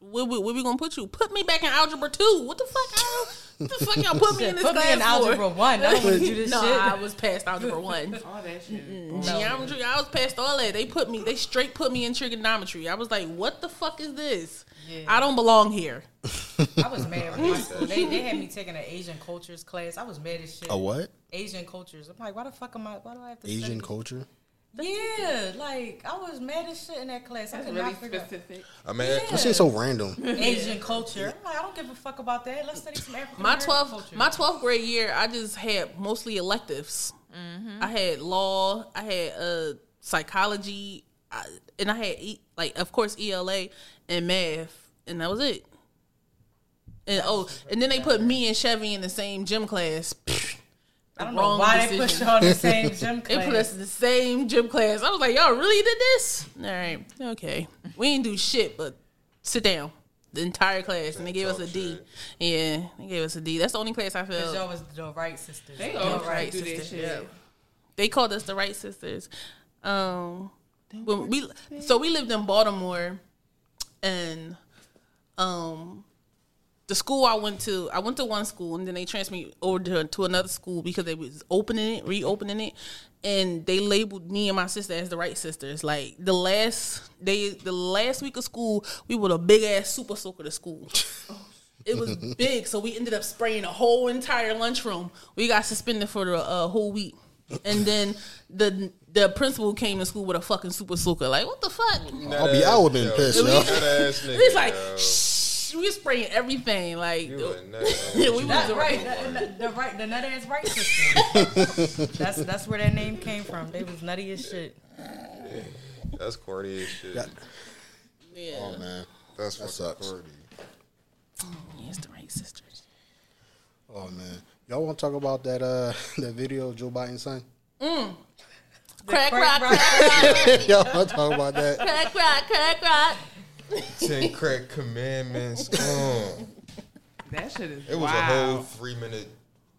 where, we- where we gonna put you? Put me back in algebra two. What the fuck? I don't, what the fuck y'all put me in this
Put
class
me in
for?
algebra one. I don't want to do this
no,
shit.
I was past algebra one.
All that shit.
Oh, mm.
Geometry, I was past all that. They put me, they straight put me in trigonometry. I was like, what the fuck is this? I don't belong here.
I was mad. When my school. They, they had me taking an Asian cultures class. I was mad as shit.
A what?
Asian cultures. I'm like, why the fuck am I? Why do I have to study
Asian
this?
culture.
Yeah, like I was mad as shit in that class. I
That's
could
really
not figure out
specific.
I mean,
That shit so random.
Asian culture. I'm like, I don't give a fuck about that. Let's study some African
my
American
12th
culture.
my 12th grade year i just had mostly electives i had law i had uh psychology I, and i had e, like of course ela and math and that was it and oh and then they put me and chevy in the same gym class the
I don't know
wrong
why
decision.
they put y'all in the same gym
They
class.
put us in the same gym class. I was like, y'all really did this? All right, okay. We didn't do shit, but sit down. The entire class, and they gave us a D. Yeah, they gave us a D. That's the only class I
Because y'all
felt.
was the right sisters.
They all right
right,
do that
sister.
shit.
They called us the Wright sisters. Um, when we so we lived in Baltimore, and um, the school I went to, I went to one school, and then they transferred me over to, to another school because they was opening it, reopening it, and they labeled me and my sister as the Wright sisters. Like the last day, the last week of school, we were a big ass super soaker to school. It was big, so we ended up spraying the whole entire lunchroom. We got suspended for the uh, whole week, and then the the principal came to school with a fucking super soaker. Like, what the fuck?
I'll be. I would have been
Yo,
pissed,
you
yo.
nut ass nigga,
It's like
yo.
shh, we spraying everything. Like, uh,
You a nut ass
we was right.
Right, the, the, the right, the nut ass right sister. that's that's where that name came from. They was nutty as shit.
That's corny as shit.
Yeah,
Oh, man.
That's
That
fucking
sucks.
corny.
it's the right sisters.
Oh man. Y'all want to talk about that uh that video of Joe Biden's son?
Crack, rock,
Crack
crack,
Y'all want to talk about that?
crack, rock, crack, rock.
Ten crack commandments. Mm.
That shit is
It was a
wow.
whole three minute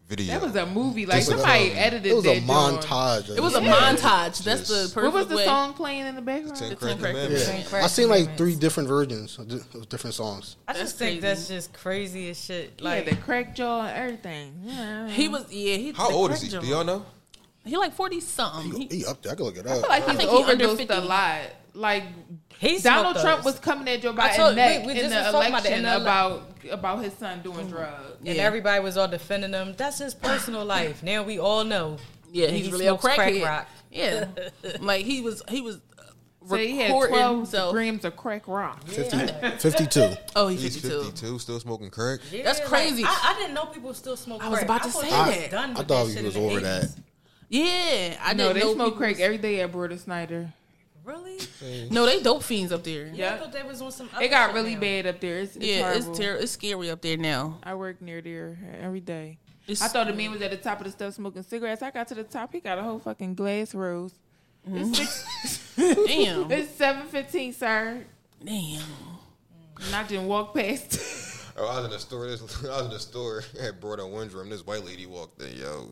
video.
that was a movie. Like
Just a-
somebody edited
It was a
that joint.
montage. of
It was a
it.
montage. That's the perfect
What was the
way.
song playing in the background?
Ten
Ten
crack
Crack
commandments.
Yeah.
Crack
I seen like
commandments.
three different versions of di- of different songs.
I
That's
just
crazy.
think that's just crazy as shit.
Like
Like
the crack jaw and everything. Yeah.
He was yeah. He,
How
the
old
crack
is he?
joint.
Do y'all know?
He like forty something.
He up there. I can look it up.
like
I
he's
think he under
overdosed
50.
a lot. Like
he
Donald
smoked
Trump
those.
was coming at Joe
I told- we-
Biden's neck
we
in
just
the
was talking about that
election
in the ele-
about about his son doing
Mm-hmm.
drugs.
and
Yeah.
everybody was all defending him. That's his personal life. Now we all know.
Yeah,
He
he's really a
smokes crack
crackhead.
rock.
Yeah, like he was he was uh,
So he had
recording.
12
so
grams of crack rock.
50, 52.
oh, he's
He's
fifty two.
52, still smoking crack.
That's
like,
crazy.
I, I didn't know people still smoke.
I was
crack.
about to
thought
say
they was
that.
done
I
with
thought
that
he
shit
was
in the
over that.
80s.
Yeah, I
No,
didn't
they
know
smoke
people-
crack every day at Brother Snyder.
Really?
No, they dope fiends up there.
I
Yeah,
thought they was on some.
it got really bad up there. It's, it's
yeah,
horrible.
it's terrible. It's scary up there now.
I work near there every day.
It's-
I thought the man was at the top of the steps smoking cigarettes. I got to the top, he got a whole fucking glass rose. It's six,
Mm-hmm.
Damn.
it's seven fifteen, sir.
Damn.
And I didn't walk past.
Oh, I was in the store. This, I was in the store. I had brought on one drum. This white lady walked in. Yo,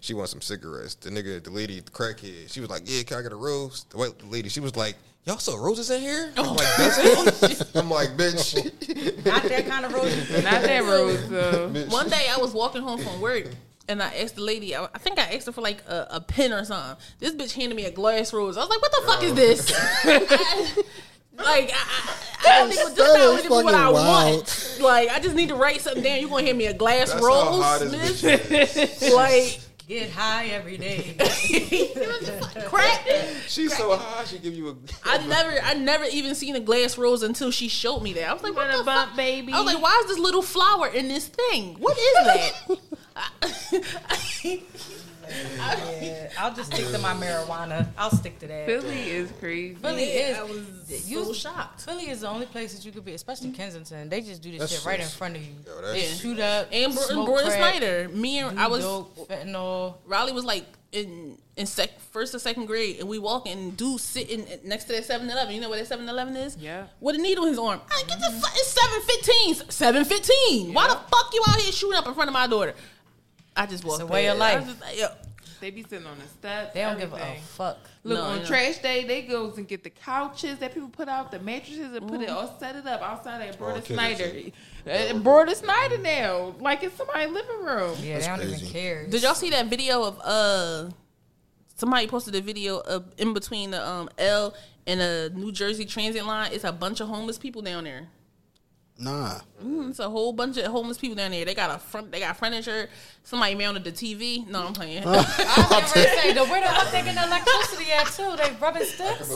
she wants some cigarettes. The nigga, the lady, the crackhead. She was like, "Yeah, can I get a rose?" The white lady. She was like, "Y'all sell roses in here?" I'm like, "That's it." I'm like, "Bitch."
Not that kind of roses.
Not that rose. Uh,
One day I was walking home from work and I asked the lady, I, I think I asked her for like a, a pen or something. This bitch handed me a glass rose. I was like, what the fuck is this? I- like, I, I, I don't even,
Oh. That
that's not
is
even what I
fucking wild.
want. Like, I just need to write something down. You're going to hand me a glass
That's how hot
rose,
this
miss?
bitch is.
Like,
Get high every day.
crap.
She's so high. She give you a.
I never, I never even seen a glass rose until she showed me that. I was like, what
Been a
the
bump,
fuck?
baby.
I was like, why is this little flower in this thing? What is that?
Yeah, I'll just stick to my marijuana. I'll stick to that.
Philly is crazy.
Philly is.
I was
you-
so shocked.
Philly is the only place that you could be, especially Kensington. They just do this
That's
shit right in
just-
front of you.
Yo, that's
They
Yeah.
shoot up.
And Bro- and
smoke
Brandon
crack,
Snyder, me and
do
I was
dope, fentanyl.
Riley was like in in sec, first or second grade, and we walk and dude sitting next to that 7-Eleven. You know what that 7-Eleven is?
Yeah.
With a needle in his arm. I get the
Mm-hmm.
fu- it's seven fifteen. Seven fifteen. Why the fuck you out here shooting up in front of my daughter? I just walked.
a way of
past. I
life.
was just like, yo.
They be sitting on the steps.
They don't give a
everything.
fuck.
Look
No,
on
no.
trash day, they goes and get the couches that people put out, the mattresses, and
Mm-hmm.
put it all set it up outside at Broder
kids
Snyder. Uh, Broder Snyder now, like it's somebody's living room.
Yeah,
That's
they don't
crazy.
even care.
Did y'all see that video of uh somebody posted a video of in between the um L and a New Jersey transit line? It's a bunch of homeless people down there.
Nah.
It's a whole bunch of homeless people down there. They got a front. They got furniture. Somebody mounted the TV. No, I'm playing.
I was gonna say, the where the fuck they getting electricity at too? They rubbing sticks.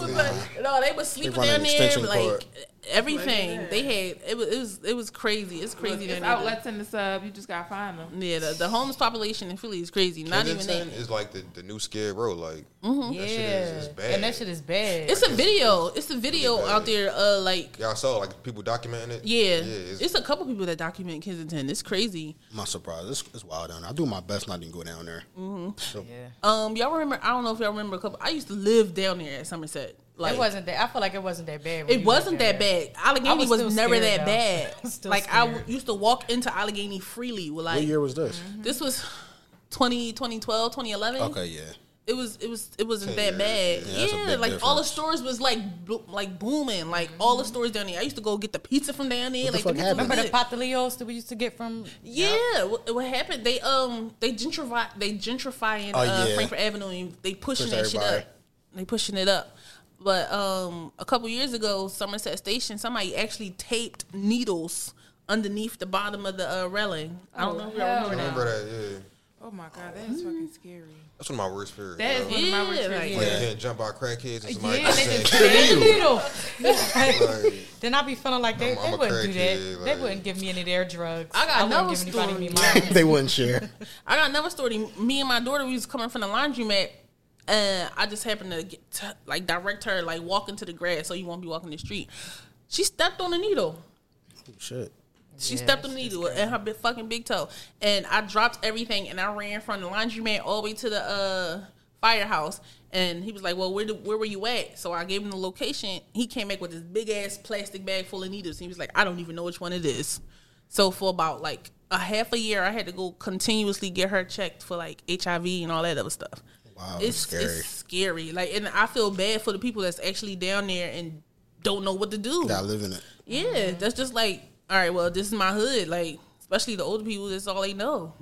no, they was sleeping
They run
down
an
there.
extension
Like
cord.
everything they had. It was, it was it was crazy. It's
Look,
crazy.
it's
down there.
outlets in the sub. You just gotta find them.
Yeah, the, the homeless population in Philly is crazy. Not even
Kensington
that.
is like the, the new Skid Row. Like
yeah,
that shit is, is bad.
and that shit is bad.
It's a video. It's a video out there. Uh, like
Y'all saw like people documenting it.
yeah,
it's,
it's, a couple people that document Kensington. It's crazy.
My surprise, it's, it's wild down there. I do my best not to go down there.
yeah.
Um, y'all remember? I don't know if y'all remember a couple. I used to live down there at Somerset. Like
it wasn't that. I feel like it wasn't that bad. when
It
we
wasn't
went there.
that bad. Allegheny
I was
was,
still
never
scared,
that
though.
bad.
I was still
like I w-
scared.
used to walk into Allegheny freely. With
What
like
year was this?
this was 20, 2012, 2011.
Okay, yeah.
It was it was it wasn't
Ten
that bad.
years,
yeah. Yeah, that's a
Yeah,
big
like all the
difference.
stores was like bo- like booming. Like all the stores down there. I used to go get the pizza from down there.
What the
like pizza
fuck
was
happened?
Mm-hmm. Remember the
good.
Patalios that we used to get from?
Yeah, what, what happened? They um they gentrify they gentrifying
Oh,
uh,
yeah.
Frankfurt Avenue. And they pushing
Push
that shit
everybody.
up. They pushing it up. But um a couple years ago, Somerset Station, somebody actually taped needles underneath the bottom of the uh, railing. I don't know if y'all
hell
remember.
no.
Remember that? Yeah,
Oh my god, that is fucking scary.
that's one of my worst fears.
That is
bro.
one of my worst
Yeah,
fears.
Like,
Yeah.
you can't jump out crackheads and somebody
Yeah,
just
they
saying,
just
"Kill you."
Like,
Like,
then I'd be feeling like they,
I'm- I'm
they
a
wouldn't do that.
crackhead,
they
like-
wouldn't give me any of their drugs.
I got
wouldn't
another
give anybody
story.
any of mine.
they wouldn't share.
I got another story. Me and my daughter, we was coming from the laundromat, and I just happened to get to, like direct her like walk into the grass so you won't be walking the street. She stepped on a needle.
Shit.
She stepped on the needle and her big, fucking big toe. And I dropped everything and I ran from the laundromat all the way to the uh, firehouse. And he was like, Well, where, the, where were you at? So I gave him the location. He came back with this big ass plastic bag full of needles. And he was like, I don't even know which one it is. So for about like a half a year, I had to go continuously get her checked for like HIV and all that other stuff.
Wow, that's
it's
scary.
It's scary. Like, and I feel bad for the people that's actually down there and don't know what to do.
Gotta live in it.
Yeah,
Mm-hmm.
that's just like, all right, well, this is my hood. Like, especially the older people, that's all they know.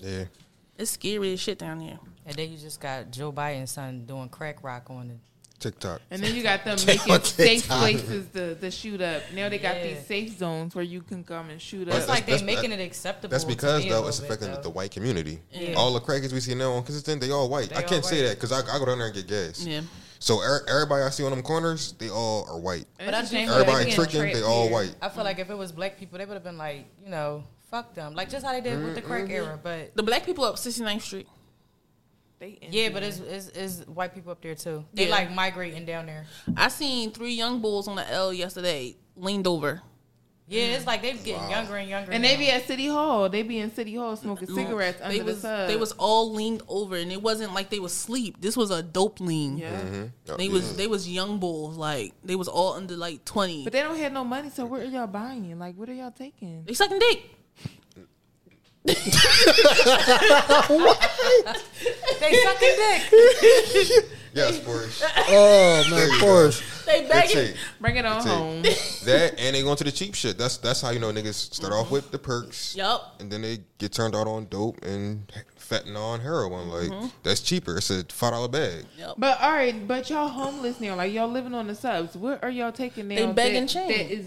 yeah,
It's scary as shit down there.
And then you just got Joe Biden's son doing crack rock on it.
TikTok.
And then you got them
Check
making
on
safe
TikTok.
places to, to shoot up. Now they got
Yeah.
these safe zones where you can come and shoot
But
up.
It's like they
that's-
making
that-
it acceptable.
That's
to
because
be a
though
little
it's
bit,
affecting
though.
the white community.
Yeah.
All the crackheads we see now on consistent, they all white. I
all
can't say
white.
that because I, I go down there and get gas.
Yeah.
So er, everybody I see on them corners, they all are white.
And
But
it's
I
a
think
shame
Everybody
that we getting
tricking,
trapped
they all
here.
white.
I feel like if it was black people, they would have been like, you know, fuck them, like just how they did with the crack era. But
The black people up 69th Street.
They
yeah, but it's, it's, it's white people up there too. They
Yeah.
like migrating down there.
I seen three young bulls on the L yesterday, leaned over.
Yeah, it's like they getting younger and younger.
and
now.
they be at City Hall. They be in City Hall smoking cigarettes under
They was,
the sub.
they was all leaned over, and it wasn't like they was asleep. This was a dope lean.
yeah.
Oh,
They
yeah.
was they was young bulls, like they was all under like twenty.
But they don't have no money, so what are y'all buying? Like, what are y'all taking?
they sucking dick.
they sucking dick.
yes, Porsche.
Oh
There
man,
you
of
go.
course.
They begging.
That's
Bring it on
That's it.
home.
it. That and they going to the cheap shit. That's that's how you know niggas start off with the perks.
Yup.
And then they get turned out on dope and fentanyl and heroin. Like that's cheaper. It's a five dollar bag.
But all right, but y'all homeless now. Like y'all living on the subs. What are y'all taking now?
They beg
that-
and chain.
That is,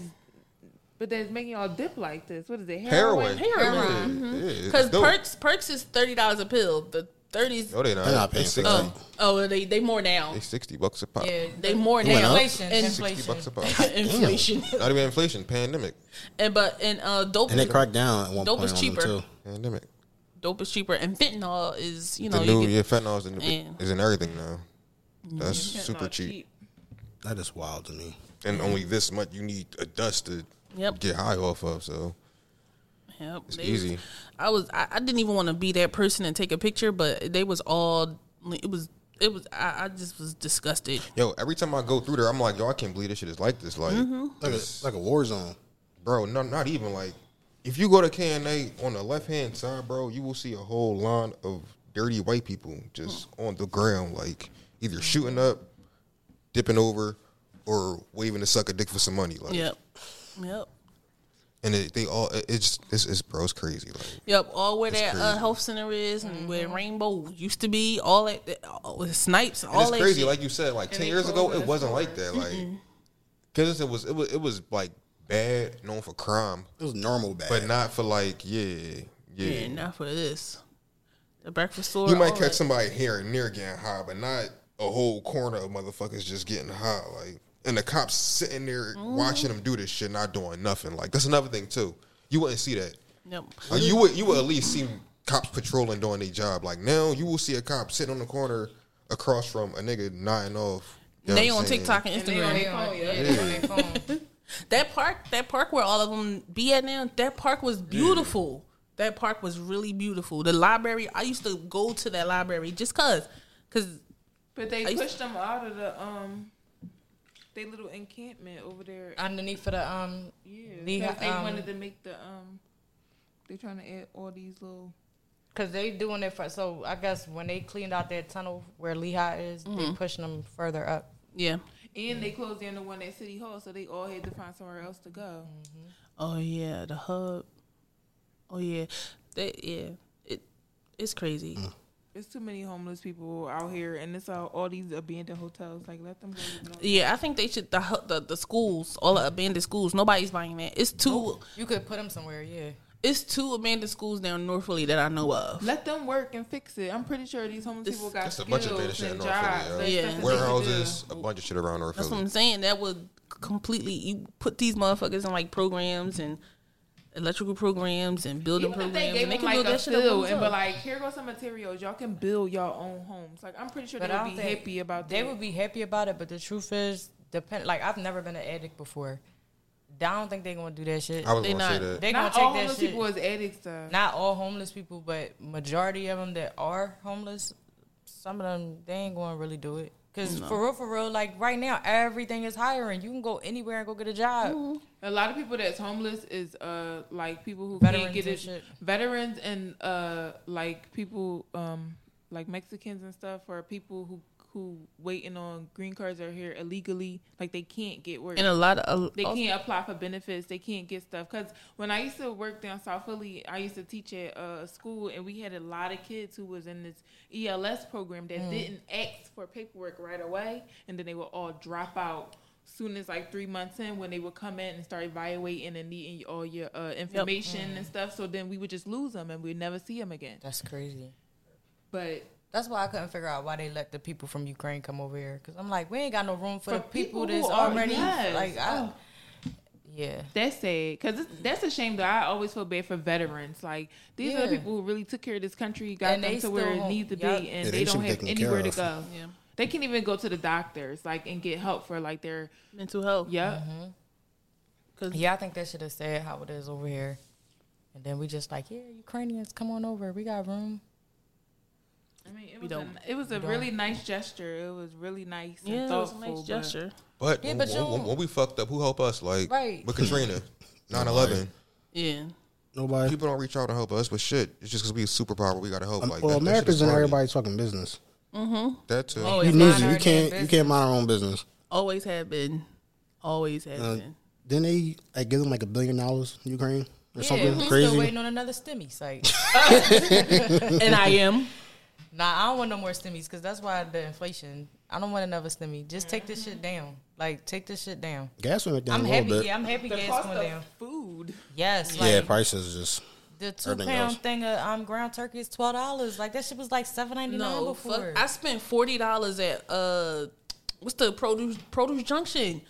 but that's making y'all dip like this. What is it?
Heroin.
Heroin. Mm-hmm.
Yeah, yeah, it's
Because
dope.
perks perks is thirty dollars a pill. The thirties.
No, they not.
They're not paying
It's
for
60,
that.
Oh, they they more now.
It's sixty bucks a pop.
Yeah,
They more
went
now.
up?
inflation,
And-
Sixty
inflation.
bucks a pop.
inflation.
not even inflation. Pandemic.
and but and uh dope
And they cracked down at one
Dope is
point on
cheaper.
them too.
Pandemic.
dope is cheaper and fentanyl is you know
The
you
new
get-
yeah, fentanyl is in, the,
Yeah.
is in everything now. That's super
Not
cheap.
That is wild to me.
and only this much you need a dust to
Yep.
get high off of. So
Yep,
it's
they-
easy.
I was I, I didn't even want to be that person and take a picture, but they was all it was it was I, I just was disgusted.
Yo, every time I go through there, I'm like, yo, I can't believe this shit is like this. Like,
Mm-hmm.
Like a, like a war zone.
bro, no, not even like. If you go to K and A on the left hand side, bro, you will see a whole line of dirty white people just
Hmm.
on the ground, like either shooting up, dipping over, or waving to suck a dick for some money. Like,
Yep, yep,
and it, they all it- it's it's, it's bro, it's crazy. Like,
yep. All where that uh,
crazy.
health center is and where
Mm-hmm.
Rainbow used to be, all that that- all with snipes, and
And
all
it's
that
crazy,
shit.
like you said, like ten years ago, it wasn't like that. Like, because it was, it was, it was like bad, known for crime,
It was normal back.
but not for like, yeah, yeah.
yeah, not for this. The breakfast store.
you might
all
catch
that.
somebody here and near getting high, but not a whole corner of motherfuckers just getting high. Like, and the cops sitting there
Mm.
watching them do this shit, not doing nothing. Like that's another thing too. You wouldn't see that.
Yep.
Like, you would you would at least see cops patrolling doing their job. Like now, you will see a cop sitting on the corner across from a nigga nodding off. You know
They
what
on
I'm saying?
TikTok and
They on
Instagram.
their phone, yeah, they on their phone.
That park, that park where all of them be at now, that park was beautiful. That park was really beautiful. The library, I used to go to that library just cause, cause
But they
I used-
pushed them out of the um, they little encampment over there.
Underneath for the um,
Yeah,
They
because
ha-
they
um,
wanted to make the um, they trying to add all these little.
cause they doing it for. So I guess when they cleaned out that tunnel where Lehigh is, they pushing them further up.
yeah.
And they closed down the one at City Hall, so they all had to find somewhere else to go.
Oh yeah, the hub. Oh yeah, Mm. that yeah. It it's crazy.
There's too many homeless people out here, and it's all, all these abandoned hotels. Like, let them go. live on-
Yeah, I think they should the hu- the, the schools, all the abandoned schools. Nobody's buying that. It's two
You could put them somewhere, yeah.
it's two abandoned schools down in North Philly that I know of.
Let them work and fix it. I'm pretty sure these homeless
This-
people got
That's a
skills
bunch of beta shit in
and
North Philly,
jobs.
yo.
There's
Yeah.
stuff that they can do.
Warehouses, a bunch of shit around North
That's what
Philly.
I'm saying. That would completely you put these motherfuckers in like programs and electrical programs and building
Even if
programs
they gave
and they
them
can
like
build
a
that shit up.
field and be
themselves.
like, here goes some materials. Y'all can build your own homes. Like, I'm pretty sure
But
they
I
would be
don't think-
happy about
They
that.
would be happy about it, but the truth is, depend. Like I've never been an addict before. I don't think they gonna do that shit.
I was
They
gonna say
not-
that.
They gonna
Not all
take
homeless
that shit.
people is addicts, though.
Not all homeless people, but majority of them that are homeless, some of them they ain't gonna really do it. Cause for real, for real, like right now, everything is hiring. You can go anywhere and go get a job.
A lot of people that's homeless is uh like people who
Veterans
can't get
and
it.
shit.
Veterans and uh like people um like Mexicans and stuff or people who who waiting on green cards are here illegally. Like they can't get work.
and a lot of
they
uh,
can't apply for benefits. They can't get stuff. Cause when I used to work down South Philly, I used to teach at uh, a school, and we had a lot of kids who was in this ELS program that didn't ask for paperwork right away, and then they would all drop out soon as like three months in when they would come in and start evaluating and needing all your uh, information and stuff. So then we would just lose them, and we'd never see them again.
That's crazy.
But
That's why I couldn't figure out why they let the people from Ukraine come over here. Cause I'm like, we ain't got no room for,
For
the people,
people who
that's
are-
already
yes.
like, I,
Oh.
yeah.
That's sad because that's a shame. Though I always feel bad for veterans. Like these are the
Yeah.
people who really took care of this country, got
And they
them to where
still
it needs to be,
home.
and
Yeah.
Yeah,
they,
they should
don't
be
have
taken
anywhere
care
to
of.
go.
Yeah.
They can't even go to the doctors, like, and get help for like their
mental health.
yeah.
Yeah, I think that should have said how it is over here. And then we just like, yeah, Ukrainians, come on over. We got room.
I mean, it
We
was a,
don't.
it was a really nice gesture. It was really nice.
Yeah,
and
it was a
thoughtful,
nice
but-
gesture.
But,
Yeah,
when,
but
when-
you-
when we fucked up, who helped us? Like
Right.
with Katrina, 9-11.
Yeah.
Nobody.
People don't reach out and help us, but shit, it's just because we a superpower, we gotta help. Like
Um, well,
that- that shit
America's
is
in
corny.
everybody's fucking business.
That too.
Always,
We
mind
lose it.
our
You
damn
can't. You
business.
can't mind our own business.
always have been. Always have
Uh,
been.
Then they like give them like a billion dollars in Ukraine or
yeah,
something
we
crazy.
still waiting on another stimmy site.
and I am.
nah, I don't want no more stimmies because that's why the inflation. I don't want another stimmy. Just take this shit down. Like, take this shit down.
Gas went down
I'm
a little
happy.
bit.
Yeah, I'm happy.
The
gas
cost
going down.
of food.
Yes. Like,
yeah, prices just.
The two
Everything
pound
else.
thing of um, ground turkey is twelve dollars. Like that shit was like seven ninety nine
No, Oh, fuck.
before.
I spent forty dollars at uh, what's the produce produce junction?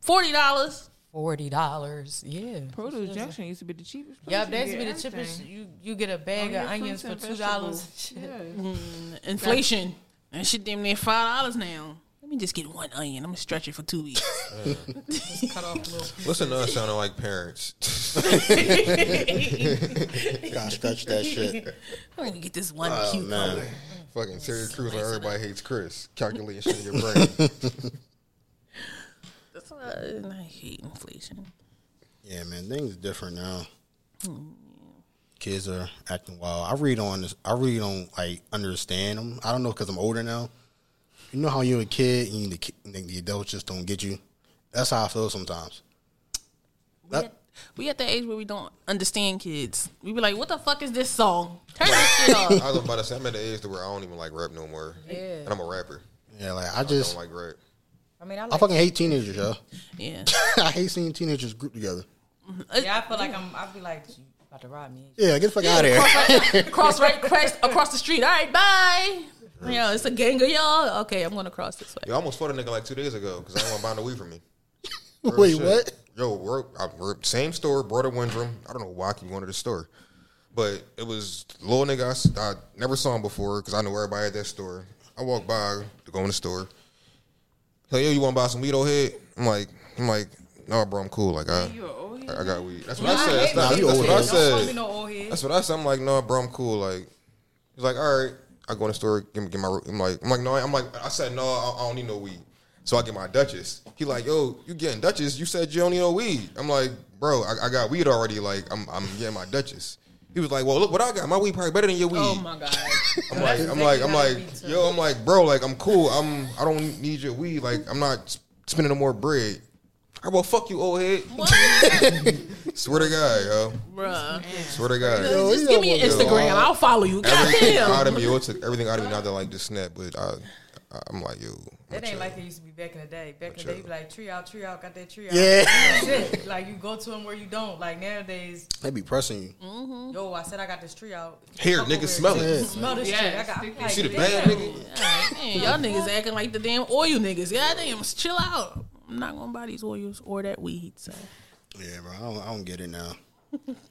Forty dollars.
Forty dollars. Yeah.
Produce Junction used to be the cheapest. place
Yeah,
you
that's
get
be the
everything.
cheapest. You you get a bag
Your
of onions for
fruits
two
and
dollars.
vegetables. Yeah.
Inflation. And shit damn near five dollars now. Let me just get one onion. I'm gonna stretch it for two weeks.
Cut off a little.
Listen to us sounding like parents.
Gotta stretch that shit.
I'm gonna get this one
Oh
cucumber.
man,
Fucking Terry Crews and everybody hates Chris. Calculating shit in your brain.
That's what I, I hate inflation.
yeah, man, things different now. Kids are acting wild. I really don't. under- I really don't like understand them. I don't know because I'm older now. You know how you're a kid and the, ki- and the adults just don't get you. That's how I feel sometimes.
We
That-
at, we at the age where we don't understand kids. We be like, what the fuck is this song? Turn this shit off.
I was about to say I'm at the age to where I don't even like rap no more. Yeah. And I'm a rapper.
yeah, like I
I don't
just.
like rap.
I mean, I,
I
like,
fucking hate teenagers, yo.
Yeah.
I hate seeing teenagers grouped together.
yeah, I feel like I'm. I'd be like, you about to rob me?
Yeah, get the fuck out of here.
cross right across, across the street. All right, bye. Yeah, it's a gang of y'all. Okay, I'm gonna cross this way.
Yo, I almost fought a nigga like two days ago because I didn't want to buy no weed from me.
Wait, what?
Yo, we're, I, we're same store, brother Windrum. I don't know why I keep going to the store, but it was little nigga. I s- I, never saw him before because I know everybody at that store. I walk by to go in the store. Hell, yo, you want to buy some weed, old head? I'm like, I'm like, no, bro, I'm cool. Like I,
You a old head?
I, I got weed. That's what I said. That's, not,
you
that's
old
what I
head.
said.
Call me no old head.
That's what I said. I'm like, no, bro, I'm cool. Like, he's like, all right. I go in the store, give me, get my. I'm like, I'm like, no, I'm like, I said no, I, I don't need no weed. So I get my Duchess. He like, yo, you getting Duchess? You said you don't need no weed. I'm like, bro, I, I got weed already. Like, I'm, I'm getting my Duchess. He was like, well, look what I got. My weed probably better than your weed.
Oh my god.
I'm like, I'm like, I'm like, yo, I'm like, bro, like, I'm cool. I'm, I don't need your weed. Like, I'm not s- spending no more bread. I well, fuck you, old head. Swear to God, yo.
Bruh.
Swear to God.
Just give me your Instagram. I'll follow you.
everything out
Goddamn.
of me. It took everything out of me not to like just snap, but I, I I'm like yo.
That ain't like it used to be back in the day. Back in the day, you be like tree out, tree out, got that tree out.
Yeah.
That's it. Like you go to them where you don't. Like nowadays,
They be pressing you.
yo, I said I got this tree out.
Here, nigga, smell it.
Smell this
Yes.
tree. I got.
You
like,
See the
damn.
bag, nigga.
Man, y'all niggas acting like the damn oil niggas. Goddamn, chill out. I'm not gonna buy these oils or that weed. So
Yeah, bro. I don't, I don't get it now.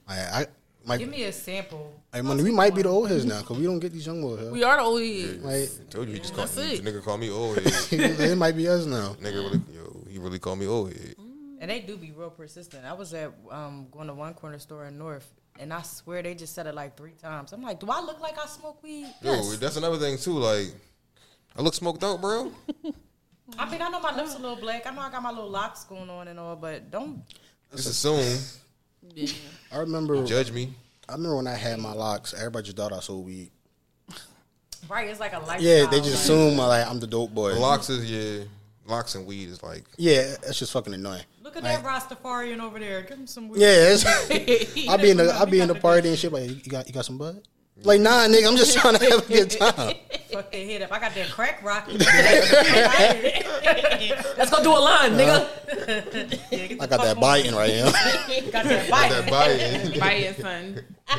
I, I, like,
Give me a sample.
I mean, we might be the old heads now because we don't get these young ones. huh?
we are the old heads.
Like,
Told you, he just called
That's
me.
it.
Nigga called me old head.
it might be us now.
nigga really, yo, he really called me oh, old head.
And they do be real persistent. I was at um, going to one corner store in North, and I swear they just said it like three times. I'm like, do I look like I smoke weed?
Yo, that's another thing too. Like, I look smoked out, bro.
I mean, I know my lips a little black. I know I got my little locks going on and all, but don't.
Just assume,
I remember,
judge me.
I remember when I had my locks. Everybody just thought I sold weed.
Right? It's like a lifestyle.
Yeah, they just
like,
assume like I'm the dope boy.
Locks is yeah, locks and weed is like.
Yeah, that's just fucking annoying.
Look at that Rastafarian over there. Give him some weed.
Yeah, it's, I be in the I be in the party and shit. Like you got you got some bud? Like nah, nigga, I'm just trying to have a good time.
Fuck their head up. I got that crack rock.
Let's go do a line, nigga.
I got that biting right here.
got that bite.
That bite.
Buy it, son.
Uh,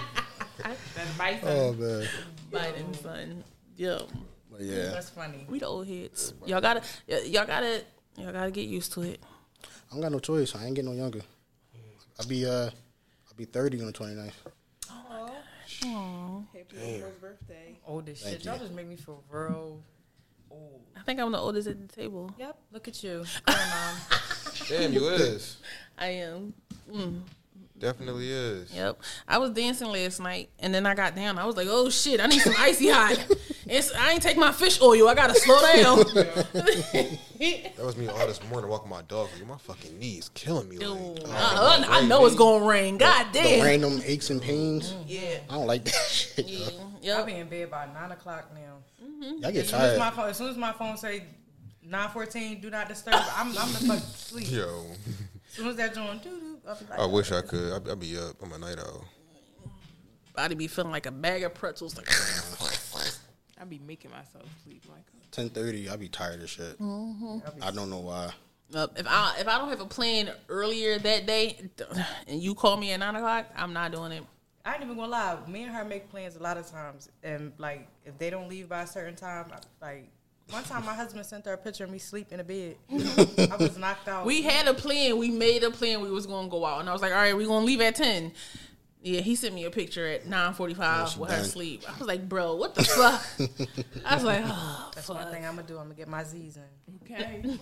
That's buy son.
oh man,
Biden son. Yo,
but yeah,
That's funny.
we the old heads. Y'all gotta, y- y'all gotta, y'all gotta get used to it.
I don't got no choice. I ain't getting no younger. I be uh, I be 30 on the 29th.
Happy first birthday.
Old as shit. Y'all just make me feel real old.
I think I'm the oldest at the table.
Yep. Look at you. Mom.
Damn, you is.
I am.
Definitely is.
Yep. I was dancing last night, and then I got down. I was like, "Oh shit, I need some icy hot." It's, I ain't take my fish oil. I gotta slow down.
That was me all this morning walking my dog. Like, my fucking knee is killing me.
Ooh,
Like, oh,
uh, I know it's gonna rain. God
The
damn.
random aches and pains. Yeah, I don't like that shit.
I'll
Yep.
be in bed by nine o'clock now.
I get
As soon as, my
tired.
phone, as soon as my phone say nine fourteen, do not disturb, I'm I'm the fuck sleep.
Yo,
As soon as that joint, doo doo, I'll be like,
I wish I could. I'd, I'd be up. I'm a night owl.
Body be feeling like a bag of pretzels. Like,
I be making myself sleep like. uh,
10:30, I be tired of shit. I don't know why.
Up. If I if I don't have a plan earlier that day, and you call me at nine o'clock, I'm not doing it.
I ain't even gonna lie. Me and her make plans a lot of times, and like if they don't leave by a certain time, I, like one time my husband sent her a picture of me sleep in a bed. I was knocked out.
We had a plan. We made a plan. We was gonna go out, and I was like, "All right, we gonna leave at 10. Yeah, he sent me a picture at nine forty-five with her
done.
sleep. I was like, "Bro, what the fuck?" I was like, "Oh,
That's one
fuck,
thing I'm gonna do. I'm gonna get my Z's in.
Okay.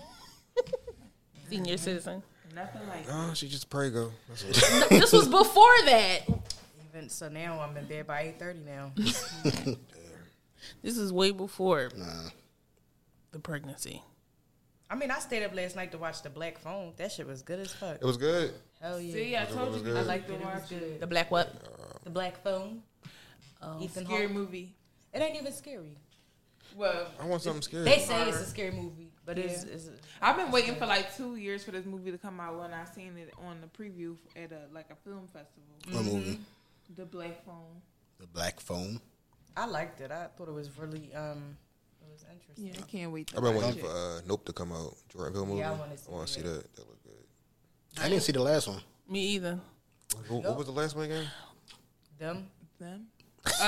senior citizen."
Nothing like.
Oh, she just prego. That's what
this was before that.
Even so, now I'm in bed by eight thirty now.
This is way before
Nah.
the pregnancy.
I mean, I stayed up last night to watch the Black Phone. That shit was good as fuck.
It was good.
Hell yeah.
See, I told you. I like to
It was
watch it.
good.
The black what?
The Black Phone. Ethan
Oh, Scary
Hawke.
movie.
It ain't even scary.
Well,
I want something scary.
They say it's a scary movie, but it's,
Yeah.
it's
I've been waiting for like two years for this movie to come out. When I seen it on the preview at a like a film festival,
What movie?
The Black Phone.
The Black Phone.
I liked it. I thought it was really um, it was interesting.
Yeah, I can't wait. To
I've been
watch
waiting
it.
for uh, Nope to come out. Jordan Hill movie.
Yeah, I wanna
I
see
want to see
it.
that. That look good.
I didn't see the last one.
Me either.
Who- What, was the last one again?
Them
Them? Us,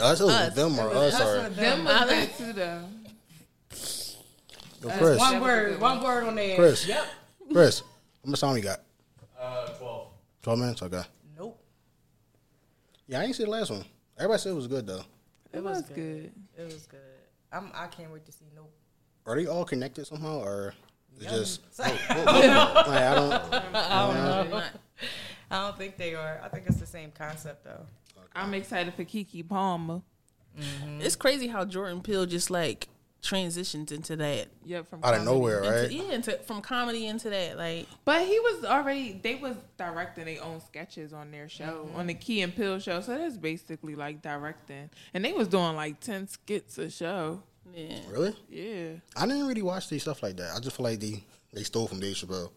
Us, it was them or us, or
them was good too though.
Yo, Chris.
One word, one word on there.
Chris. Chris, how much time we got?
Uh, 12.
Twelve minutes. Okay.
Nope.
Yeah, I ain't see the last one. Everybody said it was good though.
It was good.
It was good. I'm. I can't wait to see Nope.
Are they all connected somehow, or it's just like I don't?
Uh-huh.
I don't think they are. I think it's the same concept though.
I'm excited for Kiki Palmer.
It's crazy how Jordan Peele just like transitions into that.
Yep, from
Out of
comedy.
nowhere,
Into,
right?
Yeah, into, from comedy into that. Like,
But he was already they was directing their own sketches on their show, on the Key and Pill show. So that's basically like directing. And they was doing like ten skits a show.
yeah.
Really?
Yeah.
I didn't really watch these stuff like that. I just feel like they they stole from Dave Chappelle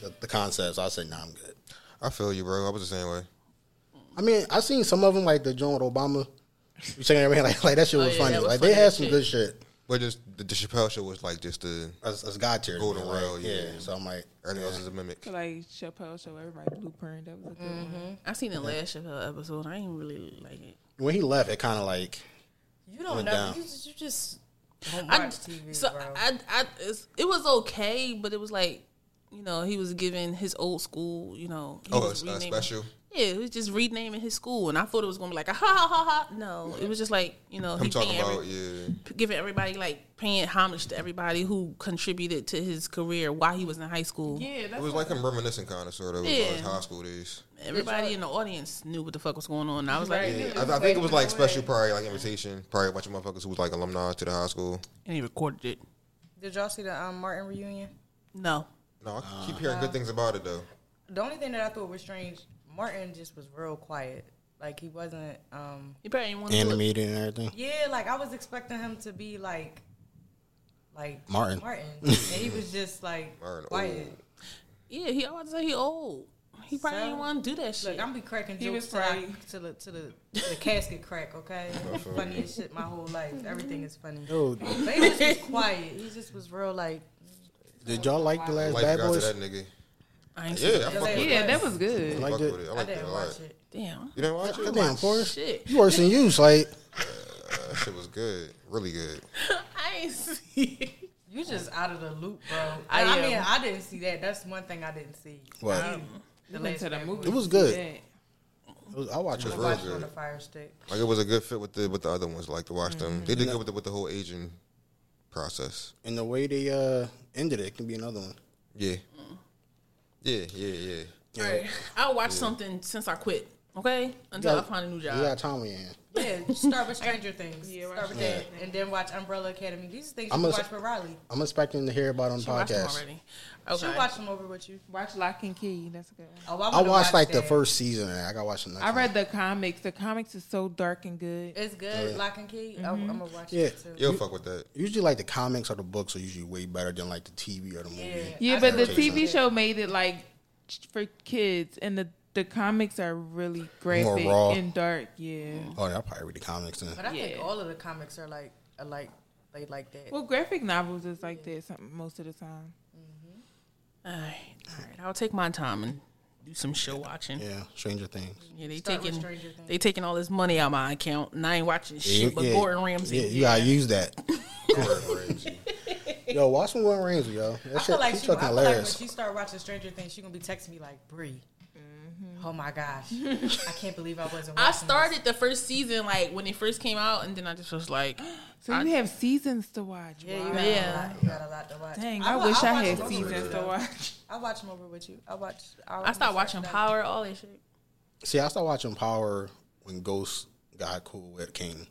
the, the concepts. I said, nah, I'm good.
I feel you, bro. I was the same way.
I mean, I seen some of them like the joint with Obama. You saying everything like like that shit was
Oh, yeah,
funny.
that was
like
funny
they had
as
some
shit.
good shit.
But just the, the Chappelle show was like just the
As, as God tier.
Golden
like,
Rail, yeah.
So I'm like,
everything else is a mimic.
So like Chappelle show, everybody blueprint. That was a good one.
I seen the last Chappelle episode. I ain't really like it.
when he left, it kind of like
You don't
Went
know.
down.
You just, you just don't watch
I,
TV,
so
bro.
I, I, it's, it was okay, but it was like, you know, he was giving his old school, you know. he
Oh,
was
it's uh,
renaming-
special.
Yeah, he was just renaming his school, and I thought it was gonna be like a ha ha ha ha. No, it was just like you know,
I'm
he
talking
paying every-
about yeah.
p- giving everybody like paying homage to everybody who contributed to his career while he was in high school.
Yeah,
It
that's
was like him reminiscent kind of sort of about his
Yeah.
high school days.
Everybody in the audience knew what the fuck was going on. And I was like,
Right.
Yeah,
Yeah,
I, I think it was like special, probably like invitation, probably a bunch of motherfuckers who was like alumni to the high school.
and he recorded it.
Did y'all see the um, Martin reunion?
No,
No, I
Uh,
keep hearing good things about it though.
The only thing that I thought was strange, Martin just was real quiet. Like he wasn't. um
he probably didn't want to. do it.
animated and everything.
Yeah, like I was expecting him to be like, like
Martin.
Martin, and he was just like
Martin,
quiet.
Yeah, he always say he old. He probably
So-
didn't want to do that shit.
Look, I'm be cracking
He
jokes
was
till I-
probably-
to the to the to the casket crack. Okay,
Oh,
funny as shit my whole life. Everything is funny.
Yo,
But he was just quiet. He just was real like.
did y'all like the last
Life
Bad
got to
Boys?
that nigga.
I ain't
Yeah, I
Yeah,
fuck with
yeah,
it.
that was good.
I
Liked
fuck
it.
with it. I
I
liked it a
didn't
lot.
watch it.
damn. Oh,
You didn't watch it?
Damn, Forrest,
Shit,
you worse than you. Like
That shit was good, really good.
I ain't see. It.
You just out of the loop, bro.
I
I,
am.
mean, I didn't see that. That's one thing I didn't see.
what?
Um,
The
Went to the
Bad
movie.
Boys.
It was
to see
good.
that.
It was- I watched
It
it.
was
I
real
watched it on the
good.
fire stick.
Like it was a good fit with the with the other ones. Like to watch
Mm-hmm.
them. They did good with the, with the whole aging process.
And the way they uh, ended it, it can be another one.
Yeah. Yeah, yeah, yeah.
All right, I watched something since I quit. Okay, until
Yeah.
I find a new job.
You got time on your hand.
Yeah, start with Stranger Things.
Yeah,
start with that, and then watch Umbrella Academy. These are things
I'm gonna
you can watch
s-
for Riley.
I'm expecting to hear about it on the
She watched them
podcast.
already. Okay.
She'll watch them over with you.
Watch Lock and Key. That's a good one.
Oh,
I watched
wanna watch
like the
that.
first season. and I got watching.
I read the comics. The comics is so dark and good.
It's good. Lock and Key. I'm, I'm gonna watch
Yeah.
it too.
You'll fuck with that.
Usually, like the comics or the books are usually way better than like the TV or the movie.
Yeah.
Yeah,
I
but the
didn't watch
TV
it.
show made it like for kids, and the the comics are really graphic
raw.
and dark. Yeah.
Oh, yeah, I'll probably read the comics then.
But I
Yeah.
think all of the comics are like alike. They like that.
Well, graphic novels is like that some, most of the time.
All right, all right. I'll take my time and do some show watching. Yeah,
Yeah, Stranger Things.
they
Start with
taking
Stranger Things.
they taking all this money out of my account, and I ain't watching
Yeah,
shit but
yeah.
Gordon Ramsay.
Yeah, you gotta use that.
Gordon Ramsay.
yo, watch some Gordon Ramsay, yo. That
I
shit,
feel like
he's
she, I
fucking
feel like when
hilarious.
she start watching Stranger Things, she gonna be texting me like, "Bree, oh my gosh, I can't believe I wasn't." Watching
I
this."
started the first season like when it first came out, and then I just was like,
So you have seasons to watch.
Yeah,
Wow.
you got,
Yeah.
A lot, you got a lot to watch.
Dang,
I
I,
wa-
wish
I
I,
watch
had
them over
seasons to
though.
watch.
I watch them over with you. I watch.
I started watching Power, all that shit.
See, I started watching Power when Ghost got cool with King.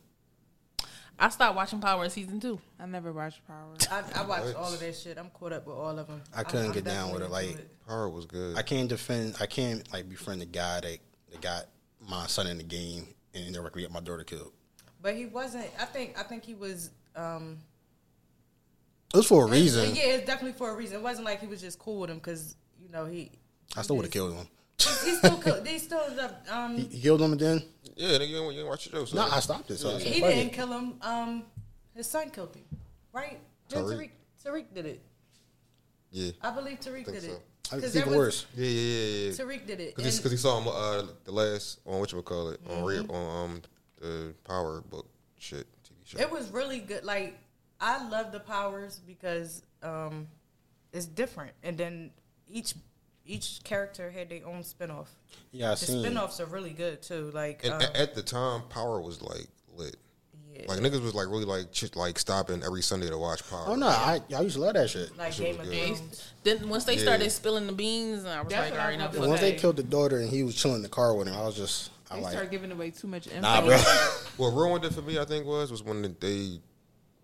I started watching Power in season two.
I never watched Power.
I, I watched all of that shit. I'm caught up with all of them.
I couldn't get down with it. Like,
Power was good.
I can't defend. I can't like befriend the guy that, that got my son in the game and indirectly got my daughter killed.
but he wasn't. I think. I think he was. Um,
It was for a reason.
Yeah, it's definitely for a reason. It wasn't like he was just cool with him because you know he.
I still would have killed him.
He still. kill- they still ended up. Um,
He
he,
he killed him and then
yeah, nigga, you didn't, you didn't watch the show. So
no, I stopped it. So I said, "Fuck
didn't
it."
kill him. Um, his son killed him, right? No,
Tariq.
Tariq. Tariq did it.
yeah.
I believe Tariq did
so.
it.
I- It's
'Cause there
even
was-
worse.
Yeah, yeah, yeah, yeah.
Tariq did it.
Because
and- Mm-hmm.
he, saw him uh, the last on what you would call it on Re on um, the Power Book shit TV show.
It was really good. Like I love the powers because um, it's different, and then each each character had their own spinoff.
Yeah, I
The
seen. it.
spinoffs are really good too. Like
and
um,
a- at the time, Power was like lit. Like niggas was like really like ch- like stopping every Sunday to watch Power.
Oh no, I I used to love that shit.
like
shit
Game
was
of
good.
Thrones.
Then once they
Yeah.
started spilling the beans, I was like,
That's what
all
I
right,
was
now
about
fuck
to
Once they
say.
killed the daughter and he was chilling in the car with him, I was just I
They
like
start giving away too much info.
nah, bro.
What ruined it for me, I think, was was when they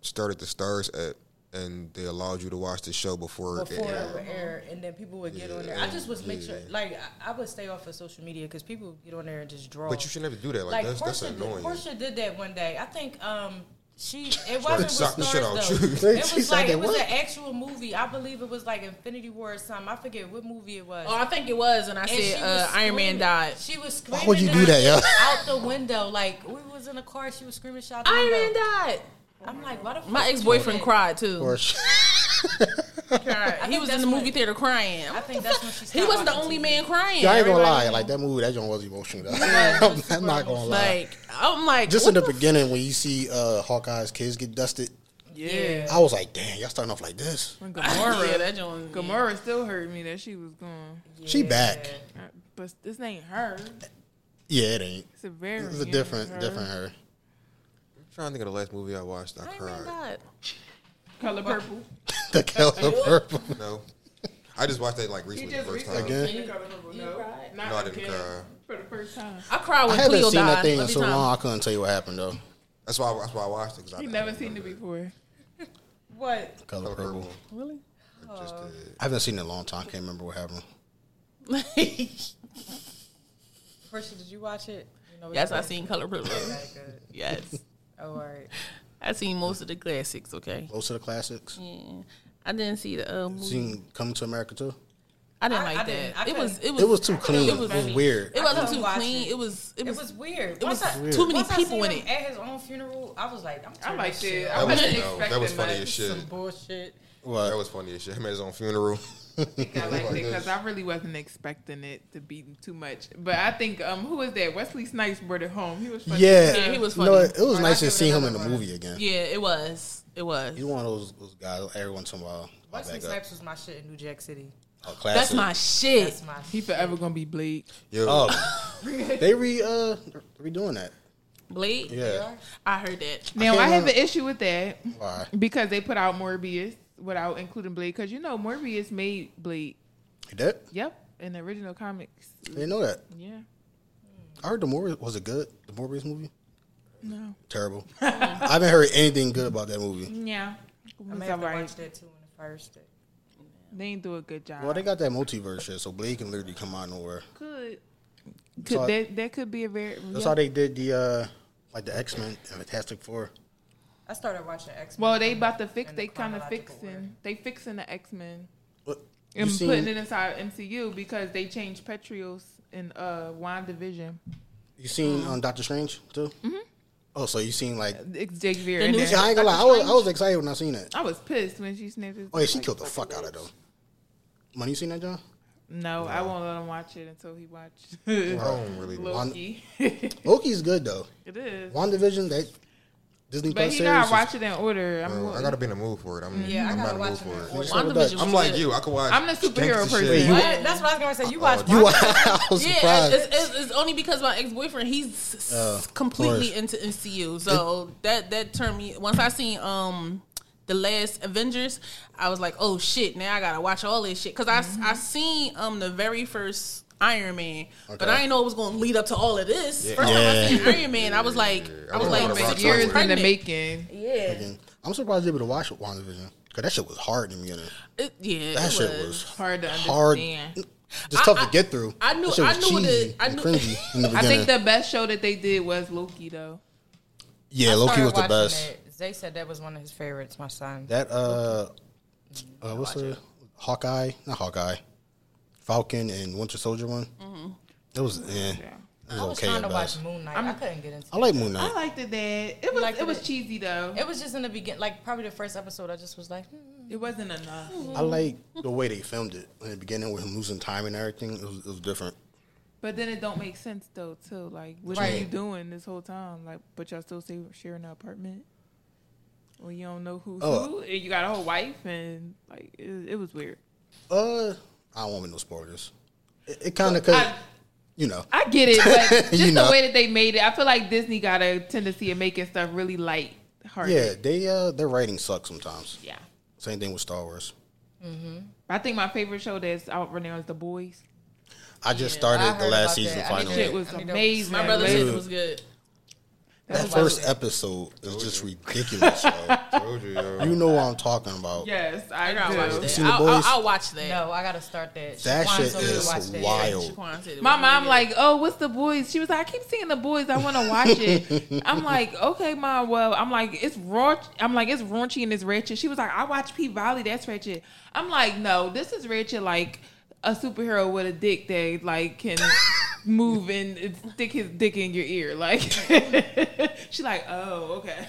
started the Stars app and they allowed you to watch the show before,
before
it
it
aired.
would air, and then people would get on there. I just was make sure, like, I- I would stay off of social media because people get on there and just draw.
But you should never do that. Like,
like
that's, that's
Portia, did,
annoying.
Portia did that one day. I think um she it wasn't with
suck the
stars
shit out
though.
you.
It
She
was
said
like
that
it was
what?
an actual movie. I believe it was like Infinity War or something. I forget what movie it was.
Oh, I think it was, and I
And she
said
was
uh, Iron Man
screaming-
died.
She was
Why
screaming.
would you do
out-
that, yo?
Out the window, like we was in a car. She was screaming, "Shot!" the
Iron Man
window.
died.
I'm like, why the fuck
My
you
ex boyfriend
do that?
cried too.
Or sh-
Cried. He
think
was in
that's
the movie
what-
theater crying.
I think that's when she.
He
stopped
wasn't the
watching
only
TV.
man crying.
I ain't gonna
Everybody-
lie, like that movie, that joint was emotional. though.
it was
I'm,
super
not gonna lie.
Like I'm like
just
what
in the beginning when you see uh, Hawkeye's kids get dusted,
yeah.
I was like, damn, y'all starting off like this.
When
Yeah,
Gamora,
that joint.
Gamora still hurt me that she was gone.
She back.
Uh, But this ain't her.
Yeah, it ain't.
It's a very
It's a different, different her.
I'm trying to think of the last movie I watched. I
Iron Man
cried.
died.
color purple.
the color purple.
No, I just watched it like recently the
just
first time.
recently-
Again?
Color purple. No,
No, I didn't
again.
cry.
For the first time,
I cried
I
when
haven't
Cleo
seen
died.
that thing in
every
so
time.
long. I couldn't tell you what happened though.
That's why. I, that's why I watched it. 'cause I
you
I
never
remember
seen it before.
What?
Color,
Color
purple.
Purple. Really? Just did.
I haven't seen it in a long time. Can't remember what happened.
Portia, did you watch it? You know what
yes,
you
I
think.
seen Color Purple.
Very good.
yes,
Oh, all right.
I seen most of the classics. Okay,
Most of the classics.
yeah. I didn't see the uh, movie.
Seen Coming to America too.
I didn't
I-
like
I
that.
didn't- I
it was it was
It was too clean. It was, weird.
It wasn't
couldn't
too
watch
clean.
it.
It was it
It
was,
was weird.
it was
Once I-
too many
once I
people
seen
in
him
it.
At his own funeral, I was like, I'm
I
turning
liked
this
it.
shit
I
That
off.
was,
wasn't
no, that
expecting
was funny
much.
as shit.
Some bullshit.
That
What?
was funny as shit. Him at his own funeral.
I liked it
Like
because I really wasn't expecting it to be too much. But I think um, who was that? Wesley Snipes brought it home. He was funny.
Yeah,
Yeah, he was
You know
funny.
what? it was
Alright,
nice
I'll
to
give it
see him in
another
the
one.
movie again.
Yeah, it was. It was.
He's one of those, those guys. Every once in a while, pop
Wesley
back up.
Snipes was my shit in New Jack City.
A classic.
That's my shit.
That's my
He
shit.
forever gonna be Blake.
Yo,
Oh, they re uh redoing that.
Blade.
Yeah.
I heard that.
Now
can't
I have an
remember-
issue with that
Why?
because they put out Morbius without including Blade. Because you know Morbius made Blade.
You did?
Yep, in the original comics.
I didn't know that.
Yeah.
I heard the Morbius was it good? The Morbius movie?
No.
Terrible. I haven't heard anything good about that movie.
Yeah.
I may
It's
have
all
to
right.
watch that too on the first day.
They ain't do a good job.
Well, they got that multiverse shit, so Blade can literally come out of nowhere.
could.
That's all-
could that, that could be a very.
That's
yeah.
how they did the uh like the X Men and Fantastic Four.
I started watching X.
Well, they about to fix.
In
They
the
kind of
chronological order.
fixing. They fixing the X Men
What? You
and
seen-
putting it inside MCU because they changed Petrios in uh WandaVision.
You seen um, Doctor Strange too? Mm-hmm. Oh, so you seen like?
It's Jake Veer.
The
in
new
there.
Yeah, I ain't gonna lie. I was, I was excited when I seen that.
I was pissed when she snapped. His
Oh yeah, she
like,
killed the
fucking
fuck out of
bitch.
them. When you seen that, John?
No, I won't let him watch it until he watches
I don't really.
Loki. it
Loki's good though.
is,
WandaVision, that Disney
but
Plus
he
series.
gotta
is-
watch it in order. I'm,
Bro, I gotta be in the mood for it. I'm,
Yeah, I
I'm not
gotta
in the
watch
mood
it.
for it.
in order.
WandaVision was
I'm like
good.
you. I can watch.
I'm the superhero
gangsta shit.
person.
you-
What? That's what I was gonna say. You watched.
You, I was
Yeah,
surprised.
it's, it's, it's only because my ex boyfriend he's s-
Uh, of
completely
course.
into MCU, so that that turned me. Once I seen um the last Avengers, I was like, oh shit! Now I gotta watch all this shit because I s-
Mm-hmm.
I seen um the very first Iron Man, but
Okay.
I didn't know it was gonna lead up to all of this. First time I
Yeah.
seen Iron Man, I was like,
yeah.
I was
I
like,
wanna
six
watch
months
all
Years in the
pregnant.
making.
Yeah,
And I'm surprised you're able to watch WandaVision because that shit was hard in the beginning.
it, yeah,
That
it
shit
was.
was
Hard to
hard.
understand.
Just tough to get through.
I knew-
That shit
I
was
knew what
cheesy
it- I
and
knew-
cringy in the
I
beginning.
think the best show that they did was Loki, though.
yeah, Loki was the best.
They said that was one of his favorites. My son.
That uh, uh what's the Hawkeye? Not Hawkeye, Falcon and Winter Soldier one.
Mm-hmm.
It was eh, it was
I was
okay
trying
at
to watch
best.
Moon Knight. I couldn't get into.
I like Moon
I
Knight.
liked it that it was
liked
it was
it?
cheesy though.
it. It was just in the beginning, like probably the first episode. I just was like, hmm.
It wasn't enough.
I like the way they filmed it in the beginning with him losing time and everything. It was, it was different.
But then it don't make sense though, too. Like, what are
Right.
you doing this whole time? Like, but y'all still stay sharing an apartment? Well, you don't know who's
Oh.
who, and you got a whole wife, and like, it, it was weird.
Uh, I don't want me no spoilers. It, it kind of could,
I-
you know.
I get it, but just
You know.
the way that they made it, I feel like Disney got a tendency of making stuff really light hearted.
yeah, they uh their writing sucks sometimes.
yeah.
Same thing with Star Wars.
I think my favorite show that's out right now is The Boys.
I just
I
started
heard
the
about
last season
that. I
finally.
need
It was
I need to-
amazing.
My brother
Like,
said it was good.
That
was
first
like-
episode is just ridiculous. yo.
Told you, yo.
You know what I'm talking about.
Yes, I
I gotta watch
do.
that.
seen The
I'll, I'll,
Boys?
I'll watch that.
No, I gotta start that.
That
Shaquan
shit
told me to
is
watch that.
wild.
Shaquan said it
My
was
mom
really
like, oh, what's the boys? She was like, I keep seeing the boys. I want to watch it. I'm like, okay, mom. Well, I'm like, it's raunch. I'm like, it's raunchy and it's ratchet. She was like, I watch P Valley. That's ratchet. I'm like, no, this is ratchet. Like a superhero with a dick that like can move and stick his dick in your ear. Like she like, oh, okay.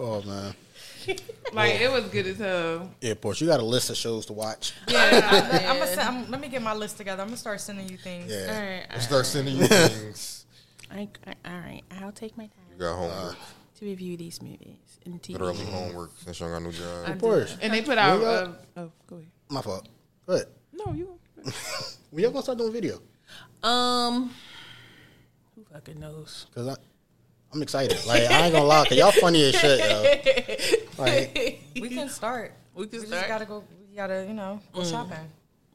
Oh man.
like it was good as hell.
Yeah, Porsche, you got a list of shows to watch.
I'm gonna send, I'm, let me get my list together. I'm gonna start sending you things.
Yeah.
I start sending you things.
I, I, all right, I'll take my time
You got homework.
to review these movies and TV.
Literally homework since you don't got no job.
Of course.
And they put out.
Well,
Uh, oh, go ahead.
My fault. But
No, you.
we all gonna start doing video
good. Um, who fucking knows?
because I. I'm excited. Like I ain't gonna lie, you y'all funny as shit, yo. Like
We can start.
We can
We just
start.
gotta go. We gotta, you know, go shopping.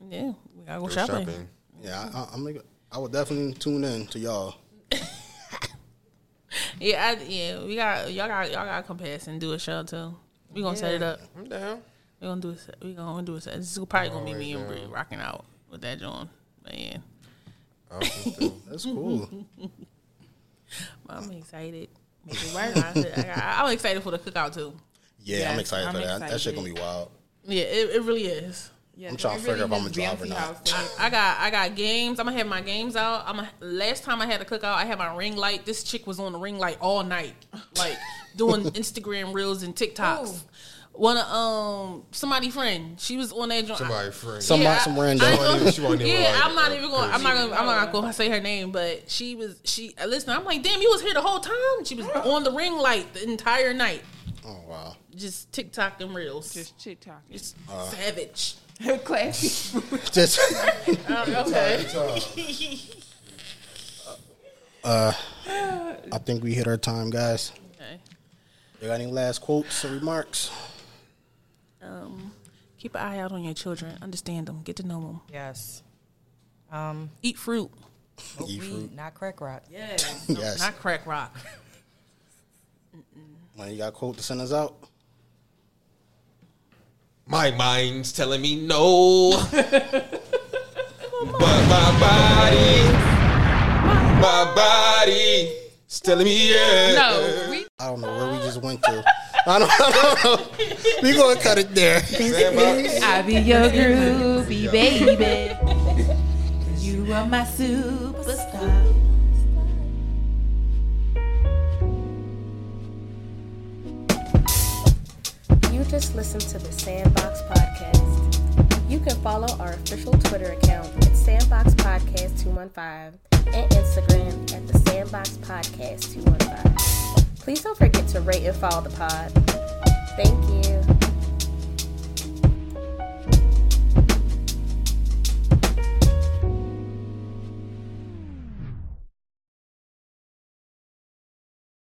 yeah, we gotta go
Go
shopping.
shopping.
yeah, I, I'm. like- I would definitely tune in to y'all.
Yeah, I, yeah, we got y'all got y'all got to come past and do a show too. We gonna set it up.
I'm down.
We gonna do a set. We gonna do a set. This is probably gonna be me and Bree rocking out with that John. Man,
I'm still-
That's cool.
I'm excited. Make it work. I said, I got- I'm excited for the cookout too.
Yeah, I'm
Yes,
excited for
I'm
that. That shit gonna
excited.
be wild.
Yeah, it, it really is.
I'm trying to figure out if I'm a driver or not.
I got I got games. I'm gonna have my games out. I'm a, last time I had a cookout, I had my ring light. This chick was on the ring light all night, like doing Instagram reels and TikToks. One of um somebody friend, she was on that joint.
Somebody friend.
Some
Yeah,
some
I-
random.
I ain't
Somebody- she wasn't even
yeah,
like-
I'm not
uh,
even going. I'm not gonna. I'm not gonna say her name, but she was. She uh, listen. I'm like, damn, you was here the whole time. She was on the ring light the entire night,
oh wow.
just TikTok and reels, just,
Just chit talking.
Uh.
savage.
Classy.
Just
Oh, Okay.
uh, I think we hit our time, guys.
okay.
You got any last quotes or remarks?
Um, keep an eye out on your children. Understand them. Get to know them.
Yes. Um,
Eat fruit,
Eat
we
fruit.
not crack rock.
Yes.
not crack rock.
When you got a quote to send us out?
My mind's telling me no. but my body, my body's telling me yeah.
No, we
I don't know where
Uh,
we just went to. I don't, I don't know. We gonna cut it there.
This is
I be your groovy baby. You are my superstar.
You just listened to the Sandbox Podcast. You can follow our official Twitter account at Sandbox Podcast 215 and Instagram at the Sandbox Podcast 215. Please don't forget to rate and follow the pod. Thank you.